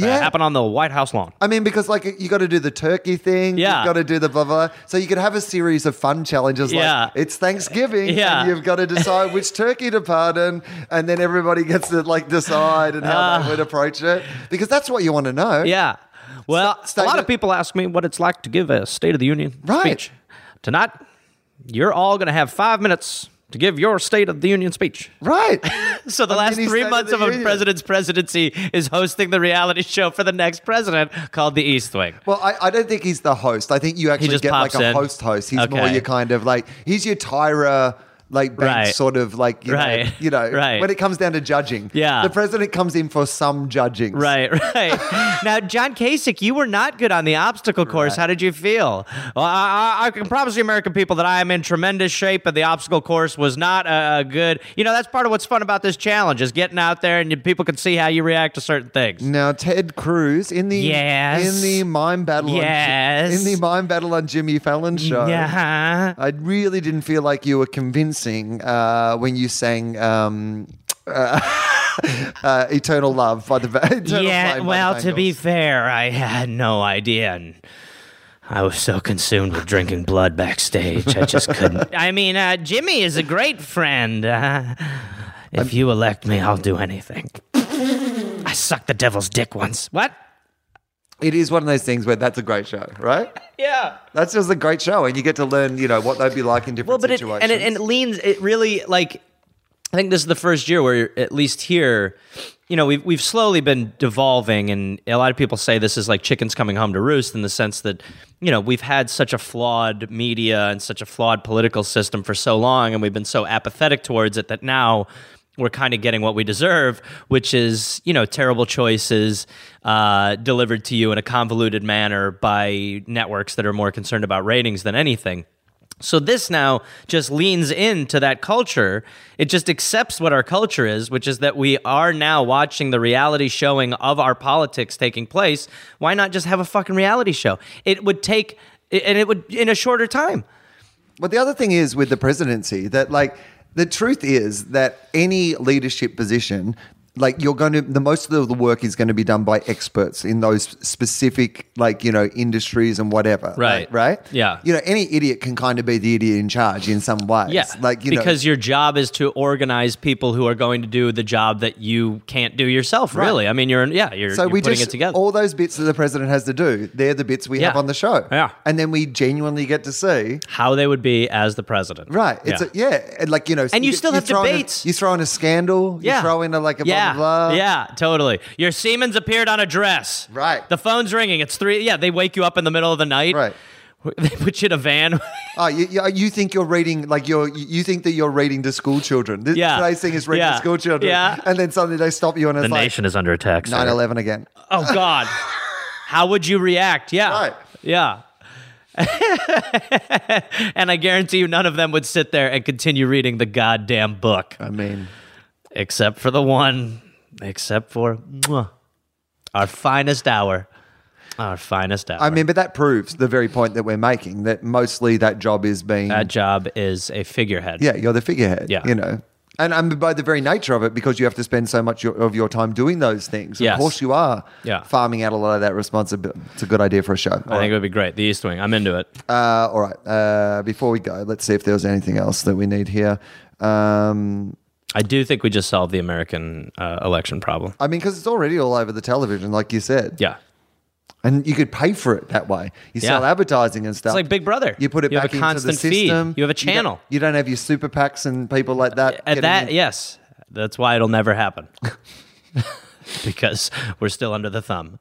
Yeah.
Happen on the White House lawn.
I mean, because like you got to do the turkey thing,
Yeah.
you've got to do the blah blah. So you could have a series of fun challenges.
Yeah.
like it's Thanksgiving,
Yeah.
and you've got to decide which turkey to pardon, and then everybody gets to like decide and how they would approach it because that's what you want to know.
Ah. Yeah. Well,
Sta-
a lot of
statement-
people ask me what it's like to give a State of the Union
Right.
speech. Tonight, you're all going to have five minutes to give your State of the Union speech.
right.
So the
A
last
mini
three
State of
months
the
of a
Union.
president's presidency is hosting the reality show for the next president called The East Wing.
Well, I, I don't think he's the host. I think you actually
just
get like
pops
a
in.
host host. He's more
Okay.
your kind of like he's your Tyra. Like Banks
Right.
sort of like you
Right.
know, you know
Right.
when it comes down to judging,
Yeah.
the president comes in for some judging,
Right, right. now, John Kasich, you were not good on the obstacle course. How did you feel? Well, I, I, I can promise the American people that I am in tremendous shape, but the obstacle course was not a, a good. You know, that's part of what's fun about this challenge is getting out there and you, people can see how you react to certain things.
Now, Ted Cruz in the
Yes.
in the mime battle,
Yes.
on, in the mime battle on Jimmy Fallon show.
Yeah.
I really didn't feel like you were convincing uh, when you sang um, uh, uh, "Eternal Love" by the Va- Eternal
yeah.
Flame by the
Well, to be
Bangles.
fair, I had no idea. And, I was so consumed with drinking blood backstage, I just couldn't. I mean, uh, Jimmy is a great friend. Uh, if you elect me, I'll do anything. I sucked the devil's dick once. What?
it is one of those things where that's a great show, right?
Yeah.
That's just a great show, and you get to learn, you know, what they'd be like in different
Well, but it,
situations.
and it and it leans. It really like. I think this is the first year where, at least here, you know, we've we've slowly been devolving, and a lot of people say this is like chickens coming home to roost in the sense that, you know, we've had such a flawed media and such a flawed political system for so long, and we've been so apathetic towards it that now we're kind of getting what we deserve, which is you know terrible choices uh, delivered to you in a convoluted manner by networks that are more concerned about ratings than anything. So this now just leans into that culture. It just accepts what our culture is, which is that we are now watching the reality showing of our politics taking place. Why not just have a fucking reality show? It would take and it would in a shorter time.
But the other thing is with the presidency that like the truth is that any leadership position like you're going to the most of the work is going to be done by experts in those specific like you know industries and whatever
Right.
right
Yeah.
you know any idiot can kind of be the idiot in charge in some ways
Yeah,
like you know
because your job is to organize people who are going to do the job that you can't do yourself.
Right.
Really, I mean, you're yeah, you're,
so
you're
we
putting
just
it together.
all those bits that the president has to do they're the bits we
Yeah.
have on the show
Yeah.
and then we genuinely get to see
How they would be as the president,
Right. It's
Yeah.
yeah. A, yeah. And like, you know,
And you still have
throw in a-
debates.
you throw in a scandal. You throw in a like a
yeah.
blah, blah, blah.
Yeah, totally. Your semen's appeared on a dress.
Right.
The phone's ringing. It's three. Yeah, they wake you up in the middle of the night.
Right.
They put you in a van.
Oh, you, you, you think you're reading like you're you- you think that you're reading to school children. This,
Yeah.
Today's thing is reading
Yeah.
to school children.
Yeah.
And then suddenly they stop you and it's like
is under attack. sir.
9-11 again.
Oh God. How would you react? Yeah.
Right.
Yeah. and I guarantee you, none of them would sit there and continue reading the goddamn book,
I mean,
except for the one, except for mwah, our finest hour, our finest hour.
I mean, but that proves the very point that we're making that mostly that job is being
that job is a figurehead.
yeah, you're the figurehead.
Yeah.
you know. And um, by the very nature of it, because you have to spend so much your- of your time doing those things,
Yes.
of course you are
Yeah.
farming out a lot of that responsibility. It's a good idea for a show.
I think it would be great. The East Wing. I'm into it.
Uh, all right. Uh, before we go, let's see if there was anything else that we need here. Um,
I do think we just solved the American uh, election problem.
I mean, because it's already all over the television, like you said.
Yeah.
And you could pay for it that way. You
Yeah.
sell advertising and stuff.
like Big Brother.
You put it
You have
back
a
into the
constant feed.
system.
You have a
don't-
channel.
You don't, have your super PACs and people like that.
At
getting
that,
in.
yes. That's why it'll never happen. because we're still under the thumb.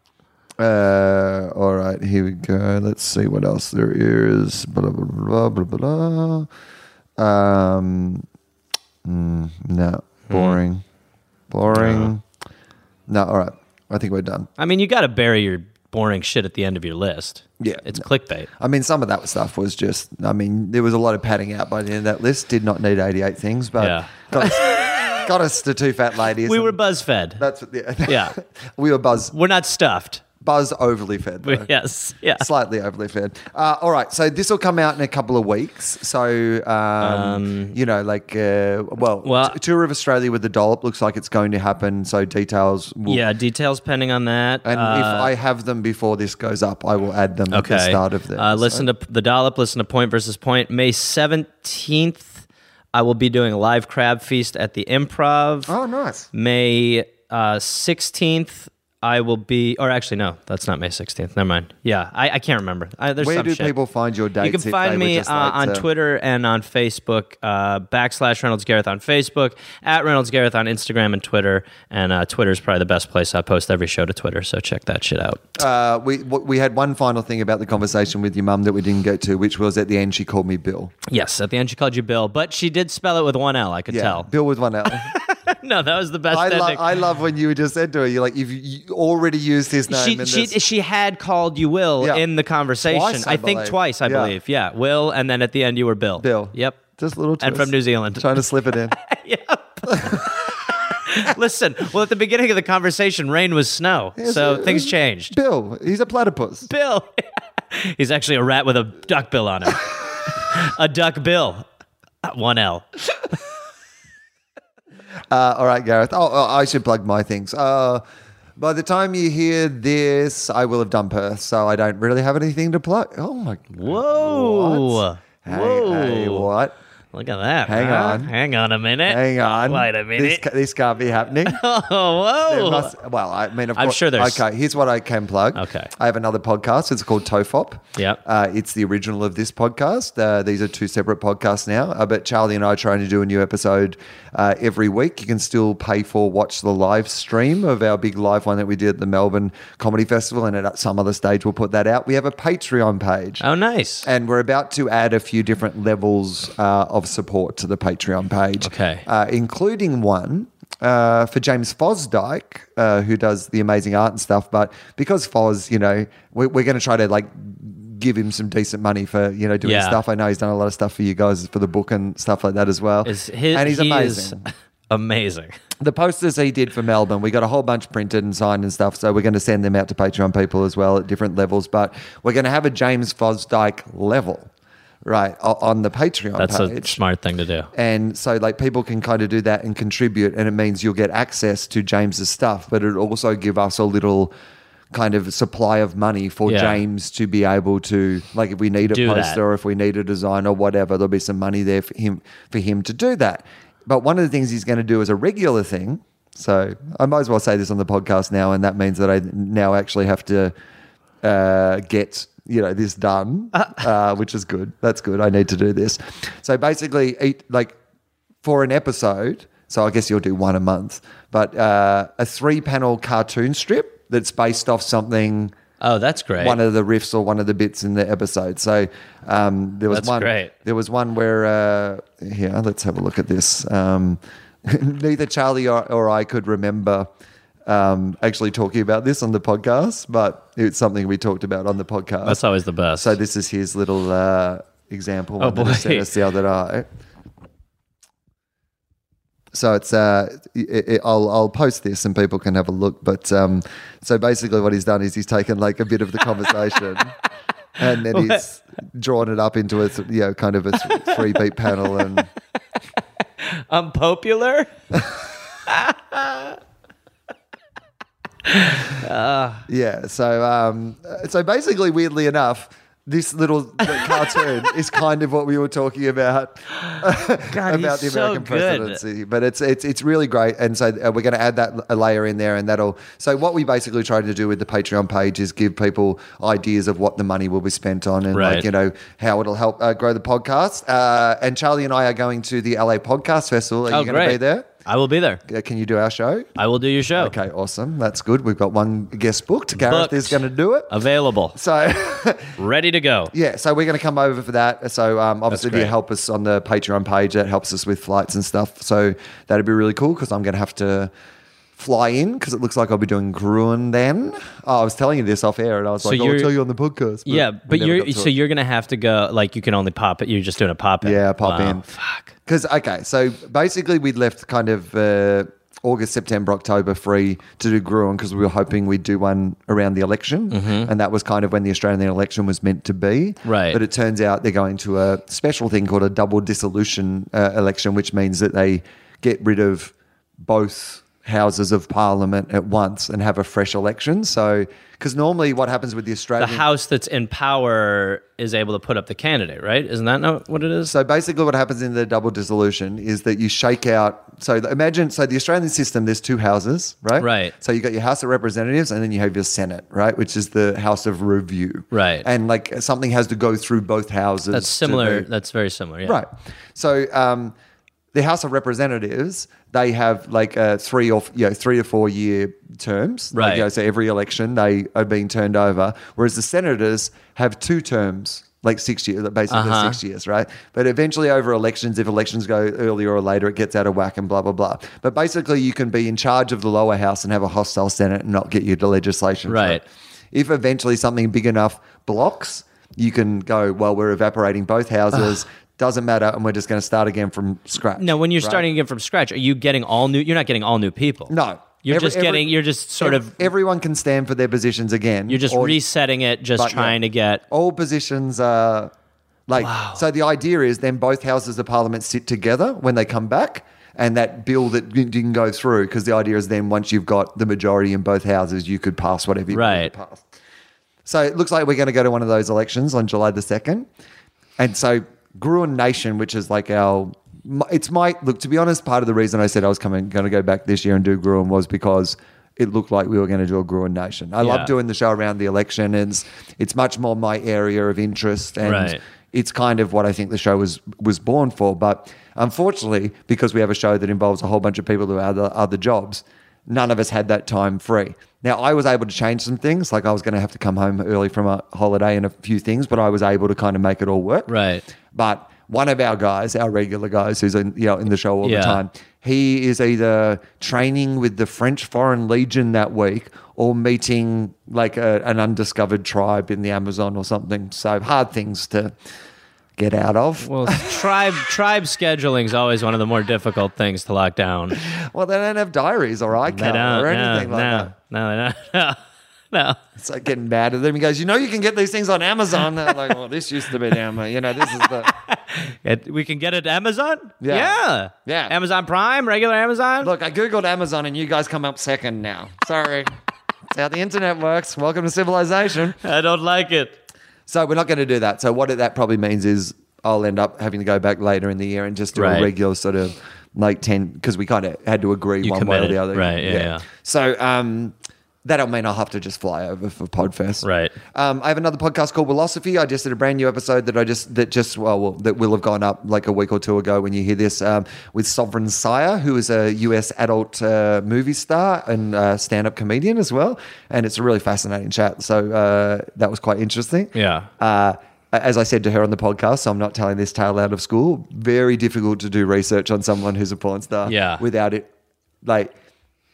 Uh, all right, here we go. Let's see what else there is. Blah blah blah blah blah. blah. Um, mm, no,
Hmm.
boring, boring. No, all right. I think we're done.
I mean, you got to bury your boring shit at the end of your list.
Yeah.
It's clickbait.
I mean, some of that stuff was just. I mean, there was a lot of padding out by the end of that list. Did not need eighty-eight things, but
Yeah.
got, us, got us to two fat ladies.
We
and
were buzz fed.
That's what the,
Yeah.
we were buzz
We're not stuffed.
buzz overly fed. Though.
Yes. Yeah.
Slightly overly fed. Uh, all right, so this will come out in a couple of weeks. So, um, you know, like, uh, well,
Well-
t- tour of Australia with the dollop looks like it's going to happen. So details will.
Yeah. Details pending on that.
And if
Uh,
I have them before this goes up, I will add them at
okay.
the start of the.
Uh, listen to the dollop. Listen to Point versus Point. May seventeenth, I will be doing a live crab feast at the Improv.
Oh, nice.
May uh, sixteenth. I will be, or actually, no, that's not May 16th. Never mind. Yeah, I, I can't remember. I, there's
Where
some
do
shit.
people find your dates?
You can
if they
find
were
me
just
uh,
like
on
to-
Twitter and on Facebook, uh, backslash Reynolds Gareth on Facebook, at Reynolds Gareth on Instagram and Twitter. And uh, Twitter is probably the best place I post every show to Twitter. So check that shit out.
Uh, we w- we had one final thing about the conversation with your mum that we didn't get to, which was at the end she called me Bill.
Yes, at the end she called you Bill, but she did spell it with one L. I could
Yeah,
tell.
Bill with one L.
no, that was the best
I, lo-
ending.
I love when you just said to her, you're like, you've you already used his name.
she
in
she,
this.
she had called you Will
Yeah.
in the conversation.
Twice, I
I, think
believe.
twice, I
Yeah.
believe. Yeah, Will, and then at the end you were Bill.
Bill.
Yep.
Just a little
And from
twist.
New Zealand.
Trying to slip it in.
Listen, well, at the beginning of the conversation, rain was snow, so
it
things
was-
changed.
Bill, he's a platypus.
Bill. He's actually a rat with a duck bill on him. a duck bill. One L.
Uh, all right, Gareth. Oh, oh, I should plug my things. Uh, by the time you hear this, I will have done Perth, so I don't really have anything to plug. Oh my!
Whoa.
What? Hey,
Whoa.
hey, what?
Look at that.
Hang
huh?
on.
Hang on a minute.
Hang on.
Wait a
This,
minute.
ca- this can't be happening. There
oh, whoa.
must- well, I mean, of
I'm
course-
sure there's-
Okay, here's what I can plug.
Okay.
I have another podcast. It's called Tofop.
Yep.
Uh, it's the original of this podcast. Uh, these are two separate podcasts now. Uh, but Charlie and I are trying to do a new episode uh, every week. You can still pay for watch the live stream of our big live one that we did at the Melbourne Comedy Festival, and at some other stage we'll put that out. We have a Patreon page.
Oh, nice.
And we're about to add a few different levels uh, of support to the Patreon page.
Okay.
Uh, including one uh, for James Fosdyke, uh, who does the amazing art and stuff. But because Foz, you know, we, we're going to try to like give him some decent money for, you know, doing
Yeah.
stuff. I know he's done a lot of stuff for you guys for the book and stuff like that as well.
Is his,
and he's
he
amazing
Is amazing.
the posters he did for Melbourne, we got a whole bunch printed and signed and stuff. So we're going to send them out to Patreon people as well at different levels. But we're going to have a James Fosdyke level, right, o- on the Patreon
That's a
page.
smart thing to do.
and so, like, people can kind of do that and contribute, and it means you'll get access to James's stuff, but it'll also give us a little kind of supply of money for
Yeah.
James to be able to, like, if we need a
Do that.
poster or if we need a design or whatever, there'll be some money there for him for him to do that. But one of the things he's going to do as a regular thing, so I might as well say this on the podcast now, and that means that I now actually have to uh, get you know this done, uh, which is good. That's good. I need to do this. So basically, eat like for an episode. So I guess you'll do one a month, but uh, a three-panel cartoon strip that's based off something
Oh, that's great.
one of the riffs or one of the bits in the episode. So um, there was
That's
one.
great.
There was one where uh, here. Let's have a look at this. Um, neither Charlie or, or I could remember um, actually talking about this on the podcast, but it's something we talked about on the podcast.
that's always the best.
so this is his little uh, example.
Oh,
one that he
boy.
sent us the other night. So it's uh, it, it- I'll I'll post this and people can have a look. But um, so basically, what he's done is he's taken like a bit of the conversation, and then he's drawn it up into a th- you know kind of a th- three beat panel, and
Unpopular?
yeah. So um, so basically, weirdly enough. This little cartoon is kind of what we were talking about
God,
about the
he's
American
so good.
presidency, but it's it's it's really great. And so uh, we're going to add that l- a layer in there, and that'll. So what we basically try to do with the Patreon page is give people ideas of what the money will be spent on, and like
Right.
you know how it'll help uh, grow the podcast. Uh, and Charlie and I are going to the LA Podcast Festival. Are
Oh,
you going to be
great.
there?
I will be there.
Uh, Can you do our show?
I will do your show.
Okay, awesome. That's good. We've got one guest booked. Gareth is
Booked.
going to do it.
Available.
So
Ready to go.
Yeah, so we're going to come over for that. So um, obviously, if you
great.
help us on the Patreon page, that helps us with flights and stuff. So that'd be really cool because I'm going to have to fly in because it looks like I'll be doing Gruen then. Oh, I was telling you this off air, and I was like, oh, I'll
you're-
tell you on the podcast.
Yeah,
we
but
never got
you're
to
so
it.
you're gonna have to go. Like you can only pop it. You're just doing a pop in.
Yeah, pop
Wow,
in.
Fuck.
Because okay, so basically we left kind of uh, August, September, October free to do Gruen because we were hoping we'd do one around the election, and that was kind of when the Australian election was meant to be.
Mm-hmm. Right.
But it turns out they're going to a special thing called a double dissolution uh, election, which means that they get rid of both houses of parliament at once and have a fresh election. So, because normally what happens with the
The
Australian
house that's in power is able to put up the candidate, right? Isn't that not what it is?
So basically, what happens in the double dissolution is that you shake out. So imagine, so the Australian system, there's two houses, right?
Right.
So you got your House of Representatives, and then you have your Senate, right, which is the House of Review,
Right.
And like something has to go through both houses.
That's
to
similar.
be-
That's very similar. Yeah.
Right. So um, the House of Representatives, they have like uh, three or you know, three or four year terms. Like,
Right.
you know, so every election they are being turned over, whereas the senators have two terms. Like six years, basically
Uh-huh.
six years, right? But eventually, over elections, if elections go earlier or later, it gets out of whack and blah blah blah. But basically, you can be in charge of the lower house and have a hostile senate and not get your legislation through.
Right.
If eventually something big enough blocks, you can go, well, we're evaporating both houses. Doesn't matter, and we're just going to start again from scratch.
Now, when you're
right?
starting again from scratch, are you getting all new? You're not getting all new people.
no,
You're
Every-
just
every-
getting. You're just sort
ev-
of.
everyone can stand for their positions again.
You're just
or-
resetting it, just
but, yeah.
trying to get.
all positions are like. So the idea is then both houses of parliament sit together when they come back. And that bill that you didn't go through, because the idea is then once you've got the majority in both houses, you could pass whatever you
Right.
pass. So it looks like we're going to go to one of those elections on July the 2nd. And so Gruen Nation, which is like our, it's my, look, to be honest, part of the reason I said I was coming, going to go back this year and do Gruen was because it looked like we were going to do a Gruen Nation. I
Yeah.
love doing the show around the election and it's, it's much more my area of interest. And
Right.
it's kind of what I think the show was, was born for. But unfortunately, because we have a show that involves a whole bunch of people who have other, other jobs, none of us had that time free. Now, I was able to change some things. Like I was going to have to come home early from a holiday and a few things, but I was able to kind of make it all work.
Right.
But one of our guys, our regular guys, who's in, you know, in the show all
Yeah.
the time, he is either training with the French Foreign Legion that week or meeting like a, an undiscovered tribe in the Amazon or something. So hard things to get out of.
Well, tribe tribe scheduling is always one of the more difficult things to lock down.
Well, they don't have diaries or
They
iCal
don't.
or anything
no,
like
no,
that.
No, no, no, no.
It's like getting mad at them. He goes, you know, you can get these things on Amazon. They're like, well, this used to be down there. You know, this is the.
It, we can get it Amazon.
Yeah.
yeah,
Yeah.
Amazon Prime, regular Amazon.
Look, I googled Amazon and you guys come up second now. Sorry. It's how the internet works. Welcome to civilization.
I don't like it.
So we're not going to do that. So what that probably means is I'll end up having to go back later in the year and just do
Right.
a regular sort of like 10 because we kind of had to agree
You
one way or
committed.
the other.
Right, yeah, yeah.
So um that'll mean I'll have to just fly over for Podfest.
Right.
Um, I have another podcast called Philosophy. I just did a brand new episode that I just that just well, well that will have gone up like a week or two ago when you hear this um, with Sovereign Sire, who is a US adult uh, movie star and uh, stand up comedian as well, and it's a really fascinating chat. So uh, that was quite interesting.
Yeah.
Uh, as I said to her on the podcast, so I'm not telling this tale out of school. Very difficult to do research on someone who's a porn star
Yeah.
without it, like.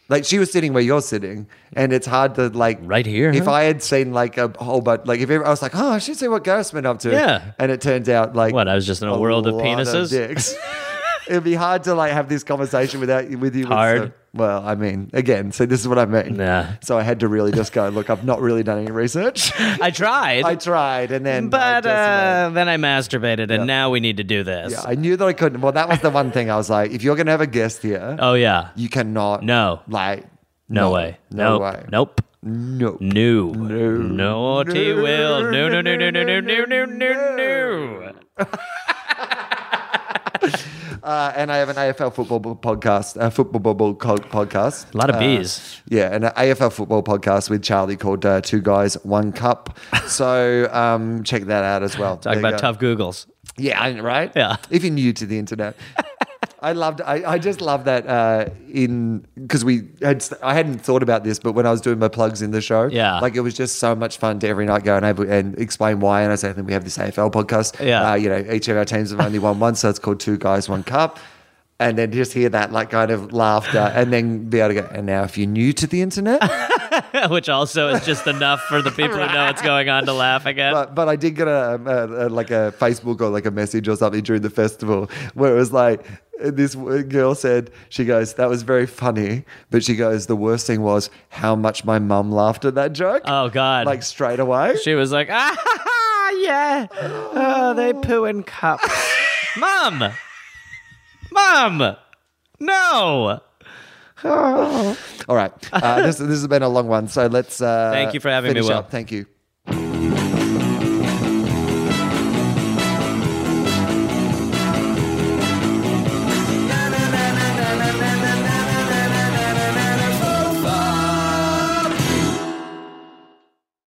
Like she was sitting where you're sitting, and it's hard to like
Right here,
If
huh?
I had seen like a whole bunch, like if ever, I was like, oh, I should see what Gareth's been up to.
Yeah.
and it turns out like
What, I was just in a world of
lot
penises?
dicks. It'd be hard to like have this conversation without you with you. with
Hard.
some- well, I mean, again, so this is what I mean.
Nah.
So I had to really just go look. I've not really done any research.
I tried,
I tried, and then I
but
decimated.
uh, then I masturbated, and now we need to do this.
yeah, I knew that I couldn't. Well, that was the one thing I was like, if you're gonna have a guest here,
oh yeah.
you cannot.
No.
like
No, way.
no
nope.
way,
Nope.
no.
No. No. Naughty
No.
will. No. No. No. No. No. No. No. No. No.
Uh, and I have an AFL football bo- podcast, a football bubble co- podcast.
A lot of
Uh,
bees.
yeah, and an AFL football podcast with Charlie called uh, Two Guys, One Cup. So um, check that out as well.
Talk
There you
about
go.
tough Googles.
Yeah, I- right?
Yeah.
If you're new to the internet. I loved. I, I just love that uh, in because we had. I hadn't thought about this, but when I was doing my plugs in the show,
Yeah.
like it was just so much fun to every night go and able, and explain why. And I said, I think we have this AFL podcast.
Yeah.
uh, you know, each of our teams have only won one, so it's called Two Guys One Cup. And then just hear that like kind of laughter, and then be able to go. And now, if you're new to the internet,
which also is just enough for the people who know what's going on to laugh again.
but but I did get a, um, a, a like a Facebook or like a message or something during the festival where it was like this w- girl said she goes that was very funny, but she goes the worst thing was how much my mum laughed at that joke.
oh God!
Like straight away.
she was like, ah, ha, ha, yeah, oh, they poo in cups. Mom, mom, no.
All right, uh, this this has been a long one, so let's. Uh,
Thank you for having me,
finish
Will.
Up. Thank you.